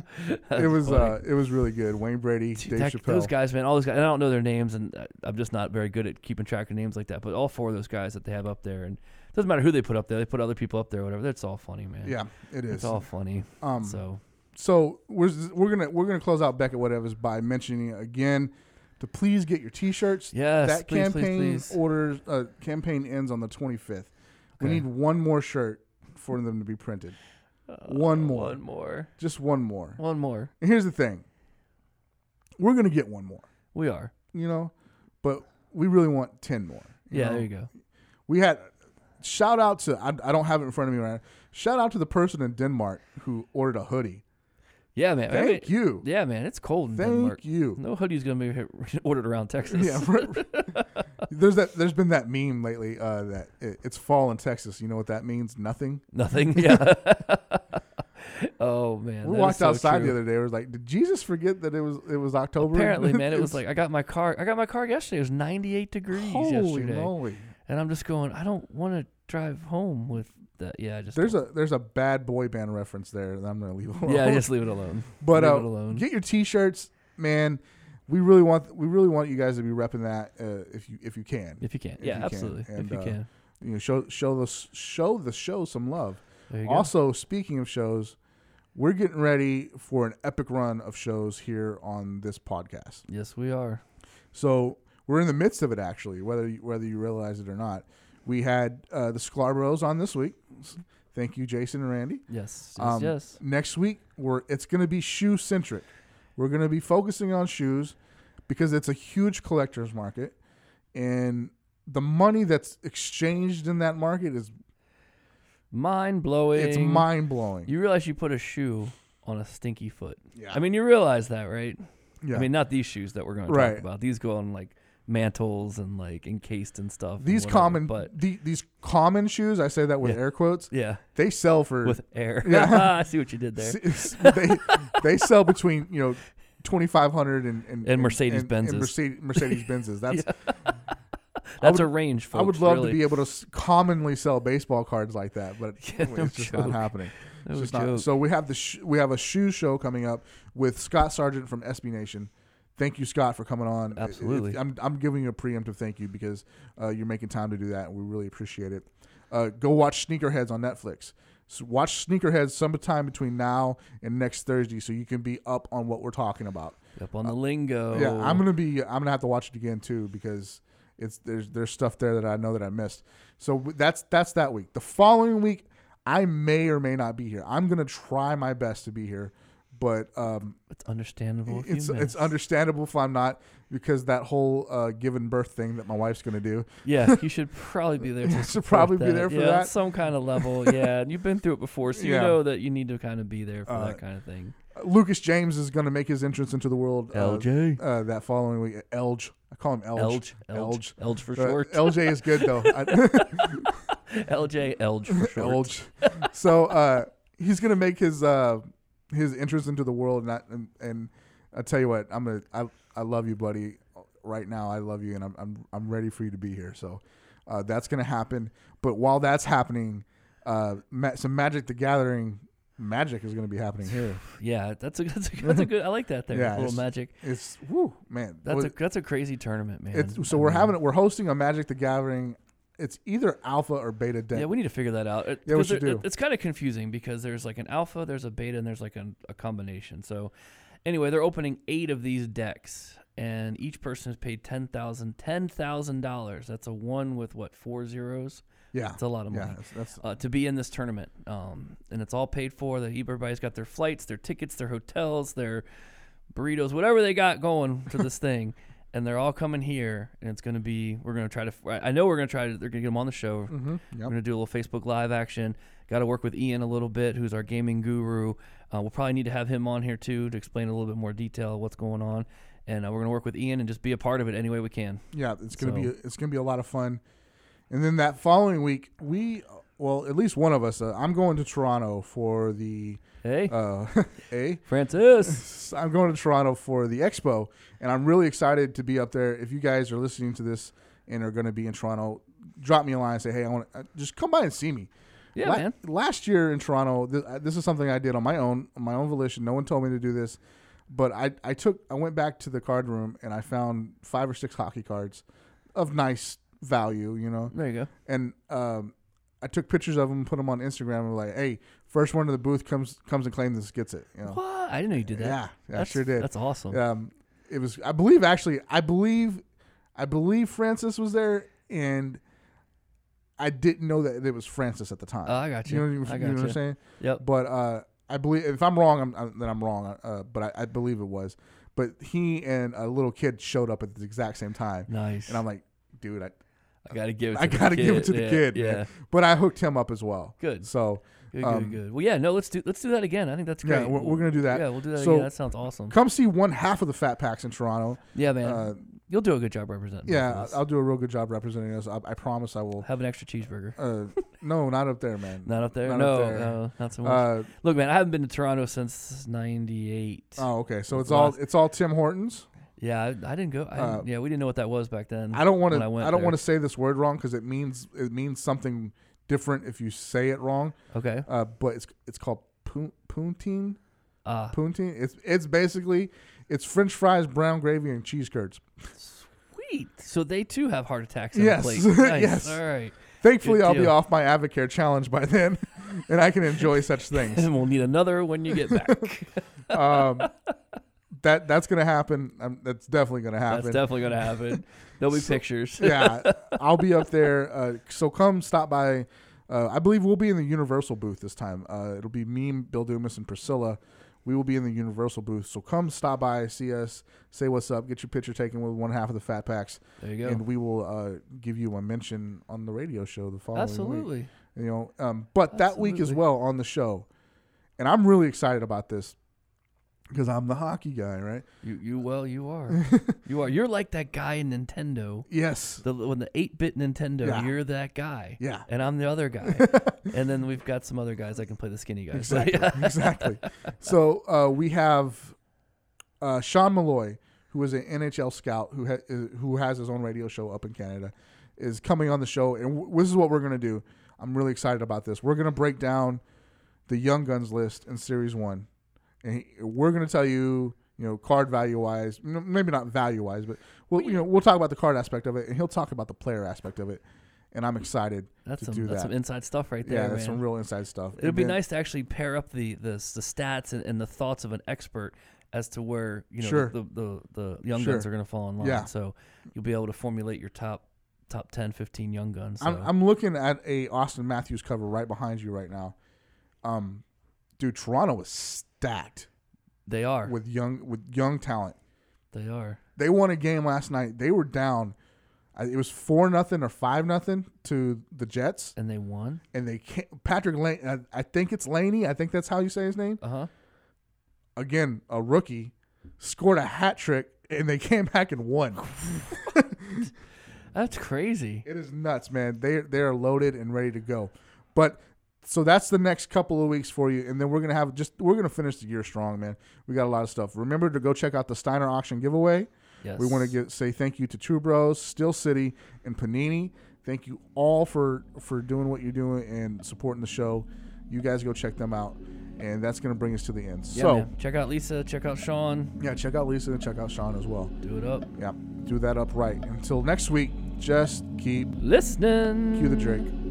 Speaker 1: it was
Speaker 2: funny.
Speaker 1: uh, it was really good. Wayne Brady,
Speaker 2: Dude,
Speaker 1: Dave
Speaker 2: that-
Speaker 1: Chappelle.
Speaker 2: Those guys, man, all those guys. And I don't know their names, and uh, I'm just not very good at keeping track of names like that. But all four of those guys that they have up there, and it doesn't matter who they put up there, they put other people up there, whatever. That's all funny, man.
Speaker 1: Yeah, it
Speaker 2: it's
Speaker 1: is.
Speaker 2: all funny.
Speaker 1: Um,
Speaker 2: so
Speaker 1: so we're we're gonna we're gonna close out Beckett whatever's by mentioning again to please get your T-shirts.
Speaker 2: Yes,
Speaker 1: that
Speaker 2: please, please,
Speaker 1: campaign
Speaker 2: please.
Speaker 1: orders uh, campaign ends on the twenty fifth. We
Speaker 2: Okay.
Speaker 1: need one more shirt for them to be printed. one more,
Speaker 2: Uh, one more,
Speaker 1: just one more.
Speaker 2: one more.
Speaker 1: And here's the thing: we're gonna get one more,
Speaker 2: We are.
Speaker 1: you know, but we really want ten more. you
Speaker 2: Yeah,
Speaker 1: know?
Speaker 2: there you go.
Speaker 1: we had shout out to I, I don't have it in front of me right now. Shout out to the person in Denmark who ordered a hoodie.
Speaker 2: Yeah, man. I mean-
Speaker 1: Thank you.
Speaker 2: Yeah, man. It's cold in
Speaker 1: Thank
Speaker 2: Denmark.
Speaker 1: you.
Speaker 2: No hoodie's gonna be hit- ordered around Texas.
Speaker 1: Yeah, right. there's that. There's been that meme lately uh, that it, it's fall in Texas. You know what that means? Nothing.
Speaker 2: Nothing. Yeah. oh man.
Speaker 1: we
Speaker 2: that is
Speaker 1: walked
Speaker 2: so
Speaker 1: outside
Speaker 2: true.
Speaker 1: the other day. It was like, did Jesus forget that it was it was October?
Speaker 2: Apparently, man, it was
Speaker 1: It's-
Speaker 2: like I got my car. I got my car yesterday. It was 98 degrees
Speaker 1: holy
Speaker 2: yesterday.
Speaker 1: moly.
Speaker 2: and I'm just going. I don't want to drive home with that. Yeah, I just
Speaker 1: There's
Speaker 2: don't.
Speaker 1: a there's a bad boy band reference there that I'm gonna leave alone.
Speaker 2: yeah. Just leave it alone.
Speaker 1: But
Speaker 2: leave
Speaker 1: uh,
Speaker 2: it alone.
Speaker 1: get your T-shirts, man. We really want we really want you guys to be repping that uh, if you if you can.
Speaker 2: if you can, yeah,
Speaker 1: you can.
Speaker 2: absolutely.
Speaker 1: And,
Speaker 2: if you
Speaker 1: uh,
Speaker 2: can,
Speaker 1: you know, show show the show the show some love.
Speaker 2: There you go.
Speaker 1: Also, speaking of shows, we're getting ready for an epic run of shows here on this podcast.
Speaker 2: yes, we are.
Speaker 1: So we're in the midst of it, actually, whether you, whether you realize it or not. We had uh, the Scarboroughs on this week. S- Thank you, Jason and Randy.
Speaker 2: Yes, yes,
Speaker 1: Um,
Speaker 2: yes.
Speaker 1: Next week, we're it's going to be shoe centric. We're going to be focusing on shoes because it's a huge collector's market, and the money that's exchanged in that market is
Speaker 2: Mind blowing.
Speaker 1: it's mind blowing.
Speaker 2: You realize you put a shoe on a stinky foot. Yeah. I mean, you realize that, right?
Speaker 1: Yeah.
Speaker 2: I mean, not these shoes that we're going to
Speaker 1: Right.
Speaker 2: talk about. These go on like mantles and like encased and stuff. and
Speaker 1: these
Speaker 2: whatever,
Speaker 1: common
Speaker 2: but
Speaker 1: the, these common shoes i say that with
Speaker 2: Yeah.
Speaker 1: air quotes
Speaker 2: yeah,
Speaker 1: they sell for
Speaker 2: with air.
Speaker 1: Yeah.
Speaker 2: I see what you did there.
Speaker 1: they, they sell between you know 2500 and and,
Speaker 2: Mercedes-Benzes.
Speaker 1: Mercedes Benzes. That's
Speaker 2: That's
Speaker 1: would-
Speaker 2: a range, folks.
Speaker 1: I would love
Speaker 2: really.
Speaker 1: to be able to s- commonly sell baseball cards like that, but
Speaker 2: Yeah,
Speaker 1: it's
Speaker 2: no
Speaker 1: just not
Speaker 2: joke.
Speaker 1: happening.
Speaker 2: No
Speaker 1: It's just not-
Speaker 2: joke.
Speaker 1: So we have the sh- we have a shoe show coming up with Scott Sargent from SB Nation. Thank you, Scott, for coming on. It- it-
Speaker 2: Absolutely.
Speaker 1: I'm, I'm giving you a preemptive thank you because uh, you're making time to do that, and we really appreciate it. Uh, go watch Sneakerheads on Netflix. So watch Sneakerheads sometime between now and next Thursday, so you can be up on what we're talking about.
Speaker 2: Up on the lingo.
Speaker 1: Yeah, I'm gonna be. I'm gonna have to watch it again too because it's there's there's stuff there that I know that I missed. So w- that's that's that week. The following week, I may or may not be here. I'm gonna try my best to be here, but um,
Speaker 2: It's understandable. If
Speaker 1: it's
Speaker 2: you
Speaker 1: it's
Speaker 2: miss.
Speaker 1: understandable if I'm not because that whole uh, giving birth thing that my wife's gonna do.
Speaker 2: yeah, you should probably be there. To
Speaker 1: You should
Speaker 2: support
Speaker 1: probably be
Speaker 2: that.
Speaker 1: there for
Speaker 2: yeah,
Speaker 1: that.
Speaker 2: on some kind of level. Yeah, and you've been through it before, so you
Speaker 1: Yeah.
Speaker 2: know that you need to kind of be there for
Speaker 1: Uh,
Speaker 2: that kind of thing.
Speaker 1: Lucas James is gonna make his entrance into the world. uh,
Speaker 2: LJ.
Speaker 1: Uh, that following week, Elge. I call him Elge.
Speaker 2: Elge, Elge, Elge for
Speaker 1: Uh,
Speaker 2: short.
Speaker 1: LJ is good though. I-
Speaker 2: LJ Elge for short.
Speaker 1: Elge. so uh, he's gonna make his uh, his entrance into the world, and I, and, and I tell you what, I'm gonna I, I love you, buddy. Right now, I love you, and I'm I'm, I'm ready for you to be here. So uh, that's gonna happen. But while that's happening, uh, ma- some Magic the Gathering magic is gonna be happening here.
Speaker 2: Yeah, that's a that's a, that's a good. I like that there.
Speaker 1: Yeah,
Speaker 2: little
Speaker 1: it's-
Speaker 2: magic.
Speaker 1: It's woo man.
Speaker 2: That's
Speaker 1: Was-
Speaker 2: a that's a crazy tournament, man.
Speaker 1: it's, so
Speaker 2: I
Speaker 1: we're
Speaker 2: mean,
Speaker 1: having we're hosting a Magic the Gathering. It's either alpha or beta deck.
Speaker 2: Yeah, we need to figure that out. It-
Speaker 1: Yeah, we
Speaker 2: 'cause
Speaker 1: should
Speaker 2: there-
Speaker 1: do.
Speaker 2: It's kind of confusing because there's like an alpha, there's a beta, and there's like a, a combination. So, anyway, they're opening eight of these decks, and each person is paid ten thousand ten thousand dollars. That's a one with what four zeros.
Speaker 1: Yeah.
Speaker 2: it's a lot of
Speaker 1: Yeah,
Speaker 2: money
Speaker 1: that's- that's-
Speaker 2: uh, to be in this tournament, um, and it's all paid for. The everybody's got their flights, their tickets, their hotels, their burritos, whatever they got going to this thing. And they're all coming here, and it's gonna be. We're gonna try to. I know we're gonna try to. They're gonna get them on the show.
Speaker 1: Mm-hmm.
Speaker 2: We're gonna do a little Facebook Live action. Got to work with Ian a little bit, who's our gaming guru. Uh, we'll probably need to have him on here too to explain a little bit more detail what's going on, and uh, we're gonna work with Ian and just be a part of it any way we can.
Speaker 1: Yeah, it's gonna be
Speaker 2: So-
Speaker 1: it's gonna be a lot of fun. And then that following week, we well, at least one of us. Uh, I'm going to Toronto for the
Speaker 2: Hey,
Speaker 1: uh, a.
Speaker 2: Francis.
Speaker 1: I'm going to Toronto for the expo, and I'm really excited to be up there. If you guys are listening to this and are going to be in Toronto, drop me a line and say, "Hey, I want to just come by and see me."
Speaker 2: Yeah, man.
Speaker 1: Last year in Toronto, th- uh, this is something I did on my own, on my own volition. No one told me to do this, but I, I took, I went back to the card room and I found five or six hockey cards of nice value, you know
Speaker 2: There you go.
Speaker 1: and um, I took pictures of them, put them on Instagram, and like, hey, first one to the booth comes comes and claims this gets it. You know?
Speaker 2: What? I didn't know you did that.
Speaker 1: Yeah, yeah, I
Speaker 2: That's-
Speaker 1: sure did.
Speaker 2: That's awesome.
Speaker 1: Um, it was, I believe, actually, I believe, I believe Francis was there, and I didn't know that it was Francis at the time.
Speaker 2: Oh, I got you.
Speaker 1: You know, what
Speaker 2: I
Speaker 1: I'm-
Speaker 2: got
Speaker 1: you know what
Speaker 2: you.
Speaker 1: I'm saying?
Speaker 2: Yep.
Speaker 1: But uh, I believe if I'm wrong, I'm, i then I'm wrong. Uh, but I, I believe it was. But he and a little kid showed up at the exact same time,
Speaker 2: Nice.
Speaker 1: and I'm like, dude, I,
Speaker 2: I gotta give it. To
Speaker 1: I
Speaker 2: the
Speaker 1: gotta
Speaker 2: kid.
Speaker 1: give it to the
Speaker 2: yeah,
Speaker 1: kid,
Speaker 2: Yeah.
Speaker 1: man. But I hooked him up as well.
Speaker 2: Good.
Speaker 1: So
Speaker 2: Good,
Speaker 1: um,
Speaker 2: good, good. Well, yeah, no, let's do let's do that again. I think that's great.
Speaker 1: Yeah, we're, we're gonna do that.
Speaker 2: Yeah, we'll do that
Speaker 1: So
Speaker 2: again. That sounds awesome.
Speaker 1: come see one half of the Fat Packs in Toronto.
Speaker 2: yeah, man,
Speaker 1: uh,
Speaker 2: you'll do a good job representing. both of
Speaker 1: Yeah,
Speaker 2: us.
Speaker 1: I'll do a real good job representing us. I, I promise I will.
Speaker 2: have an extra cheeseburger.
Speaker 1: Uh, no, not up there, man.
Speaker 2: Not up there.
Speaker 1: Not
Speaker 2: no,
Speaker 1: up there.
Speaker 2: no, not so much.
Speaker 1: Uh,
Speaker 2: Look, man, I haven't been to Toronto since '98.
Speaker 1: oh, okay. So
Speaker 2: That's
Speaker 1: it's all
Speaker 2: last-
Speaker 1: it's all Tim Hortons.
Speaker 2: Yeah, I, I didn't go. I,
Speaker 1: Uh,
Speaker 2: yeah, we didn't know what that was back then.
Speaker 1: I don't want
Speaker 2: when
Speaker 1: to. I,
Speaker 2: went
Speaker 1: don't
Speaker 2: there.
Speaker 1: want to say this word wrong because it means it means something different if you say it wrong.
Speaker 2: Okay.
Speaker 1: Uh, but it's it's called poon- poutine.
Speaker 2: Ah.
Speaker 1: poutine. It's it's basically it's French fries, brown gravy, and cheese curds.
Speaker 2: Sweet. So they too have heart attacks. On
Speaker 1: Yes.
Speaker 2: The plate. Nice.
Speaker 1: Yes.
Speaker 2: All right.
Speaker 1: Thankfully,
Speaker 2: Good
Speaker 1: I'll be
Speaker 2: deal.
Speaker 1: off my Avocare challenge by then, and I can enjoy such things.
Speaker 2: And we'll need another when you get back.
Speaker 1: um, that that's gonna happen. Um, that's definitely gonna happen.
Speaker 2: That's definitely gonna happen. There'll be pictures.
Speaker 1: yeah, I'll be up there. Uh, so come stop by. Uh, I believe we'll be in the Universal booth this time. Uh, it'll be me, Bill Dumas, and Priscilla. We will be in the Universal booth. So come stop by, see us, say what's up, get your picture taken with one half of the Fat Packs.
Speaker 2: There you go.
Speaker 1: And we will uh, give you a mention on the radio show the following week.
Speaker 2: Absolutely.
Speaker 1: you know um, but that week as
Speaker 2: Absolutely.
Speaker 1: well on the show and i'm really excited about this because i'm the hockey guy right
Speaker 2: You you well you are. you are. You're like that guy in Nintendo.
Speaker 1: yes
Speaker 2: The when the eight bit Nintendo,
Speaker 1: Yeah.
Speaker 2: you're that guy.
Speaker 1: Yeah.
Speaker 2: And I'm the other guy. and then we've got some other guys that can play the skinny guys.
Speaker 1: exactly exactly so uh, we have uh, sean malloy who is an nhl scout who, ha- uh, who has his own radio show up in canada is coming on the show, and w- this is what we're going to do. I'm really excited about this. We're going to break down the Young Guns list in Series One, and he, we're going to tell you, you know, card value wise, m- maybe not value wise, but we'll you know we'll talk about the card aspect of it, and he'll talk about the player aspect of it. And I'm excited
Speaker 2: That's
Speaker 1: to
Speaker 2: some,
Speaker 1: do
Speaker 2: that's
Speaker 1: that.
Speaker 2: some inside stuff right there.
Speaker 1: yeah, that's
Speaker 2: man.
Speaker 1: some real inside stuff.
Speaker 2: It would
Speaker 1: And
Speaker 2: be
Speaker 1: then-
Speaker 2: nice to actually pair up the the, s- the stats and, and the thoughts of an expert as to where you know
Speaker 1: Sure.
Speaker 2: the, the, the, the young
Speaker 1: Sure.
Speaker 2: guns are going to fall in line.
Speaker 1: Yeah.
Speaker 2: So you'll be able to formulate your top top 10, 15 young guns. So.
Speaker 1: I'm, I'm looking at a Austin Matthews cover right behind you right now. Um, dude, Toronto is stacked
Speaker 2: they are.
Speaker 1: with young with young talent.
Speaker 2: They are.
Speaker 1: They won a game last night. They were down. I- It was four nothing or five nothing to the Jets,
Speaker 2: And they won.
Speaker 1: and they can't, Patrick Lane. I, I think it's Laney. I think that's how you say his name.
Speaker 2: Uh huh.
Speaker 1: Again, a rookie scored a hat trick, and they came back and won.
Speaker 2: That's crazy.
Speaker 1: It is nuts, man. They they are loaded and ready to go. But so that's the next couple of weeks for you, and then we're gonna have just we're gonna finish the year strong, man. We got a lot of stuff. Remember to go check out the Steiner auction giveaway.
Speaker 2: Yes.
Speaker 1: We want to get say thank you to True Bros, Steel City, and Panini. Thank you all for for doing what you're doing and supporting the show. You guys go check them out, and that's gonna bring us to the end.
Speaker 2: Yeah,
Speaker 1: so
Speaker 2: man. check out Lisa. Check out Sean.
Speaker 1: yeah, check out Lisa and check out Sean as well.
Speaker 2: Do it up.
Speaker 1: Yeah, do that upright. Until next week, just keep
Speaker 2: Listening.
Speaker 1: cue the Drake.